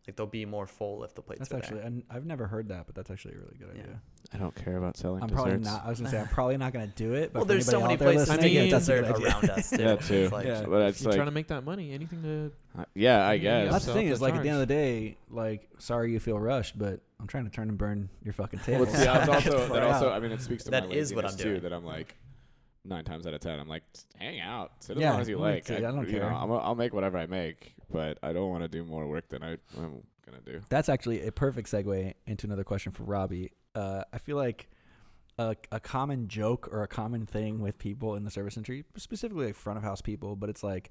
Speaker 1: Like they'll be more full if the plates
Speaker 2: that's
Speaker 1: are
Speaker 2: actually
Speaker 1: there.
Speaker 2: and I've never heard that, but that's actually a really good
Speaker 1: Yeah.
Speaker 2: idea.
Speaker 3: I don't care about selling
Speaker 2: I'm probably
Speaker 3: desserts.
Speaker 2: not. I was gonna say I'm probably not gonna do it. But
Speaker 1: Well,
Speaker 2: for
Speaker 1: there's so
Speaker 2: anybody
Speaker 1: many
Speaker 2: out there
Speaker 1: places to
Speaker 2: listening,
Speaker 1: get
Speaker 4: mean,
Speaker 2: that's a
Speaker 1: dessert
Speaker 2: good idea.
Speaker 1: around us. Too.
Speaker 3: Yeah,
Speaker 1: It's
Speaker 3: too.
Speaker 1: like-
Speaker 2: Yeah.
Speaker 3: But it's
Speaker 4: You're trying
Speaker 3: like,
Speaker 4: to make that money. Anything to
Speaker 3: yeah, I
Speaker 4: you know,
Speaker 3: guess.
Speaker 2: That's the
Speaker 4: Yourself
Speaker 2: thing
Speaker 4: to
Speaker 2: is like at the end
Speaker 4: charge.
Speaker 2: of the day, like sorry you feel rushed, but I'm trying to turn and burn your fucking table.
Speaker 3: Well, see, I
Speaker 2: Get
Speaker 3: was
Speaker 2: the
Speaker 3: also
Speaker 2: fuck
Speaker 3: that also.
Speaker 2: out.
Speaker 3: I mean, it speaks to
Speaker 1: That
Speaker 3: my
Speaker 1: is what I'm
Speaker 3: laziness,
Speaker 1: doing.
Speaker 3: too. That I'm like nine times out of ten, I'm like, "Just hang out, sit as
Speaker 2: Yeah,
Speaker 3: long as you
Speaker 2: I'm like,
Speaker 3: like.
Speaker 2: dude, I don't
Speaker 3: you know,
Speaker 2: care.
Speaker 3: I'm, I'll make whatever I make, but I don't want to do more work than I, I'm gonna do.
Speaker 2: That's actually a perfect segue into another question for Robbie. Uh, I feel like a, a common joke or a common thing with people in the service industry, specifically like front of house people, but it's like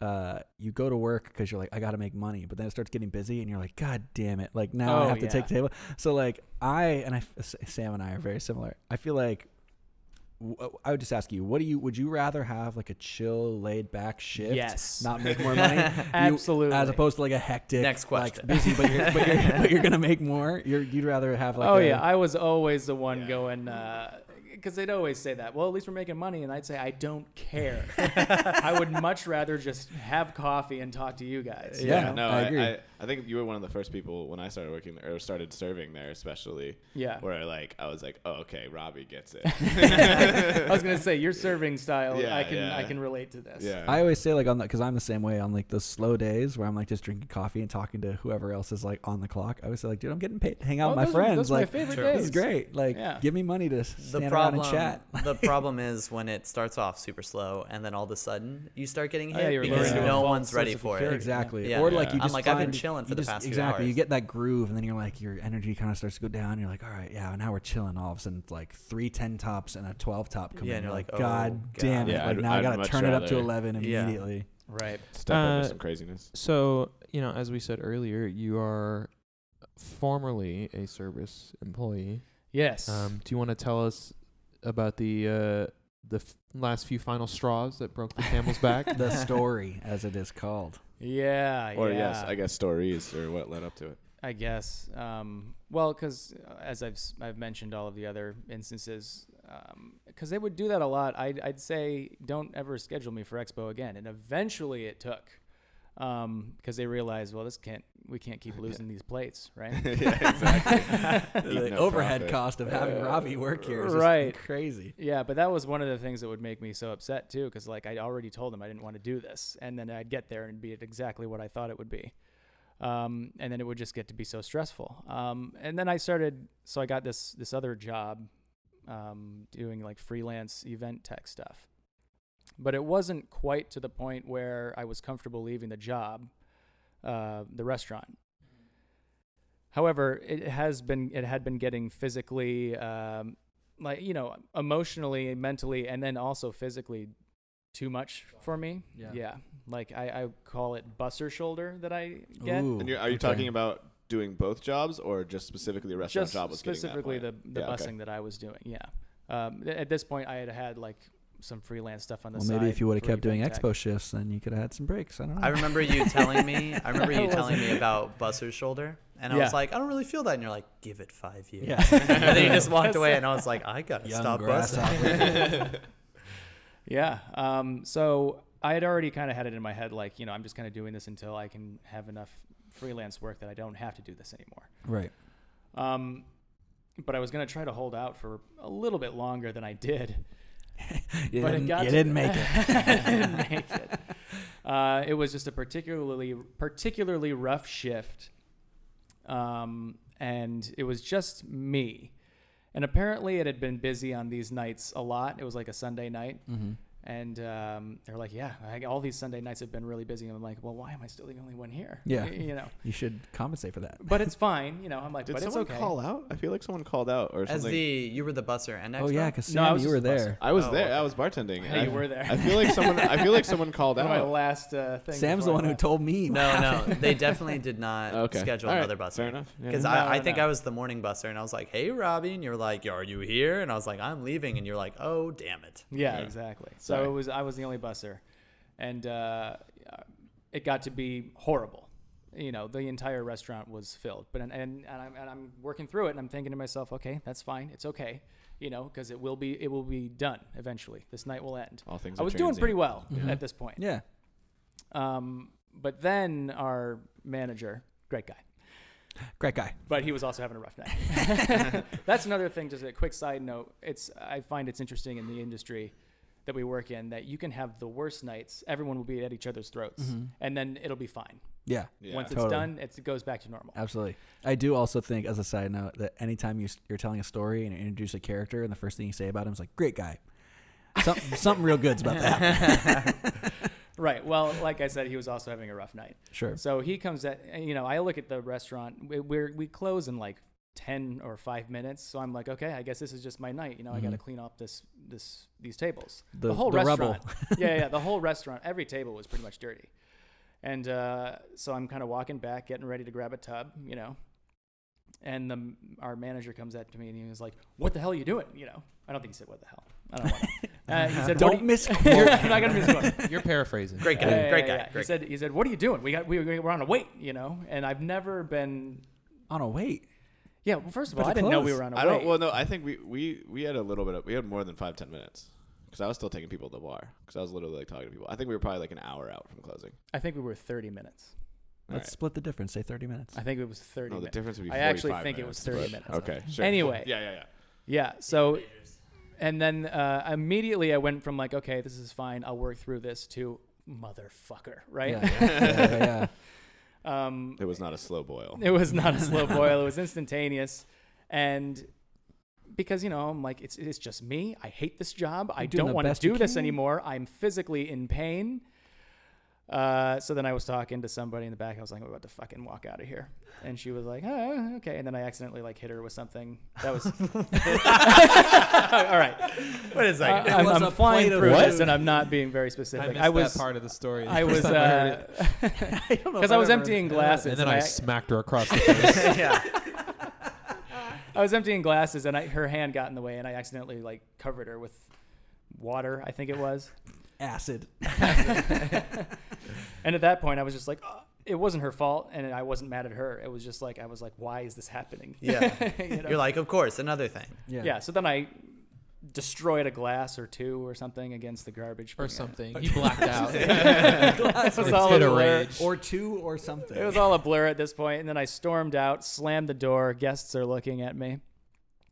Speaker 2: uh, you go to work because you're like, I got to make money, but then it starts getting busy, and you're like, God damn it! Like now I
Speaker 5: Oh,
Speaker 2: have to
Speaker 5: yeah.
Speaker 2: take table. So like I and I, Sam and I are very similar. I feel like. w- uh, I would just ask you, what do you would you rather have like a chill, laid back shift,
Speaker 5: Yes.
Speaker 2: not make more money, You-
Speaker 5: Absolutely.
Speaker 2: as opposed to like a hectic,
Speaker 1: Next
Speaker 2: like,
Speaker 1: question.
Speaker 2: busy, but you're, but, you're, but you're gonna make more. You're, you'd rather have like
Speaker 5: oh
Speaker 2: a-
Speaker 5: yeah, I was always the one going. Uh, because they'd always say that. Well, at least we're making money, and I'd say I don't care. I would much rather just have coffee and talk to you guys. you
Speaker 2: Yeah.
Speaker 5: know?
Speaker 3: no,
Speaker 2: I
Speaker 3: I,
Speaker 2: agree.
Speaker 3: I, I think you were one of the first people when I started working there, or started serving there, especially.
Speaker 5: Yeah.
Speaker 3: Where like I was like, oh, okay, Robbie gets it.
Speaker 5: I was gonna say your serving style.
Speaker 3: Yeah,
Speaker 5: I can
Speaker 3: yeah.
Speaker 5: I can relate to this.
Speaker 3: yeah.
Speaker 2: I always say like on the because I'm the same way on like those slow days where I'm like just drinking coffee and talking to whoever else is like on the clock. I always say like, dude, I'm getting paid to hang out with
Speaker 5: Oh,
Speaker 2: my
Speaker 5: those are-
Speaker 2: friends.
Speaker 5: those are my
Speaker 2: like,
Speaker 5: favorite
Speaker 2: this is
Speaker 5: days.
Speaker 2: great. Like,
Speaker 5: Yeah.
Speaker 2: give me money to s- stand
Speaker 1: the
Speaker 2: around
Speaker 1: problem,
Speaker 2: and chat.
Speaker 1: the problem is when it starts off super slow and then all of a sudden you start getting
Speaker 5: Oh,
Speaker 1: hit
Speaker 5: yeah, you're
Speaker 1: because
Speaker 2: learning
Speaker 1: no
Speaker 5: about
Speaker 1: one's
Speaker 5: social
Speaker 1: ready for it.
Speaker 5: security.
Speaker 2: Exactly.
Speaker 1: Yeah.
Speaker 2: Or like
Speaker 3: Yeah.
Speaker 2: you
Speaker 1: I'm
Speaker 2: just
Speaker 1: like, I've
Speaker 2: find,
Speaker 1: been chilling for
Speaker 2: you
Speaker 1: the
Speaker 2: just-
Speaker 1: past few
Speaker 2: exactly. You
Speaker 1: hours.
Speaker 2: get that groove, and then you're like, your energy kind of starts to go down. And you're like, all right, yeah, now we're chilling. All of a sudden, it's like three ten tops and a twelve top come
Speaker 1: Yeah, and
Speaker 2: in. You're
Speaker 1: you're
Speaker 2: like,
Speaker 1: like,
Speaker 2: God,
Speaker 1: oh,
Speaker 2: damn
Speaker 1: God.
Speaker 2: it!
Speaker 3: Yeah,
Speaker 2: like
Speaker 3: I'd-
Speaker 2: now I
Speaker 3: I'd
Speaker 2: gotta
Speaker 3: much
Speaker 2: turn it up to
Speaker 3: rather-
Speaker 2: eleven
Speaker 1: Yeah.
Speaker 2: immediately.
Speaker 5: Right.
Speaker 3: Step up
Speaker 4: Uh,
Speaker 3: with some craziness.
Speaker 4: So, you know, as we said earlier, you are formerly a service employee.
Speaker 5: Yes.
Speaker 4: Um, do you want to tell us about the uh, the f- last few final straws that broke the camel's back?
Speaker 2: The story, as it is called.
Speaker 5: yeah.
Speaker 3: Or
Speaker 5: yeah.
Speaker 3: yes, I guess stories or what led up to it.
Speaker 5: I guess. Um, well, because as I've s- I've mentioned all of the other instances, because they would do that a lot. I'd I'd say don't ever schedule me for Expo again. And eventually it took, because they realized, well, this can't we can't keep losing these plates, right?
Speaker 3: yeah, exactly.
Speaker 2: the
Speaker 3: Eating up
Speaker 2: overhead
Speaker 3: profit.
Speaker 2: cost of having
Speaker 5: Uh,
Speaker 2: Robbie work here is just
Speaker 5: right.
Speaker 2: crazy.
Speaker 5: yeah, but that was one of the things that would make me so upset too, because like I already told them I didn't want to do this, and then I'd get there and be exactly what I thought it would be. um, and then it would just get to be so stressful. Um, and then I started, so I got this this other job, um, doing like freelance event tech stuff. But it wasn't quite to the point where I was comfortable leaving the job, uh, the restaurant. However, it has been it had been getting physically, um, like you know, emotionally, mentally, and then also physically too much for me.
Speaker 2: Yeah.
Speaker 5: Like I, I call it busser shoulder that I get.
Speaker 2: Ooh,
Speaker 3: And you're, are you
Speaker 2: okay.
Speaker 3: talking about doing both jobs or just specifically the restaurant
Speaker 5: just
Speaker 3: job? Was getting that
Speaker 5: specifically
Speaker 3: point?
Speaker 5: the, the
Speaker 3: Yeah, okay.
Speaker 5: busing that I was doing. Yeah. Um, th- at this point, I had had like some freelance stuff on the
Speaker 2: Well,
Speaker 5: side.
Speaker 2: maybe if you would have
Speaker 5: for
Speaker 2: kept doing
Speaker 5: event tech.
Speaker 2: expo shifts, then you could have had some breaks. I don't know.
Speaker 1: I remember you telling me. I remember
Speaker 5: I
Speaker 1: you telling me
Speaker 5: wasn't.
Speaker 1: about Buster's shoulder, and I
Speaker 5: Yeah.
Speaker 1: was like, I don't really feel that. And you're like, give it five years.
Speaker 2: Yeah.
Speaker 1: and then you just walked away, and I was like, I gotta
Speaker 2: Young
Speaker 1: stop busting.
Speaker 2: grasshopper.
Speaker 5: Yeah. Um, so I had already kind of had it in my head, like you know, I'm just kind of doing this until I can have enough freelance work that I don't have to do this anymore.
Speaker 2: right.
Speaker 5: Um, but I was gonna try to hold out for a little bit longer than I did.
Speaker 2: You,
Speaker 5: but
Speaker 2: didn't,
Speaker 5: it got
Speaker 2: you
Speaker 5: to-
Speaker 2: didn't make it.
Speaker 5: didn't make it. Uh, it was just a particularly particularly rough shift, um, and it was just me. And apparently, it had been busy on these nights a lot. It was like a Sunday night,
Speaker 2: Mm-hmm.
Speaker 5: and um, they're like, "Yeah, I, all these Sunday nights have been really busy." And I'm like, "Well, why am I still the only one here?"
Speaker 2: Yeah.
Speaker 5: you know.
Speaker 2: You should compensate for that.
Speaker 5: But it's fine, you know. I'm like,
Speaker 3: Did
Speaker 5: but it's
Speaker 3: someone
Speaker 5: okay.
Speaker 3: call out? I feel like someone called out or
Speaker 1: As
Speaker 3: something.
Speaker 1: the you were the busser and
Speaker 2: Oh
Speaker 1: expo?
Speaker 2: yeah, because
Speaker 5: No, I
Speaker 2: Sam,
Speaker 5: was
Speaker 2: you
Speaker 5: just
Speaker 2: were
Speaker 5: a busser.
Speaker 2: there.
Speaker 3: I was
Speaker 1: Oh,
Speaker 3: there.
Speaker 1: okay.
Speaker 3: I was bartending.
Speaker 5: Yeah, you
Speaker 3: I-
Speaker 5: were there.
Speaker 3: I feel like someone. I feel like someone called
Speaker 5: One of my
Speaker 3: out.
Speaker 5: last uh, thing.
Speaker 2: Sam's the
Speaker 5: before I
Speaker 2: one who
Speaker 5: left.
Speaker 2: told me.
Speaker 1: No, no, they definitely did not
Speaker 3: Okay.
Speaker 1: schedule
Speaker 3: All right.
Speaker 1: another busser.
Speaker 3: Fair enough. Yeah.
Speaker 1: Because
Speaker 5: No,
Speaker 1: I, I
Speaker 5: no,
Speaker 1: think
Speaker 5: no.
Speaker 1: I was the morning busser, and I was like, "Hey, Robbie," and you're like, "Are you here?" And I was like, "I'm leaving," and you're like, "Oh, damn it."
Speaker 5: Yeah,
Speaker 3: Yeah.
Speaker 5: exactly. So
Speaker 3: Sorry.
Speaker 5: it was I was the only busser, and uh, it got to be horrible. You know, the entire restaurant was filled. But and and, and, I'm, and I'm working through it, and I'm thinking to myself, okay, that's fine, it's okay. You know, because it will be it will be done eventually. This night will end.
Speaker 3: All things.
Speaker 5: I
Speaker 3: are
Speaker 5: was doing pretty
Speaker 3: transient.
Speaker 5: well at this point.
Speaker 2: Yeah.
Speaker 5: Um, but then our manager, great guy,
Speaker 2: Great guy.
Speaker 5: but he was also having a rough night. That's another thing. Just a quick side note. It's I find it's interesting in the industry that we work in that you can have the worst nights. Everyone will be at each other's throats, and then it'll be fine.
Speaker 2: Yeah.
Speaker 3: Yeah.
Speaker 5: Once it's
Speaker 2: Mm-hmm. Totally.
Speaker 5: done, it's, it goes back to normal.
Speaker 2: Absolutely. I do also think, as a side note, that anytime you, s- you're telling a story and you introduce a character, and the first thing you say about him is like, "Great guy," Some, something real good's about that.
Speaker 5: Right. Well, like I said, he was also having a rough night.
Speaker 2: Sure.
Speaker 5: So he comes at and, you know I look at the restaurant. We we're, we close in like ten or five minutes. So I'm like, okay, I guess this is just my night. You know, I got to
Speaker 2: Mm-hmm.
Speaker 5: clean up this this these tables.
Speaker 2: The-
Speaker 5: whole
Speaker 2: the rubble.
Speaker 5: restaurant. yeah, yeah. The whole restaurant. Every table was pretty much dirty. And uh, so I'm kind of walking back, getting ready to grab a tub. You know. And the, our manager comes up to me and he was like, "What the hell are you doing?" You know, I don't think he said "What the hell." I don't want to. Uh, he said, "What
Speaker 2: Don't
Speaker 5: do you-"
Speaker 2: misquote
Speaker 5: I'm not gonna misquote.
Speaker 4: You're paraphrasing.
Speaker 1: Great guy.
Speaker 5: Yeah, yeah,
Speaker 1: great guy.
Speaker 5: yeah, yeah. He
Speaker 1: Great
Speaker 5: said, "He said, what are you doing? We got we, we- we're on a wait, you know." And I've never been,
Speaker 2: On a wait.
Speaker 5: Yeah. Well, first of all,
Speaker 2: But
Speaker 5: I
Speaker 2: the
Speaker 5: didn't know we
Speaker 2: clothes.
Speaker 5: were on a
Speaker 3: I don't.
Speaker 5: wait.
Speaker 3: Well, no, I think we we we had a little bit. Of, we had more than five ten minutes because I was still taking people to the bar because I was literally like talking to people. I think we were probably like an hour out from closing.
Speaker 5: I think we were 30 minutes.
Speaker 2: Let's
Speaker 3: Alright.
Speaker 2: split the difference. Say 30 minutes.
Speaker 5: I think it was 30
Speaker 3: No, the
Speaker 5: minutes.
Speaker 3: difference would be.
Speaker 5: I actually
Speaker 3: 45
Speaker 5: think it was 30
Speaker 3: but-
Speaker 5: minutes.
Speaker 3: Okay, sure.
Speaker 5: Anyway.
Speaker 3: Yeah, yeah, yeah.
Speaker 5: Yeah. So, and then uh, immediately I went from like, okay, this is fine. I'll work through this to motherfucker, right?
Speaker 2: Yeah, yeah, yeah, yeah.
Speaker 5: Um,
Speaker 3: It was not a slow boil.
Speaker 5: It was not a slow boil. It was instantaneous, and because you know, I'm like, it's it's just me. I hate this job. I
Speaker 2: You're doing
Speaker 5: don't
Speaker 2: the
Speaker 5: want to
Speaker 2: best you
Speaker 5: do this
Speaker 2: can.
Speaker 5: anymore. I'm physically in pain. Uh, so then I was talking to somebody in the back. I was like, "We're about to fucking walk out of here," and she was like, "Oh, okay." And then I accidentally like hit her with something. That was all right.
Speaker 1: What is
Speaker 5: I,
Speaker 1: that?
Speaker 5: I'm,
Speaker 2: was
Speaker 5: I'm
Speaker 2: a
Speaker 5: flying
Speaker 2: plate of
Speaker 5: through
Speaker 2: food.
Speaker 5: this, and I'm not being very specific.
Speaker 4: missed
Speaker 5: I, was
Speaker 4: that part of the story. the
Speaker 5: I
Speaker 4: first
Speaker 5: was
Speaker 4: time heard it.
Speaker 5: uh,
Speaker 2: I don't know if
Speaker 5: because I
Speaker 2: I've
Speaker 5: was
Speaker 2: ever-
Speaker 5: emptying
Speaker 4: and
Speaker 5: glasses,
Speaker 4: then I,
Speaker 5: I-
Speaker 4: smacked her across the face.
Speaker 1: yeah.
Speaker 5: I was emptying glasses and I, her hand got in the way and I accidentally like covered her with water, I think it was.
Speaker 2: Acid.
Speaker 5: And at that point I was just like, "Ugh." it wasn't her fault and I wasn't mad at her. It was just like I was like, why is this happening?
Speaker 1: Yeah.
Speaker 5: You know?
Speaker 1: You're like, of course, another thing.
Speaker 2: Yeah.
Speaker 5: yeah, so then I destroyed a glass or two or something against the garbage
Speaker 4: or
Speaker 5: bin.
Speaker 4: something. He blacked out.
Speaker 5: It was
Speaker 4: It's
Speaker 5: all a
Speaker 4: hit a
Speaker 5: blur.
Speaker 4: rage.
Speaker 2: Or two or something.
Speaker 5: It was all a blur at this point, and then I stormed out, slammed the door. Guests are looking at me.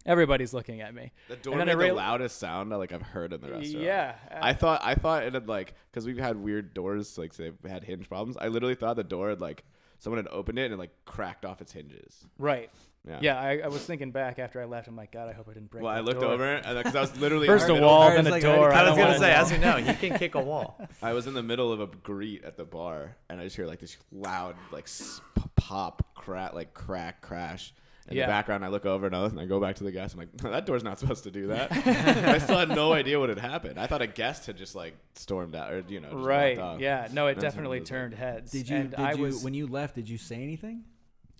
Speaker 5: Everybody's looking at me.
Speaker 3: The door
Speaker 5: And then
Speaker 3: made
Speaker 5: I
Speaker 3: the
Speaker 5: real-
Speaker 3: loudest sound like I've heard in the restaurant.
Speaker 5: Yeah. uh,
Speaker 3: I thought I thought it had like because we've had weird doors like say we had hinge problems. I literally thought the door had like someone had opened it and it, like cracked off its hinges.
Speaker 5: Right.
Speaker 3: Yeah.
Speaker 5: Yeah, I, I was thinking back after I left. I'm like, God, I hope I didn't break.
Speaker 3: Well, I
Speaker 5: that
Speaker 3: looked
Speaker 5: door."
Speaker 3: over because I was literally
Speaker 5: First
Speaker 3: in the
Speaker 5: a
Speaker 3: middle-
Speaker 5: wall,
Speaker 2: I
Speaker 5: then
Speaker 2: was
Speaker 5: a
Speaker 2: like,
Speaker 5: door.
Speaker 2: I
Speaker 1: I was
Speaker 5: don't
Speaker 1: gonna
Speaker 5: wanna
Speaker 1: say,
Speaker 5: know.
Speaker 1: as you know, you can kick a wall.
Speaker 3: I was in the middle of a greet at the bar and I just hear like this loud like s- p- pop crack like crack crash. In
Speaker 5: Yeah.
Speaker 3: the background, I look over and I, and I go back to the guest. I'm like, "No, that door's not supposed to do that. I still had no idea what had happened. I thought a guest had just like stormed out, or you know, just walked
Speaker 5: Right.
Speaker 3: off.
Speaker 5: Yeah.
Speaker 3: That's
Speaker 5: No, it
Speaker 3: what it
Speaker 5: definitely
Speaker 3: was like.
Speaker 5: turned heads.
Speaker 2: Did you?
Speaker 5: And
Speaker 2: Did
Speaker 5: I
Speaker 2: you?
Speaker 5: was.
Speaker 2: When you left, did you say anything?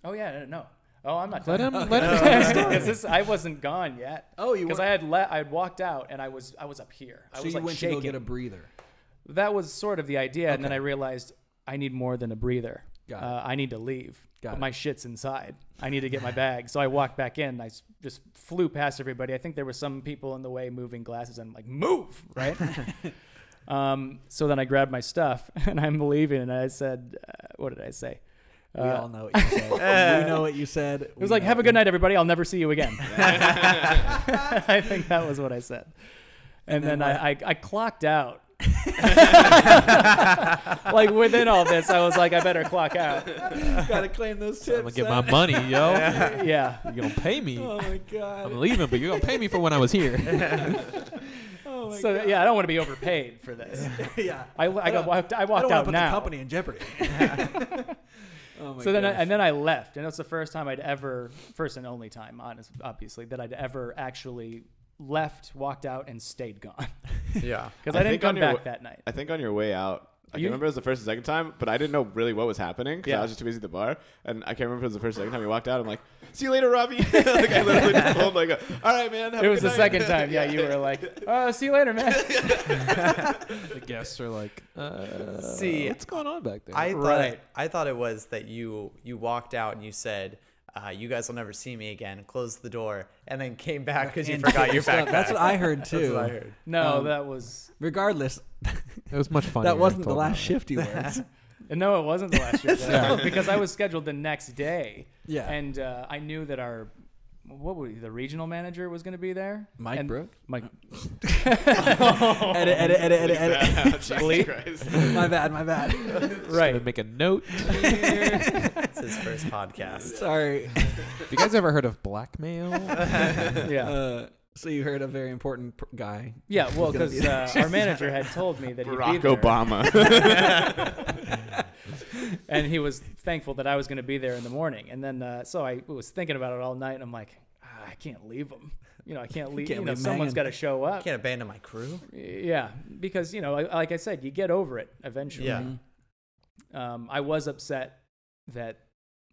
Speaker 5: oh yeah. No. Oh, I'm not.
Speaker 4: Let
Speaker 5: done.
Speaker 4: him. Let him. tell the story.
Speaker 5: Because this, I wasn't gone yet.
Speaker 2: Oh, you
Speaker 5: Because
Speaker 2: weren't-
Speaker 5: I had le- I had walked out and I was I was up here. I
Speaker 2: so
Speaker 5: was
Speaker 2: you
Speaker 5: like
Speaker 2: went
Speaker 5: shaking.
Speaker 2: to go get a breather.
Speaker 5: that was sort of the idea, and then I realized I need more than a breather.
Speaker 2: Got
Speaker 5: uh, I need to leave.
Speaker 2: Got
Speaker 5: but
Speaker 2: it.
Speaker 5: my shit's inside. I need to get my bag. So I walked back in. I s- just flew past everybody. I think there were some people in the way moving glasses. and I'm like, move, right? um, so then I grabbed my stuff and I'm leaving. And I said, uh, what did I say?
Speaker 2: We
Speaker 5: Uh,
Speaker 2: all know what you said. we know what you said.
Speaker 5: it was like, have a good night, everybody. I'll never see you again. I think that was what I said. And,
Speaker 2: then
Speaker 5: then, I, I, I clocked out. like within all this, I was like, I better clock out.
Speaker 2: Gotta claim those tips.
Speaker 4: I'm gonna get my money, yo.
Speaker 5: Yeah.
Speaker 4: You're gonna pay me.
Speaker 2: Oh my god.
Speaker 4: I'm leaving, but you're gonna pay me for when I was here.
Speaker 2: Oh my
Speaker 5: So
Speaker 2: god.
Speaker 5: yeah, I don't want to be overpaid for this.
Speaker 2: yeah.
Speaker 5: I, I got
Speaker 2: don't-
Speaker 5: walked. I
Speaker 2: I
Speaker 5: walked
Speaker 2: don't wanna
Speaker 5: out
Speaker 2: put
Speaker 5: now.
Speaker 2: the company in jeopardy. oh my
Speaker 5: so then, I,
Speaker 2: gosh.
Speaker 5: and then I left, and that's the first time I'd ever, first and only time, honest, obviously, that I'd ever actually left, walked out, and stayed gone
Speaker 1: Yeah.
Speaker 5: because
Speaker 3: I
Speaker 5: I, didn't
Speaker 3: think on
Speaker 5: come
Speaker 3: your
Speaker 5: back
Speaker 3: wa-
Speaker 5: that night.
Speaker 3: I think on your way out, I can't
Speaker 5: You-
Speaker 3: remember it was the first and second time, but I didn't know really what was happening because
Speaker 5: Yeah.
Speaker 3: I was just too busy at the bar. And I can't remember if it was the first or second time you walked out. I'm like, see you later, Robbie. like, I literally just told him, like, all right, man. Have
Speaker 5: It
Speaker 3: a
Speaker 5: was
Speaker 3: good night."
Speaker 5: the second time. Yeah, you were like, "Oh, see you later, man."
Speaker 4: the guests are like, uh,
Speaker 1: See,
Speaker 4: what's going on back there?
Speaker 1: I thought
Speaker 5: Right.
Speaker 1: it, I thought it was that you you walked out and you said, uh, "You guys will never see me again." Closed the door and then came back because you
Speaker 2: And
Speaker 1: forgot your
Speaker 2: stuff.
Speaker 1: backpack.
Speaker 2: That's what I heard too.
Speaker 1: That's what I heard.
Speaker 5: No,
Speaker 2: Um,
Speaker 5: that was
Speaker 2: Regardless,
Speaker 4: it was much fun.
Speaker 2: that wasn't the last shift you worked.
Speaker 5: no, it wasn't the last year because I was scheduled the next day,
Speaker 2: yeah.
Speaker 5: and uh, I knew that our what would the regional manager was going to be there.
Speaker 2: Mike
Speaker 5: and
Speaker 2: Brooke?
Speaker 5: Mike.
Speaker 2: edit, edit, edit, edit, edit.
Speaker 3: Jesus Christ.
Speaker 2: my bad, my bad.
Speaker 4: Right.
Speaker 5: Right.
Speaker 4: Make a note.
Speaker 1: It's his first podcast.
Speaker 2: Sorry.
Speaker 4: Have you guys ever heard of blackmail?
Speaker 5: Yeah.
Speaker 2: Uh, so you heard a very important pr- guy.
Speaker 5: Yeah, well,
Speaker 2: gonna
Speaker 5: because
Speaker 2: be
Speaker 5: uh, our manager had told me that he'd be
Speaker 3: Barack
Speaker 5: there,
Speaker 3: Obama.
Speaker 5: and he was thankful that I was going to be there in the morning. And then, uh, so I was thinking about it all night, and I'm like, "Ah, I can't leave him. You know, I can't leave.
Speaker 2: Can't
Speaker 5: you know,
Speaker 2: leave
Speaker 5: someone's
Speaker 2: Megan.
Speaker 5: got to show
Speaker 1: I
Speaker 5: up.
Speaker 1: can't abandon my crew.
Speaker 5: Yeah, because you know, like, like I said, you get over it eventually.
Speaker 1: Yeah.
Speaker 2: Mhm.
Speaker 5: Um, I was upset that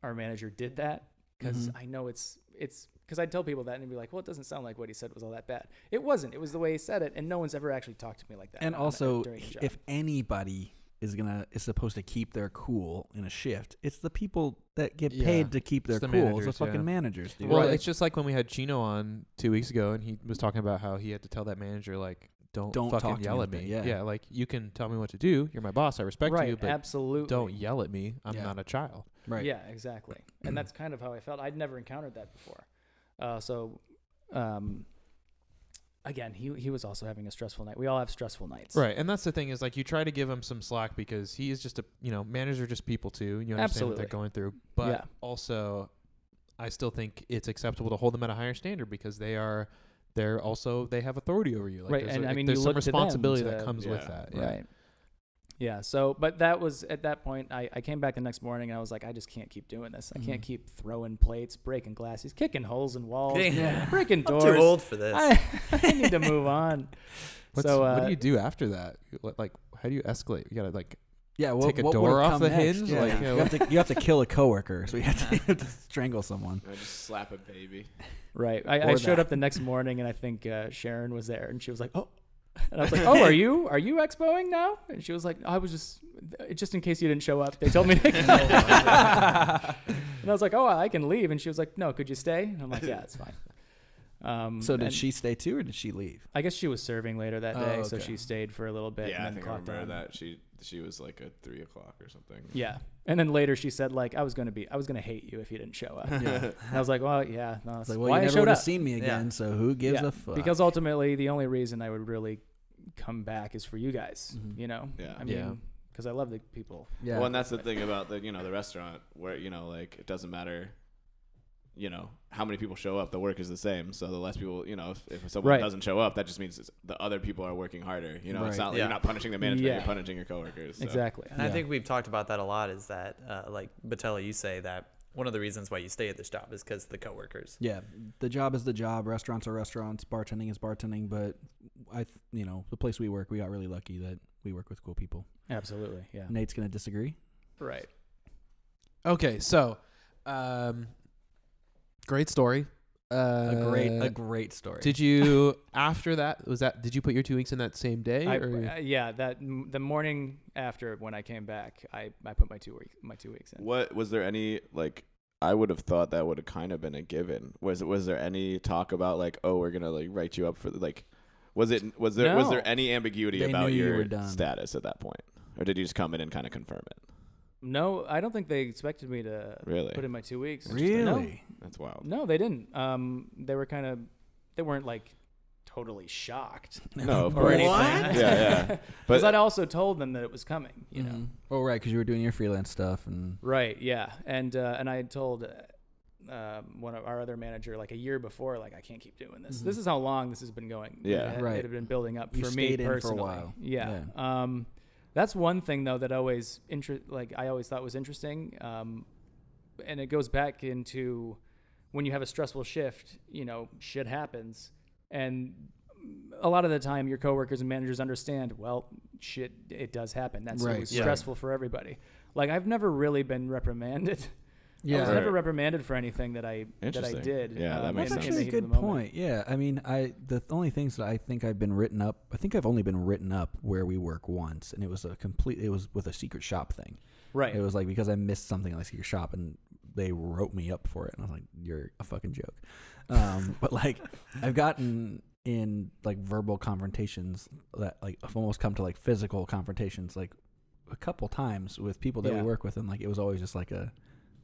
Speaker 5: our manager did that because
Speaker 2: Mhm.
Speaker 5: I know it's it's because I'd tell people that and they'd be like, well, it doesn't sound like what he said was all that bad. It wasn't. It was the way he said it, and no one's ever actually talked to me like that.
Speaker 2: And
Speaker 5: on- on-
Speaker 2: also,
Speaker 5: during the job.
Speaker 2: if anybody is gonna is supposed to keep their cool in a shift. It's the people that get
Speaker 4: Yeah.
Speaker 2: paid to keep their
Speaker 4: It's the
Speaker 2: cool.
Speaker 4: managers,
Speaker 2: it's the fucking
Speaker 4: yeah.
Speaker 2: managers. Dude.
Speaker 4: Well,
Speaker 3: Right.
Speaker 4: it's just like when we had Chino on two weeks ago, and he was talking about how he had to tell that manager like, "Don't,
Speaker 2: Don't
Speaker 4: fucking
Speaker 2: talk to
Speaker 4: yell
Speaker 2: me
Speaker 4: at
Speaker 2: like
Speaker 4: me."
Speaker 2: that, yeah.
Speaker 4: like you can tell me what to do. You're my boss. I respect
Speaker 5: right,
Speaker 4: you, but
Speaker 5: absolutely.
Speaker 4: don't yell at me. I'm
Speaker 2: Yeah.
Speaker 4: not a child.
Speaker 2: right.
Speaker 5: Yeah, exactly. and that's kind of how I felt. I'd never encountered that before. Uh, so, um, again, he he was also having a stressful night. We all have stressful nights.
Speaker 4: Right, and that's the thing is like you try to give him some slack because he is just a you know managers are just people too, and you understand what they're
Speaker 5: Absolutely.
Speaker 4: going through. But
Speaker 5: Yeah.
Speaker 4: also, I still think it's acceptable to hold them at a higher standard because they are they're also they have authority over you. Like
Speaker 5: Right,
Speaker 4: there's
Speaker 5: and
Speaker 4: a,
Speaker 5: I
Speaker 4: like,
Speaker 5: mean,
Speaker 4: there's
Speaker 5: you
Speaker 4: some
Speaker 5: look to them
Speaker 4: responsibility that
Speaker 5: to-
Speaker 4: comes with
Speaker 3: Yeah,
Speaker 4: that. Yeah.
Speaker 5: Right. Yeah. So, but that was at that point. I, I came back the next morning and I was like, I just can't keep doing this. I
Speaker 2: Mm-hmm.
Speaker 5: can't
Speaker 4: Mhm.
Speaker 5: keep throwing plates, breaking glasses, kicking holes in walls,
Speaker 1: Yeah.
Speaker 5: breaking
Speaker 1: I'm
Speaker 5: doors.
Speaker 1: too old for this.
Speaker 5: I, I need to move on.
Speaker 4: What's,
Speaker 5: so, uh,
Speaker 4: what do you do after that? What, like, how do you escalate? You gotta like
Speaker 2: Yeah, well,
Speaker 4: Take a
Speaker 2: what
Speaker 4: door
Speaker 2: would've
Speaker 4: off
Speaker 2: come
Speaker 4: the
Speaker 2: next?
Speaker 4: hinge,
Speaker 2: Yeah.
Speaker 4: like,
Speaker 2: you,
Speaker 4: you know.
Speaker 2: have to, you have to kill a coworker, so you have to, you have to strangle someone.
Speaker 3: I just slap a baby.
Speaker 5: Right. I, I
Speaker 2: Or
Speaker 5: showed
Speaker 2: that.
Speaker 5: up the next morning and I think uh, Sharon was there and she was like, oh. And I was like, "Oh, are you are you expoing now?" And she was like, "I was just uh, just in case you didn't show up. They told me to
Speaker 2: Oh
Speaker 5: come." and I was like, "Oh, I can leave." And she was like, "No, could you stay?" And I'm like, "Yeah, it's fine." Um,
Speaker 2: So did
Speaker 5: and-
Speaker 2: she stay too, or did she leave?
Speaker 5: I guess she was serving later that
Speaker 2: Oh,
Speaker 5: day, so
Speaker 2: okay.
Speaker 5: she stayed for a little bit.
Speaker 3: yeah, I
Speaker 5: and then
Speaker 3: think I
Speaker 5: clocked
Speaker 3: remember
Speaker 5: out.
Speaker 3: that. She she was like at three o'clock or something.
Speaker 5: Yeah, and then later she said like I was gonna be I was gonna hate you if you didn't show up.
Speaker 2: Yeah.
Speaker 5: And I was like, well, yeah, no,
Speaker 2: It's
Speaker 5: that's
Speaker 2: like, well,
Speaker 5: why
Speaker 2: you
Speaker 5: I
Speaker 2: never
Speaker 5: showed
Speaker 2: would
Speaker 5: up.
Speaker 2: have seen me again,
Speaker 1: Yeah.
Speaker 2: so who gives
Speaker 5: Yeah,
Speaker 2: a fuck?
Speaker 5: because ultimately the only reason I would really come back is for you guys.
Speaker 2: Mhm.
Speaker 5: You know,
Speaker 3: Yeah.
Speaker 5: I
Speaker 4: Yeah.
Speaker 5: mean, because I love the people.
Speaker 2: yeah,
Speaker 3: Well, and that's the thing about the you know the restaurant where you know like it doesn't matter, you know how many people show up. The work is the same. So the less people, you know, if, if someone
Speaker 5: Right.
Speaker 3: doesn't show up, that just means it's, the other people are working harder. You know,
Speaker 2: Right.
Speaker 3: it's not like
Speaker 1: Yeah.
Speaker 3: you're not punishing the management.
Speaker 5: Yeah.
Speaker 3: You're punishing your coworkers. so.
Speaker 5: Exactly.
Speaker 1: And I
Speaker 2: Yeah.
Speaker 1: think we've talked about that a lot. Is that uh, like Batella? You say that one of the reasons why you stay at this job is because the coworkers.
Speaker 2: Yeah, the job is the job. Restaurants are restaurants. Bartending is bartending. But I, th- you know, the place we work, we got really lucky that we work with cool people.
Speaker 5: Absolutely. Yeah.
Speaker 2: Nate's gonna disagree.
Speaker 5: Right.
Speaker 4: Okay, so um great story. Uh,
Speaker 2: A great, a great story.
Speaker 4: Did you after that was that did you put your 2 weeks in that same day
Speaker 5: I,
Speaker 4: or
Speaker 5: uh, yeah. That m- the morning after when I came back, I, I put my two week my two weeks in.
Speaker 3: What was there any like? I would have thought that would have kind of been a given. Was was there any talk about like, oh, we're gonna like write you up for like? Was it was there was
Speaker 5: No.
Speaker 3: there any ambiguity
Speaker 2: They
Speaker 3: about
Speaker 2: knew you
Speaker 3: your
Speaker 2: were done.
Speaker 3: status at that point, or did you just come in and kind of confirm it?
Speaker 5: No, I don't think they expected me to
Speaker 3: Really,
Speaker 5: put in my two weeks.
Speaker 2: really?
Speaker 3: that's wild.
Speaker 5: No, they didn't. Um, they were kind of, they weren't like totally shocked
Speaker 3: No, of
Speaker 5: or
Speaker 3: course.
Speaker 5: anything.
Speaker 3: Yeah, yeah.
Speaker 5: Because
Speaker 3: But
Speaker 5: I'd also told them that it was coming. You know.
Speaker 2: Mhm. Oh, right, because you were doing your freelance stuff, and
Speaker 5: Right. Yeah. And uh, and I had told uh, um, one of our other manager like a year before, like I can't keep doing this. This
Speaker 2: Mhm.
Speaker 5: is how long this has been going.
Speaker 3: Yeah.
Speaker 5: It had,
Speaker 2: Right.
Speaker 5: It had been building up
Speaker 2: You
Speaker 5: for me
Speaker 2: stayed in for a
Speaker 5: personally.
Speaker 2: while.
Speaker 5: Yeah. Um, that's one thing though that always inter- like I always thought was interesting. Um, and it goes back into when you have a stressful shift, you know, shit happens, and a lot of the time your coworkers and managers understand. Well, shit, it does happen. That's
Speaker 2: Right.
Speaker 5: it was
Speaker 1: Yeah.
Speaker 5: stressful for everybody. Like I've never really been reprimanded. I was
Speaker 3: Right.
Speaker 5: never reprimanded for anything that I that I
Speaker 3: Interesting.
Speaker 5: did. uh,
Speaker 3: Yeah, that makes
Speaker 2: That's
Speaker 5: in-
Speaker 3: sense.
Speaker 5: in
Speaker 2: actually
Speaker 5: the
Speaker 2: a
Speaker 5: heat of
Speaker 2: good
Speaker 5: the moment.
Speaker 2: point. Yeah, I mean, I the th- only things that I think I've been written up, I think I've only been written up where we work once, and it was a complete. It was with a secret shop thing.
Speaker 5: Right.
Speaker 2: It was like because I missed something in the secret shop, and they wrote me up for it, and I was like, "You're a fucking joke." Um, but like, I've gotten in like verbal confrontations that like have almost come to like physical confrontations, like a couple times with people that we
Speaker 5: Yeah.
Speaker 2: work with, and like it was always just like a,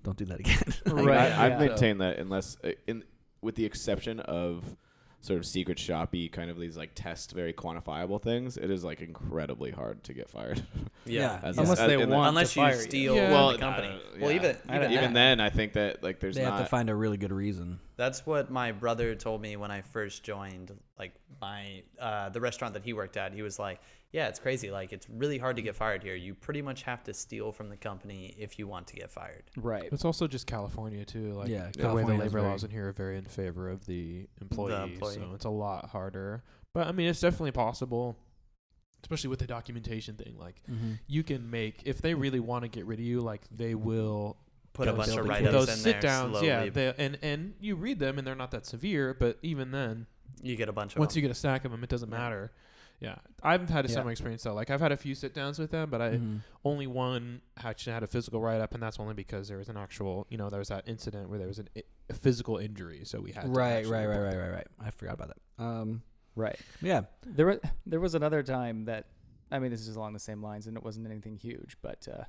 Speaker 2: "Don't do that again." Like,
Speaker 5: Right,
Speaker 3: I, I've
Speaker 5: yeah.
Speaker 3: maintained that unless uh, in with the exception of sort of secret shoppy kind of these like test very quantifiable things, it is like incredibly hard to get fired.
Speaker 2: Yeah.
Speaker 3: As
Speaker 5: Unless
Speaker 3: as-
Speaker 5: they
Speaker 3: in the-
Speaker 5: want
Speaker 1: Unless
Speaker 5: to
Speaker 1: you
Speaker 5: fire you.
Speaker 1: steal
Speaker 4: Yeah.
Speaker 1: the
Speaker 3: Well,
Speaker 1: company.
Speaker 3: uh,
Speaker 1: Well, even
Speaker 3: yeah.
Speaker 5: I don't
Speaker 1: even,
Speaker 5: know.
Speaker 1: that-
Speaker 3: even then, I think that like there's
Speaker 2: they
Speaker 3: not
Speaker 2: have to find a really good reason.
Speaker 1: That's what my brother told me when I first joined, like my uh, the restaurant that he worked at. He was like, "Yeah, it's crazy. Like, it's really hard to get fired here. You pretty much have to steal from the company if you want to get fired."
Speaker 5: Right.
Speaker 4: It's also just California too. Like
Speaker 2: Yeah,
Speaker 4: the way the
Speaker 2: California has
Speaker 4: labor
Speaker 2: very-
Speaker 4: laws in here are very in favor of the employee,
Speaker 1: employee.
Speaker 4: so it's a lot harder. But I mean, it's definitely possible, especially with the documentation thing. Like
Speaker 2: Mm-hmm.
Speaker 4: you can make if they really want to get rid of you, like they will
Speaker 1: Put a
Speaker 4: those-
Speaker 1: bunch of
Speaker 2: building
Speaker 1: write-ups
Speaker 4: those
Speaker 1: in
Speaker 4: sit
Speaker 1: there
Speaker 4: downs.
Speaker 1: slowly.
Speaker 4: Yeah, they, and and you read them and they're not that severe, but even then,
Speaker 1: you get a bunch of
Speaker 4: once
Speaker 1: them.
Speaker 4: you get a stack of them, it doesn't
Speaker 1: Yeah.
Speaker 4: matter. Yeah, I've had a
Speaker 2: Yeah.
Speaker 4: similar experience though. Like I've had a few sit downs with them, but I
Speaker 2: Mhm.
Speaker 4: only one actually had a physical write up, and that's only because there was an actual, you know, there was that incident where there was an, i- a physical injury, so we had to
Speaker 2: Right,
Speaker 4: actually
Speaker 2: right, right,
Speaker 4: report
Speaker 2: right,
Speaker 4: that.
Speaker 2: right, right. I forgot about that. Um,
Speaker 5: Right.
Speaker 2: yeah,
Speaker 5: There was there was another time that I mean this is along the same lines and it wasn't anything huge, but uh,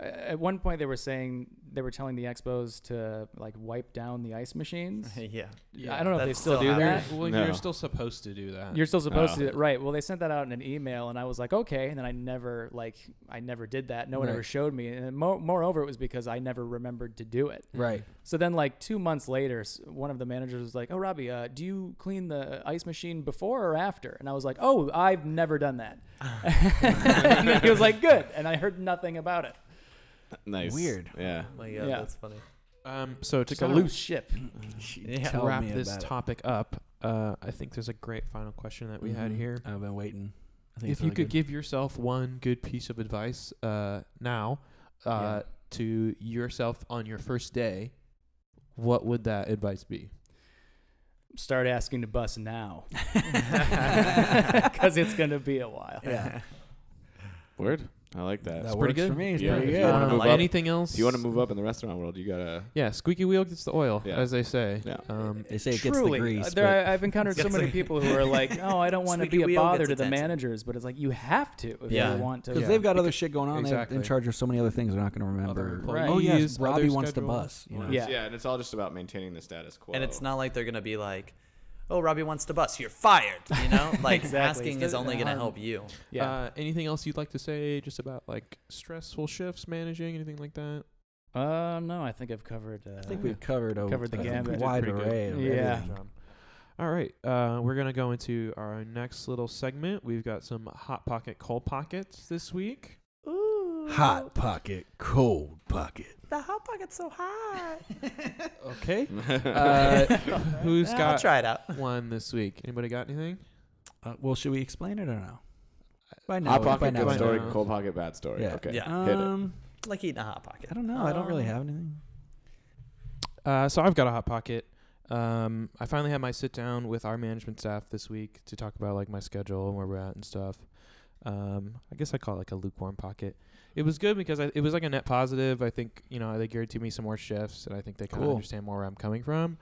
Speaker 5: at one point they were saying they were telling the expos to like wipe down the ice machines.
Speaker 1: yeah.
Speaker 4: Yeah,
Speaker 5: I don't know if
Speaker 1: that
Speaker 5: they still,
Speaker 1: still
Speaker 5: do
Speaker 1: happens.
Speaker 5: that.
Speaker 4: You're- Well,
Speaker 3: No.
Speaker 4: you're still supposed to do that.
Speaker 5: You're still supposed to
Speaker 3: No.
Speaker 5: do that. right? Well, they sent that out in an email, and I was like, okay. And then I never like I never did that. No one
Speaker 2: Right.
Speaker 5: ever showed me. And mo- moreover, it was because I never remembered to do it.
Speaker 2: right.
Speaker 5: So then, like two months later, s- one of the managers was like, "Oh, Robbie, uh, do you clean the ice machine before or after?" And I was like, "Oh, I've never done that." and then he was like, "Good," and I heard nothing about it.
Speaker 3: Nice.
Speaker 2: Weird.
Speaker 3: Yeah.
Speaker 1: Oh my god,
Speaker 5: Yeah.
Speaker 1: that's funny.
Speaker 4: Um, so to
Speaker 5: It's a
Speaker 4: kind of
Speaker 5: loose ship.
Speaker 1: Yeah.
Speaker 2: Tell
Speaker 4: wrap
Speaker 2: me
Speaker 4: this
Speaker 2: about it.
Speaker 4: topic up, uh, I think there's a great final question that we had
Speaker 2: Mhm.
Speaker 3: Mm-hmm.
Speaker 4: here.
Speaker 2: I've been waiting. I think
Speaker 4: If
Speaker 2: it's
Speaker 4: you
Speaker 2: really
Speaker 4: could
Speaker 2: good.
Speaker 4: give yourself one good piece of advice uh, now uh, to yourself on your first day, what would that advice be?
Speaker 5: Start asking to bus now, because it's gonna be a while.
Speaker 2: yeah,
Speaker 3: Word. I like that.
Speaker 2: that
Speaker 4: pretty
Speaker 2: works for
Speaker 4: good.
Speaker 2: me. It's
Speaker 3: Yeah,
Speaker 2: pretty
Speaker 3: if
Speaker 2: good.
Speaker 3: you wanna
Speaker 4: Um,
Speaker 3: move up-
Speaker 4: anything else?
Speaker 3: If you want to move up in the restaurant world, you gotta.
Speaker 4: Yeah, squeaky wheel gets the oil,
Speaker 3: Yeah.
Speaker 4: as they say.
Speaker 3: Yeah.
Speaker 4: Um,
Speaker 2: They say it gets
Speaker 5: Truly,
Speaker 2: the grease.
Speaker 5: uh, there,
Speaker 2: but
Speaker 5: I, I've encountered so many people who are like, "Oh, I don't want to
Speaker 1: Squeaky
Speaker 5: be a
Speaker 1: wheel
Speaker 5: bother
Speaker 1: gets
Speaker 5: to the
Speaker 1: attention.
Speaker 5: managers," but it's like you have to if
Speaker 1: Yeah.
Speaker 5: you want to.
Speaker 2: because
Speaker 4: Yeah.
Speaker 2: they've got other shit going on,
Speaker 4: Exactly.
Speaker 2: they're in charge of so many other things. They're not going to remember.
Speaker 5: Right.
Speaker 2: Oh yes,
Speaker 4: employees,
Speaker 2: Robbie
Speaker 4: other
Speaker 2: wants to
Speaker 4: schedule.
Speaker 2: bus. You know?
Speaker 5: Yeah.
Speaker 3: Yeah, and it's all just about maintaining the status quo.
Speaker 1: And it's not like they're gonna be like, "Oh, Robbie wants to bus. You're fired." You know, like
Speaker 5: Exactly.
Speaker 1: asking
Speaker 5: It's
Speaker 1: is only gonna
Speaker 4: hard.
Speaker 1: help you.
Speaker 5: Yeah.
Speaker 4: Uh, anything else you'd like to say just about like stressful shifts, managing, anything like that?
Speaker 5: Uh, no, I think I've covered. Uh,
Speaker 2: I think we've covered a,
Speaker 5: Covered the
Speaker 2: a
Speaker 5: gambit. We did
Speaker 2: wide
Speaker 4: pretty good.
Speaker 2: array. Of
Speaker 5: Yeah.
Speaker 2: everything.
Speaker 4: All right, uh, we're gonna go into our next little segment. We've got some hot pocket, cold pockets this week.
Speaker 2: Hot pocket, cold pocket.
Speaker 1: The hot pocket's so hot.
Speaker 4: Okay, uh, who's
Speaker 1: I'll
Speaker 4: got
Speaker 1: try it out.
Speaker 4: one this week? Anybody got anything?
Speaker 2: Uh, well, should we explain it or no? By now,
Speaker 3: Hot
Speaker 2: by
Speaker 3: pocket,
Speaker 2: now,
Speaker 3: good
Speaker 2: by
Speaker 4: it's
Speaker 3: story.
Speaker 2: now.
Speaker 4: now.
Speaker 3: Cold pocket, bad story.
Speaker 2: Yeah.
Speaker 3: Okay.
Speaker 1: Yeah.
Speaker 3: Hit it.
Speaker 2: Um,
Speaker 1: Like eating a hot pocket.
Speaker 2: I don't know. I don't really
Speaker 1: Um,
Speaker 2: have anything.
Speaker 4: Uh, so I've got a hot pocket. Um, I finally had my sit down with our management staff this week to talk about like my schedule and where we're at and stuff. Um, I guess I call it like a lukewarm pocket. It was good because I, it was like a net positive. I think you know they guaranteed me some more shifts, and I think they kind of
Speaker 2: Cool.
Speaker 4: understand more where I'm coming from.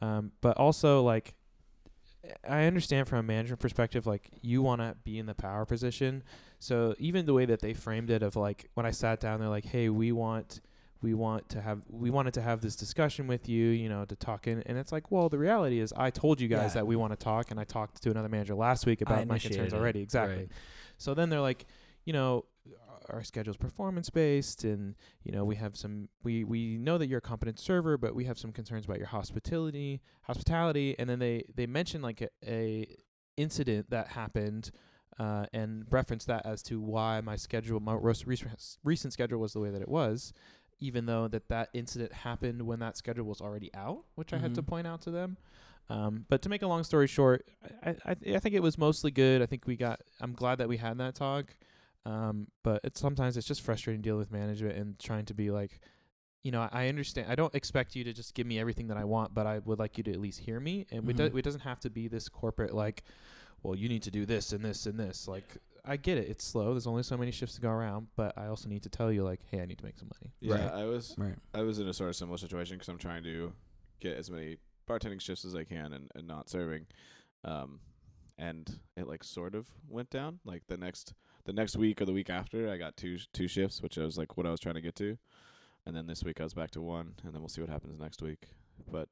Speaker 4: Um, but also like I understand from a management perspective, like you want to be in the power position. So even the way that they framed it of like when I sat down, they're like, "Hey, we want." We want to have we wanted to have this discussion with you, you know, to talk in and it's like, well, the reality is I told you guys
Speaker 2: Yeah.
Speaker 4: that we want to talk and I talked to another manager last week about my
Speaker 2: initiated
Speaker 4: concerns
Speaker 2: it.
Speaker 4: already. Exactly.
Speaker 2: Right.
Speaker 4: So then they're like, you know, our schedule's performance based and you know, we have some we we know that you're a competent server, but we have some concerns about your hospitality, hospitality and then they they mention like a, a incident that happened uh, and reference that as to why my schedule, my ros- recent recent schedule was the way that it was, even though that that incident happened when that schedule was already out, which I had to
Speaker 2: Mhm.
Speaker 4: point out to them. Um, but to make a long story short, I, I, I th- I think it was mostly good. I think we got. I'm glad that we had that talk. Um, but it's sometimes it's just frustrating dealing with management and trying to be like, you know, I understand. I don't expect you to just give me everything that I want, but I would like you to at least hear me. And we do,
Speaker 2: Mhm.
Speaker 4: it doesn't have to be this corporate like, well, you need to do this and this and this. Like, I get it. It's slow. There's only so many shifts to go around, but I also need to tell you like, hey, I need to make some money.
Speaker 3: Yeah,
Speaker 2: Right.
Speaker 3: I was
Speaker 2: Right.
Speaker 3: I was in a sort of similar situation because I'm trying to get as many bartending shifts as I can and, and not serving. Um, and it like sort of went down. Like the next the next week or the week after, I got two two shifts, which I was like what I was trying to get to. And then this week I was back to one, and then we'll see what happens next week. But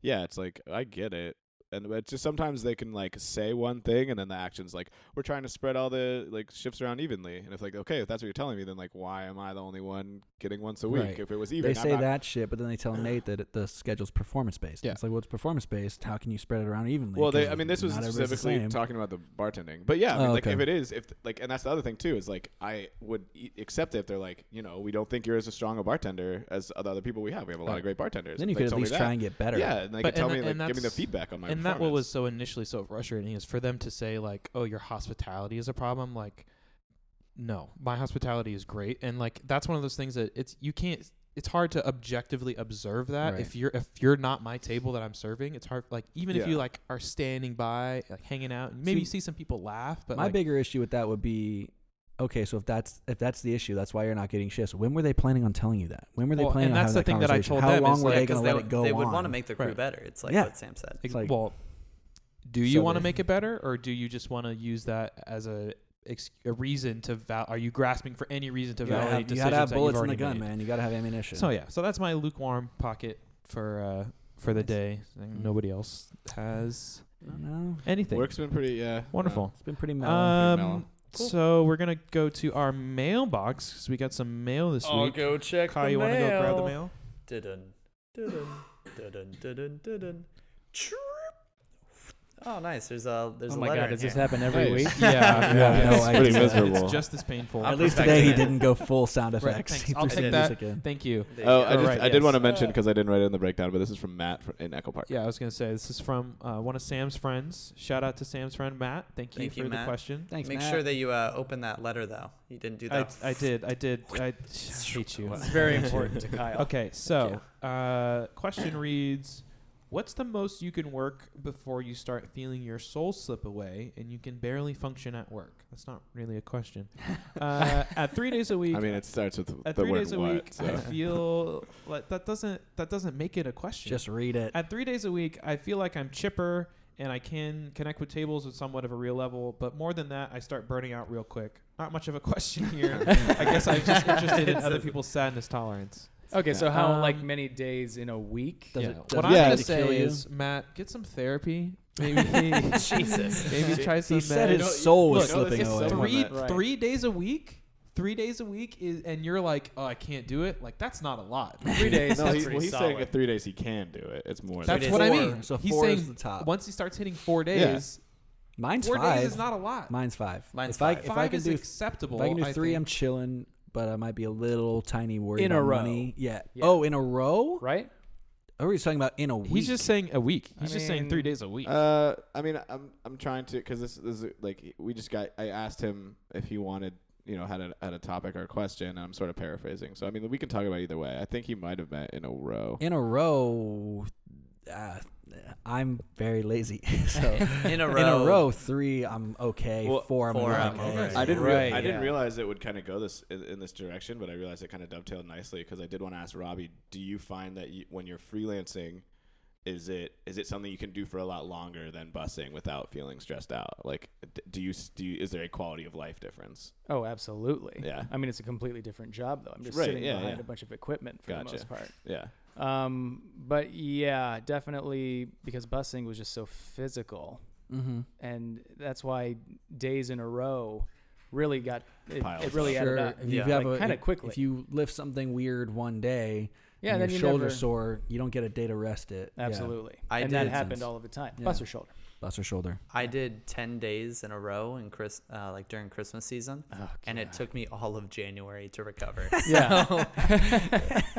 Speaker 3: yeah, it's like I get it. And but it's just sometimes they can like say one thing and then the action's like we're trying to spread all the like shifts around evenly. And it's like okay, if that's what you're telling me, then like why am I the only one getting once a week?
Speaker 2: Right.
Speaker 3: If it was even,
Speaker 2: they
Speaker 3: I'm
Speaker 2: say
Speaker 3: not-
Speaker 2: that shit, but then they tell Nate that it, the schedule's performance based.
Speaker 4: Yeah.
Speaker 2: It's like, well, it's performance based. How can you spread it around evenly?
Speaker 3: Well, they,
Speaker 2: 'Cause
Speaker 3: I mean, this was
Speaker 2: not everybody's the
Speaker 3: specifically
Speaker 2: same.
Speaker 3: talking about the bartending, but yeah, I mean,
Speaker 2: Oh,
Speaker 3: like
Speaker 2: okay.
Speaker 3: if it is, if like, and that's the other thing too is like I would e- accept it if they're like, you know, we don't think you're as a strong a bartender as the other people we have. We have a lot of
Speaker 2: Right.
Speaker 3: great bartenders.
Speaker 2: Then you
Speaker 3: If
Speaker 2: could
Speaker 3: they
Speaker 2: at
Speaker 3: told me
Speaker 2: least
Speaker 3: that,
Speaker 2: try and get better.
Speaker 3: Yeah, and they
Speaker 4: But-
Speaker 3: could tell
Speaker 4: and-
Speaker 3: me like
Speaker 4: and
Speaker 3: give me the
Speaker 4: that's-
Speaker 3: feedback on my.
Speaker 4: and that what
Speaker 3: performance.
Speaker 4: was so initially so frustrating is for them to say like oh your hospitality is a problem like no my hospitality is great and like that's one of those things that it's you can't it's hard to objectively observe that
Speaker 2: Right.
Speaker 4: if you're if you're not my table that I'm serving. It's hard like even if
Speaker 3: Yeah.
Speaker 4: you like are standing by like hanging out and maybe
Speaker 2: See,
Speaker 4: you see some people laugh, but
Speaker 2: my
Speaker 4: like,
Speaker 2: bigger issue with that would be okay so if that's if that's the issue that's why you're not getting shifts when were they planning on telling you that when were they
Speaker 4: Well, and
Speaker 2: planning on
Speaker 4: that's
Speaker 2: having
Speaker 4: the thing that I
Speaker 2: conversation?
Speaker 4: told
Speaker 2: how
Speaker 4: them
Speaker 2: long
Speaker 4: is,
Speaker 2: were
Speaker 4: like,
Speaker 2: they going to
Speaker 1: they,
Speaker 2: let it go
Speaker 1: they would
Speaker 2: on?
Speaker 1: want to make the crew
Speaker 4: Right.
Speaker 1: better. It's like
Speaker 2: Yeah.
Speaker 1: what Sam said.
Speaker 4: ex-
Speaker 2: like-
Speaker 4: well, do you
Speaker 2: So
Speaker 4: want to
Speaker 2: they-
Speaker 4: make it better or do you just want to use that as a ex- a reason to val- are you grasping for any reason to
Speaker 2: you gotta
Speaker 4: validate
Speaker 2: have, you
Speaker 4: decisions
Speaker 2: gotta have
Speaker 4: that you've
Speaker 2: bullets in
Speaker 4: already
Speaker 2: the gun
Speaker 4: made?
Speaker 2: man you gotta have ammunition
Speaker 4: So yeah, so that's my lukewarm pocket for uh for the
Speaker 2: Nice.
Speaker 4: day. I think
Speaker 2: Mm.
Speaker 1: Mm-hmm.
Speaker 4: Nobody else has
Speaker 2: no
Speaker 4: anything.
Speaker 3: Work's been pretty, yeah.
Speaker 4: Wonderful.
Speaker 2: it's been pretty mellow
Speaker 4: Um,
Speaker 3: mellow.
Speaker 2: Cool.
Speaker 4: so we're gonna go to our mailbox 'cause we got some mail this week.
Speaker 1: go check
Speaker 4: Kyle, you wanna go grab Oh, the mail?
Speaker 1: Didn't, didn't, didn't, didn't, didn't. Chirp. Oh, nice. There's a there's
Speaker 5: oh
Speaker 1: a
Speaker 5: my
Speaker 1: letter.
Speaker 5: god,
Speaker 1: in
Speaker 5: does this
Speaker 1: here.
Speaker 5: happen every
Speaker 3: Nice.
Speaker 5: week?
Speaker 4: yeah,
Speaker 2: Yeah, no,
Speaker 4: it's,
Speaker 2: I
Speaker 4: pretty
Speaker 2: do that.
Speaker 4: miserable.
Speaker 3: miserable.
Speaker 4: It's just this painful.
Speaker 1: I'll
Speaker 2: at least
Speaker 1: perfect
Speaker 2: today
Speaker 1: it.
Speaker 2: he didn't go full sound effects
Speaker 4: thanks.
Speaker 2: He
Speaker 4: I'll
Speaker 2: put
Speaker 1: take
Speaker 2: some
Speaker 1: that.
Speaker 2: music in.
Speaker 4: Thank you.
Speaker 1: There you
Speaker 3: Oh,
Speaker 1: go.
Speaker 3: I just
Speaker 4: Alright,
Speaker 3: I did
Speaker 1: yes.
Speaker 3: want to mention because I didn't write it in the breakdown, but this is from Matt fr- in Echo Park.
Speaker 4: Uh, Yeah, I was gonna say this is from uh, one of Sam's friends. Shout out to Sam's friend Matt. Thank you
Speaker 1: Thank
Speaker 4: for
Speaker 1: you,
Speaker 4: the
Speaker 1: Matt.
Speaker 4: question.
Speaker 2: thanks
Speaker 1: Make
Speaker 2: Matt.
Speaker 1: sure that you uh, open that letter though. You didn't do
Speaker 4: I,
Speaker 1: that.
Speaker 4: I did. I did. I hate you.
Speaker 5: It's very important to Kyle.
Speaker 4: Okay, so uh, question reads What's the most you can work before you start feeling your soul slip away and you can barely function at work? That's not really a question. Uh, at three days a week.
Speaker 3: I mean, it starts with
Speaker 4: at
Speaker 3: the
Speaker 4: three
Speaker 3: word
Speaker 4: days a
Speaker 3: what.
Speaker 4: week, I
Speaker 3: so.
Speaker 4: feel like that doesn't that doesn't make it a question.
Speaker 2: just read it
Speaker 4: At three days a week, I feel like I'm chipper and I can connect with tables at somewhat of a real level, but more than that, I start burning out real quick. Not much of a question here. I guess I'm just interested in other people's sadness tolerance.
Speaker 5: Okay, so how like
Speaker 4: Um,
Speaker 5: many days in a week?
Speaker 2: Does
Speaker 4: yeah.
Speaker 2: it- does
Speaker 4: what
Speaker 2: it
Speaker 4: I'm
Speaker 3: Yeah.
Speaker 4: gonna
Speaker 3: to
Speaker 2: kill
Speaker 4: say
Speaker 2: you?
Speaker 4: is, Matt, get some therapy. Maybe
Speaker 1: Jesus.
Speaker 4: maybe try some.
Speaker 2: he said his
Speaker 4: meds.
Speaker 2: soul was
Speaker 4: Look,
Speaker 2: slipping
Speaker 3: it's
Speaker 2: away
Speaker 3: someone
Speaker 4: three
Speaker 5: that- Right.
Speaker 4: three days a week. Three days a week is, and you're like, oh, I can't do it. Like that's not a lot.
Speaker 5: Three days.
Speaker 3: no,
Speaker 5: that's
Speaker 3: he,
Speaker 5: pretty
Speaker 3: well, he's
Speaker 5: solid.
Speaker 3: saying at three days he can do it. It's more.
Speaker 4: That's
Speaker 1: days.
Speaker 4: what I
Speaker 2: Four.
Speaker 4: mean.
Speaker 2: So
Speaker 4: He's
Speaker 2: four
Speaker 4: saying
Speaker 2: is the top.
Speaker 4: once he starts hitting four
Speaker 3: Yeah.
Speaker 4: days,
Speaker 2: mine's
Speaker 4: four
Speaker 2: five
Speaker 4: days is not a lot.
Speaker 2: mine's five
Speaker 1: Mine's
Speaker 2: if I,
Speaker 1: five.
Speaker 2: if I
Speaker 4: Five
Speaker 2: can
Speaker 4: is
Speaker 2: do
Speaker 4: acceptable.
Speaker 2: If I can do three,
Speaker 4: think.
Speaker 2: I'm chilling, but I might be a little tiny worried
Speaker 5: In a
Speaker 2: about
Speaker 5: row.
Speaker 2: money. Yeah.
Speaker 5: Yeah.
Speaker 2: Oh, in a row?
Speaker 5: right?
Speaker 2: Are we talking about in a week?
Speaker 4: He's just saying a week. He's
Speaker 5: I
Speaker 4: just saying three
Speaker 5: mean,
Speaker 4: days a week.
Speaker 3: Uh, I mean, I'm I'm trying to because this this is like we just got. I asked him if he wanted you know had a had a topic or a question. And I'm sort of paraphrasing. So I mean, we can talk about either way. I think he might have met in a row.
Speaker 2: in a row. Uh, I'm very lazy, so
Speaker 1: In a
Speaker 2: in
Speaker 1: row.
Speaker 2: a row, three I'm okay.
Speaker 3: Well,
Speaker 2: four I'm
Speaker 1: four,
Speaker 2: not
Speaker 1: I'm
Speaker 2: okay.
Speaker 1: okay.
Speaker 3: I didn't
Speaker 5: Right,
Speaker 3: real- I didn't
Speaker 5: yeah.
Speaker 3: realize it would kind of go this in, in this direction, but I realized it kind of dovetailed nicely because I did want to ask Robbie, do you find that you, when you're freelancing, is it is it something you can do for a lot longer than busing without feeling stressed out? Like, d- do you s- do you, is there a quality of life difference?
Speaker 5: Oh, absolutely.
Speaker 3: Yeah.
Speaker 5: I mean, it's a completely different job, though. I'm just
Speaker 3: Right,
Speaker 5: sitting
Speaker 3: yeah,
Speaker 5: behind
Speaker 3: yeah.
Speaker 5: a bunch of equipment for the
Speaker 3: Gotcha.
Speaker 5: most part.
Speaker 3: Yeah,
Speaker 5: Um, but yeah, definitely because busing was just so physical,
Speaker 2: Mm-hmm.
Speaker 5: and that's why days in a row really got it,
Speaker 3: Piles
Speaker 5: it really
Speaker 3: up.
Speaker 5: added
Speaker 2: Sure.
Speaker 5: up.
Speaker 2: If you
Speaker 1: Yeah.
Speaker 2: have
Speaker 5: Like,
Speaker 2: a-
Speaker 5: kinda
Speaker 2: if-
Speaker 5: quickly.
Speaker 2: If you lift something weird one day,
Speaker 5: Yeah,
Speaker 2: and
Speaker 5: then
Speaker 2: your
Speaker 5: you
Speaker 2: shoulder
Speaker 5: never-
Speaker 2: sore, you don't get a day to rest it. Yeah.
Speaker 5: Absolutely,
Speaker 1: I
Speaker 5: and that
Speaker 1: did-
Speaker 5: happened all of the time.
Speaker 2: Yeah.
Speaker 5: Buster shoulder.
Speaker 2: Bust her shoulder.
Speaker 1: I did ten days in a row in Chris, uh, like during Christmas season, and it took me all of January to recover.
Speaker 5: Yeah.
Speaker 1: So,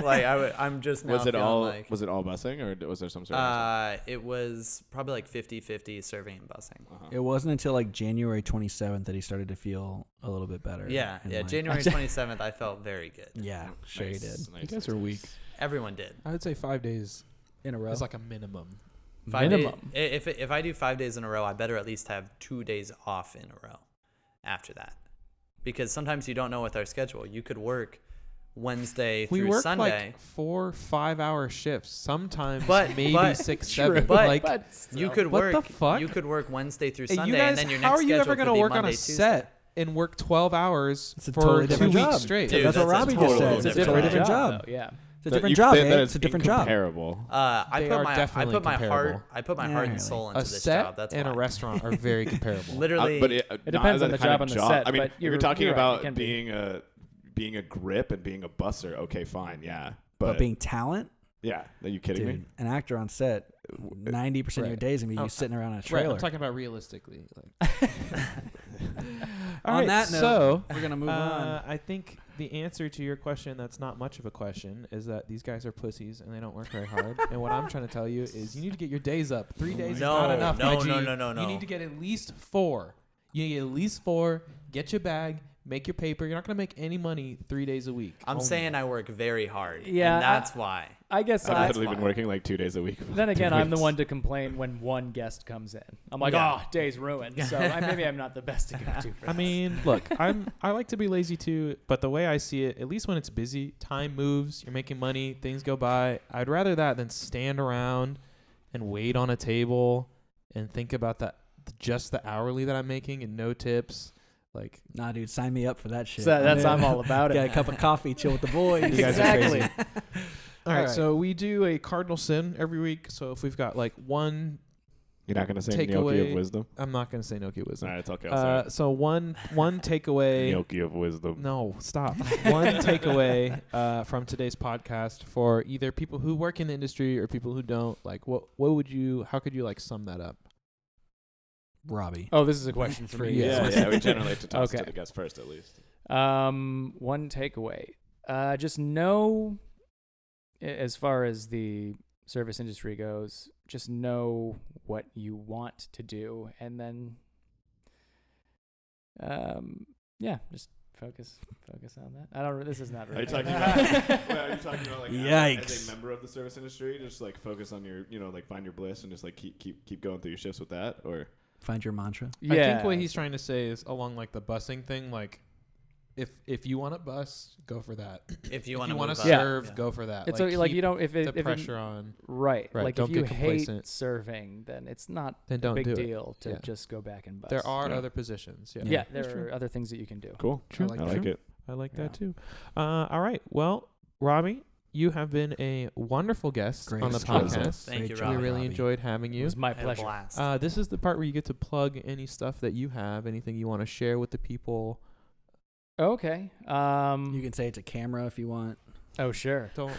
Speaker 1: like I would, I'm just now
Speaker 3: was it
Speaker 1: feeling
Speaker 3: all
Speaker 1: like
Speaker 3: was it all busing or d- was there some sort of
Speaker 1: uh, it was probably like 50-50 serving and busing.
Speaker 2: It wasn't until like January 27th that he started to feel a little bit better.
Speaker 1: Yeah,
Speaker 2: and,
Speaker 1: yeah.
Speaker 2: like-
Speaker 1: January twenty seventh, I felt very good.
Speaker 2: Yeah,
Speaker 4: Oh,
Speaker 2: sure he did.
Speaker 4: you guys are weak.
Speaker 1: Everyone did.
Speaker 4: I would say five days
Speaker 2: In a row.
Speaker 4: is like a minimum.
Speaker 1: Five day-
Speaker 5: Minimum.
Speaker 1: i- if if I do five days in a row, I better at least have two days off in a row after that, because sometimes you don't know with our schedule. You could work Wednesday
Speaker 4: We
Speaker 1: through
Speaker 4: work
Speaker 1: Sunday.
Speaker 4: like four, five-hour shifts. Sometimes
Speaker 1: But-
Speaker 4: maybe
Speaker 1: but-
Speaker 4: six,
Speaker 1: True.
Speaker 4: seven.
Speaker 1: But-
Speaker 4: like,
Speaker 5: but
Speaker 1: you
Speaker 5: still.
Speaker 1: could
Speaker 4: What
Speaker 1: work.
Speaker 4: the fuck?
Speaker 1: You could work Wednesday through
Speaker 4: Hey,
Speaker 1: Sunday,
Speaker 4: you guys,
Speaker 1: and then your next
Speaker 4: how are you
Speaker 1: schedule
Speaker 4: ever
Speaker 1: could
Speaker 4: gonna
Speaker 1: be
Speaker 4: work on
Speaker 1: Monday,
Speaker 4: a
Speaker 1: Tuesday.
Speaker 4: set and work 12 hours
Speaker 2: It's a
Speaker 4: for
Speaker 2: totally
Speaker 4: two
Speaker 2: different
Speaker 4: weeks
Speaker 2: job.
Speaker 4: straight?
Speaker 1: Dude,
Speaker 2: that's, what
Speaker 1: that's a
Speaker 2: Robbie just
Speaker 3: totally
Speaker 2: said. It's a
Speaker 3: different
Speaker 2: totally
Speaker 3: job.
Speaker 2: different job.
Speaker 5: Yeah.
Speaker 2: It's a different job, man. It's a different job.
Speaker 3: Comparable.
Speaker 1: Uh, I
Speaker 4: They
Speaker 1: put
Speaker 4: are
Speaker 1: my I
Speaker 4: definitely
Speaker 1: put my heart
Speaker 4: comparable.
Speaker 1: I put my
Speaker 2: Yeah,
Speaker 1: heart
Speaker 2: really.
Speaker 1: and soul into
Speaker 4: A
Speaker 1: this
Speaker 4: set
Speaker 1: job. That's
Speaker 4: and
Speaker 1: why.
Speaker 4: a restaurant are very comparable.
Speaker 1: Literally,
Speaker 3: Uh, but it, it
Speaker 5: depends on the
Speaker 3: on
Speaker 5: job and the set,
Speaker 3: I mean,
Speaker 5: but
Speaker 3: if you're
Speaker 5: you're-
Speaker 3: talking
Speaker 5: you're right, it
Speaker 3: about
Speaker 5: can be.
Speaker 3: being a being a grip and being a busser. Okay, fine, yeah, but,
Speaker 2: But being talent,
Speaker 3: yeah, are you kidding me?
Speaker 2: dude, an actor on set, ninety percent of your
Speaker 4: Right.
Speaker 2: days gonna be
Speaker 4: Oh,
Speaker 2: you sitting around in a
Speaker 4: Right,
Speaker 2: trailer.
Speaker 4: I'm talking about realistically. Like.
Speaker 2: on
Speaker 4: All right,
Speaker 2: that note,
Speaker 4: so
Speaker 2: we're gonna move
Speaker 4: uh,
Speaker 2: on.
Speaker 4: I think the answer to your question that's not much of a question is that these guys are pussies and they don't work very hard. and what I'm trying to tell you is you need to get your days up. Three days
Speaker 1: No,
Speaker 4: is not enough.
Speaker 1: no,
Speaker 4: my G.
Speaker 1: no, no, no,
Speaker 4: You
Speaker 1: no.
Speaker 4: need to get at least four. You need at least four. Get your bag. Make your paper. You're not gonna make any money three days a week.
Speaker 1: I'm
Speaker 4: only.
Speaker 1: saying I work very hard.
Speaker 5: Yeah, I-
Speaker 1: and that's why.
Speaker 5: I guess
Speaker 3: I've
Speaker 5: I,
Speaker 1: that's
Speaker 3: literally been
Speaker 1: fine.
Speaker 3: working like two days a week. for
Speaker 5: then
Speaker 3: two
Speaker 5: again, I'm the
Speaker 3: weeks.
Speaker 5: one to complain when one guest comes in. I'm like,
Speaker 1: Yeah.
Speaker 5: oh, day's ruined. So I, maybe I'm not the best to go to. For
Speaker 4: I
Speaker 5: this."
Speaker 4: mean, look, I'm I like to be lazy too, but the way I see it, at least when it's busy, time moves, you're making money, things go by. I'd rather that than stand around and wait on a table and think about that just the hourly that I'm making and no tips. Like
Speaker 2: Nah, dude, sign me up for that shit.
Speaker 5: So that's
Speaker 2: I'm
Speaker 5: I'm all about it.
Speaker 2: Got a cup of coffee, chill with the boys.
Speaker 4: You guys are crazy. all right,
Speaker 2: All right.
Speaker 4: so we do a cardinal sin every week. So if we've got like one,
Speaker 3: You're not gonna say
Speaker 4: Take
Speaker 3: gnocchi
Speaker 4: away-
Speaker 3: of wisdom.
Speaker 4: I'm not gonna say Nokia
Speaker 3: All
Speaker 4: wisdom.
Speaker 3: right, it's okay. I'll
Speaker 4: Uh, so one one
Speaker 3: say it.
Speaker 4: takeaway.
Speaker 3: gnocchi of wisdom.
Speaker 4: No, stop. One takeaway uh, from today's podcast for either people who work in the industry or people who don't. Like, what what would you? How could you like sum that up?
Speaker 2: Robbie.
Speaker 5: oh, this is a question for me.
Speaker 4: Yeah.
Speaker 3: Yeah, yeah. We generally have to toss it
Speaker 5: Okay.
Speaker 3: to the guest first, at least.
Speaker 5: Um, one takeaway. Uh, just know, a- as far as the service industry goes, just know what you want to do, and then, um, yeah, just focus, focus on that. I don't. re- This is not.
Speaker 3: Are
Speaker 5: Really
Speaker 3: you talking about? wait, are you talking about like as
Speaker 2: Yikes.
Speaker 3: a member of the service industry, just like focus on your, you know, like find your bliss and just like keep keep keep going through your shifts with that, or
Speaker 2: Find your mantra.
Speaker 5: yeah.
Speaker 4: I think what he's trying to say is along like the busing thing. Like, if if you want to bus, go for that.
Speaker 1: If you
Speaker 4: if
Speaker 1: want
Speaker 4: you
Speaker 1: to
Speaker 4: want to
Speaker 1: move up,
Speaker 4: serve,
Speaker 1: yeah.
Speaker 4: go for that.
Speaker 5: It's like, like
Speaker 4: keep
Speaker 5: you don't if it
Speaker 4: the
Speaker 5: if it-
Speaker 4: pressure on.
Speaker 5: right,
Speaker 4: Right,
Speaker 5: like
Speaker 4: don't
Speaker 5: if you
Speaker 4: get
Speaker 5: hate
Speaker 4: complacent.
Speaker 5: serving then it's not
Speaker 4: Then don't
Speaker 5: a big
Speaker 4: do it.
Speaker 5: deal to
Speaker 4: Yeah.
Speaker 5: just go back and bust.
Speaker 4: There are
Speaker 3: Yeah.
Speaker 4: other positions. Yeah,
Speaker 5: yeah,
Speaker 4: That's
Speaker 5: there
Speaker 4: true.
Speaker 5: are other things that you can do.
Speaker 3: cool.
Speaker 4: True.
Speaker 3: I like
Speaker 4: True.
Speaker 3: it.
Speaker 4: I like
Speaker 5: Yeah.
Speaker 4: that too. Uh, all right. Well, Robbie, you have been a wonderful guest
Speaker 2: Great
Speaker 4: on the
Speaker 2: job.
Speaker 4: podcast.
Speaker 1: Thank
Speaker 2: Great
Speaker 1: you,
Speaker 2: job,
Speaker 4: We
Speaker 1: Robbie.
Speaker 4: really
Speaker 2: Robbie.
Speaker 4: enjoyed having
Speaker 5: It
Speaker 4: you.
Speaker 5: was my
Speaker 1: I had a
Speaker 5: pleasure.
Speaker 1: blast.
Speaker 4: Uh, this is the part where you get to plug any stuff that you have, anything you want to share with the people.
Speaker 5: Okay. Um,
Speaker 2: You can say it's a camera if you want.
Speaker 5: oh, sure.
Speaker 4: Don't,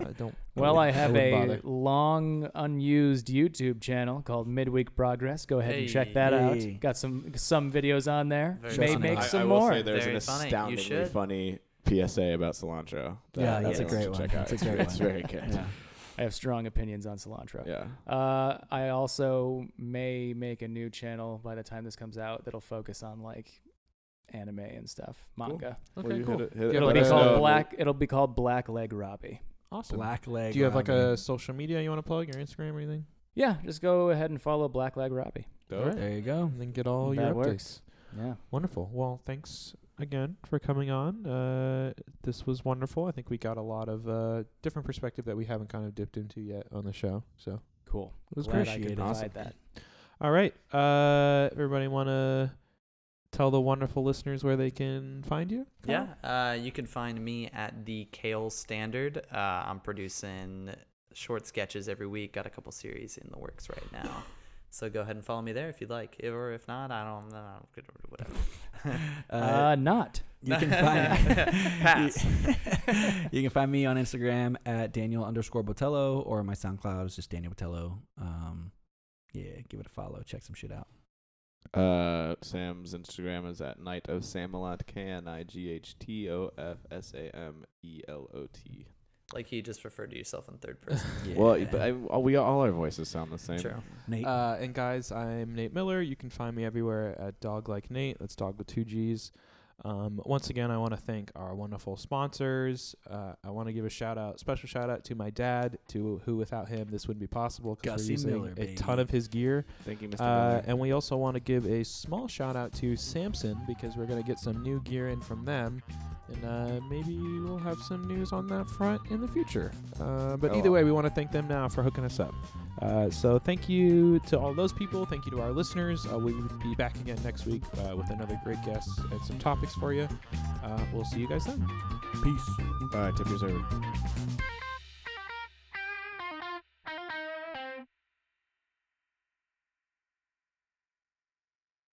Speaker 4: uh, don't.
Speaker 5: Well, I
Speaker 4: wouldn't-
Speaker 5: have a
Speaker 4: wouldn't bother.
Speaker 5: long unused YouTube channel called Midweek Progress. Go ahead and check
Speaker 1: Hey.
Speaker 5: that
Speaker 2: Hey.
Speaker 5: out. Got some some videos on there.
Speaker 1: Very
Speaker 5: May
Speaker 2: funny.
Speaker 5: make
Speaker 2: I-
Speaker 5: some
Speaker 3: I will
Speaker 5: more.
Speaker 3: say there's
Speaker 1: Very
Speaker 3: an
Speaker 1: funny. You
Speaker 3: astoundingly
Speaker 1: should.
Speaker 3: funny PSA about cilantro. That-
Speaker 2: Yeah,
Speaker 1: that's a
Speaker 3: one to
Speaker 2: great one.
Speaker 3: check out.
Speaker 2: That's a great
Speaker 3: It's
Speaker 2: one.
Speaker 3: very good.
Speaker 2: Yeah.
Speaker 5: I have strong opinions on cilantro.
Speaker 3: Yeah.
Speaker 5: Uh, I also may make a new channel by the time this comes out that'll focus on like anime and stuff, manga.
Speaker 3: Well,
Speaker 4: Okay,
Speaker 3: you
Speaker 4: cool.
Speaker 3: hit it- hit it-
Speaker 4: Yeah,
Speaker 5: It'll
Speaker 3: let
Speaker 4: but
Speaker 5: be
Speaker 3: us know.
Speaker 5: called Black. It'll be called Black Leg Robbie.
Speaker 4: Awesome.
Speaker 2: Black leg.
Speaker 4: Do you have like a
Speaker 2: Robbie.
Speaker 4: social media you want to plug, your Instagram or anything?
Speaker 5: Yeah, just go ahead and follow Black Leg Robbie.
Speaker 3: Dope.
Speaker 4: Alright.
Speaker 2: There you go.
Speaker 4: And then get all your
Speaker 5: That
Speaker 4: updates.
Speaker 5: works. Yeah.
Speaker 4: Wonderful. Well, thanks again for coming on. Uh, this was wonderful. I think we got a lot of uh, different perspective that we haven't kind of dipped into yet on the show. So
Speaker 5: Cool.
Speaker 4: it was
Speaker 5: Glad
Speaker 4: great.
Speaker 5: I
Speaker 2: appreciated.
Speaker 5: could
Speaker 2: Awesome.
Speaker 5: provide that.
Speaker 4: All right. Uh, everybody want to tell the wonderful listeners where they can find you?
Speaker 1: Yeah, uh, you can find me at the Kale Standard. Uh, I'm producing short sketches every week. Got a couple series in the works right now, so go ahead and follow me there if you'd like. If, or if not, I don't. I don't whatever.
Speaker 2: Uh,
Speaker 5: Uh, not.
Speaker 2: you can find
Speaker 1: Pass.
Speaker 2: you can find me on Instagram at Daniel underscore Botello or my SoundCloud is just Daniel Botello. Um, yeah, give it a follow. Check some shit out.
Speaker 3: Uh, Sam's Instagram is at Night of Samelot. K N I G H T O F S A M E L O T.
Speaker 1: like you just referred to yourself in third person.
Speaker 2: Yeah.
Speaker 3: Well, but I, we all our voices sound the same.
Speaker 1: True.
Speaker 2: Nate,
Speaker 4: Uh, and guys, I'm Nate Miller. You can find me everywhere at Dog Like Nate. That's Dog with two G's. Um, once again, I want to thank our wonderful sponsors. Uh, I want to give a shout out, special shout out to my dad, to who without him this wouldn't be possible. 'cause
Speaker 2: Gussie
Speaker 4: we're using
Speaker 2: Miller,
Speaker 4: a
Speaker 2: baby.
Speaker 4: ton of his gear.
Speaker 3: Thank you, Mr.
Speaker 4: Uh,
Speaker 3: Miller.
Speaker 4: and we also want to give a small shout out to Samson because we're going to get some new gear in from them. And uh, maybe we'll have some news on that front in the future. Uh, but
Speaker 3: Oh,
Speaker 4: either
Speaker 3: wow.
Speaker 4: way, we want to thank them now for hooking us up. Uh, so thank you to all those people. Thank you to our listeners. Uh, we will be back again next week uh, with another great guest and some topics for you. Uh, we'll see you guys then.
Speaker 2: peace.
Speaker 3: All right, tip your server.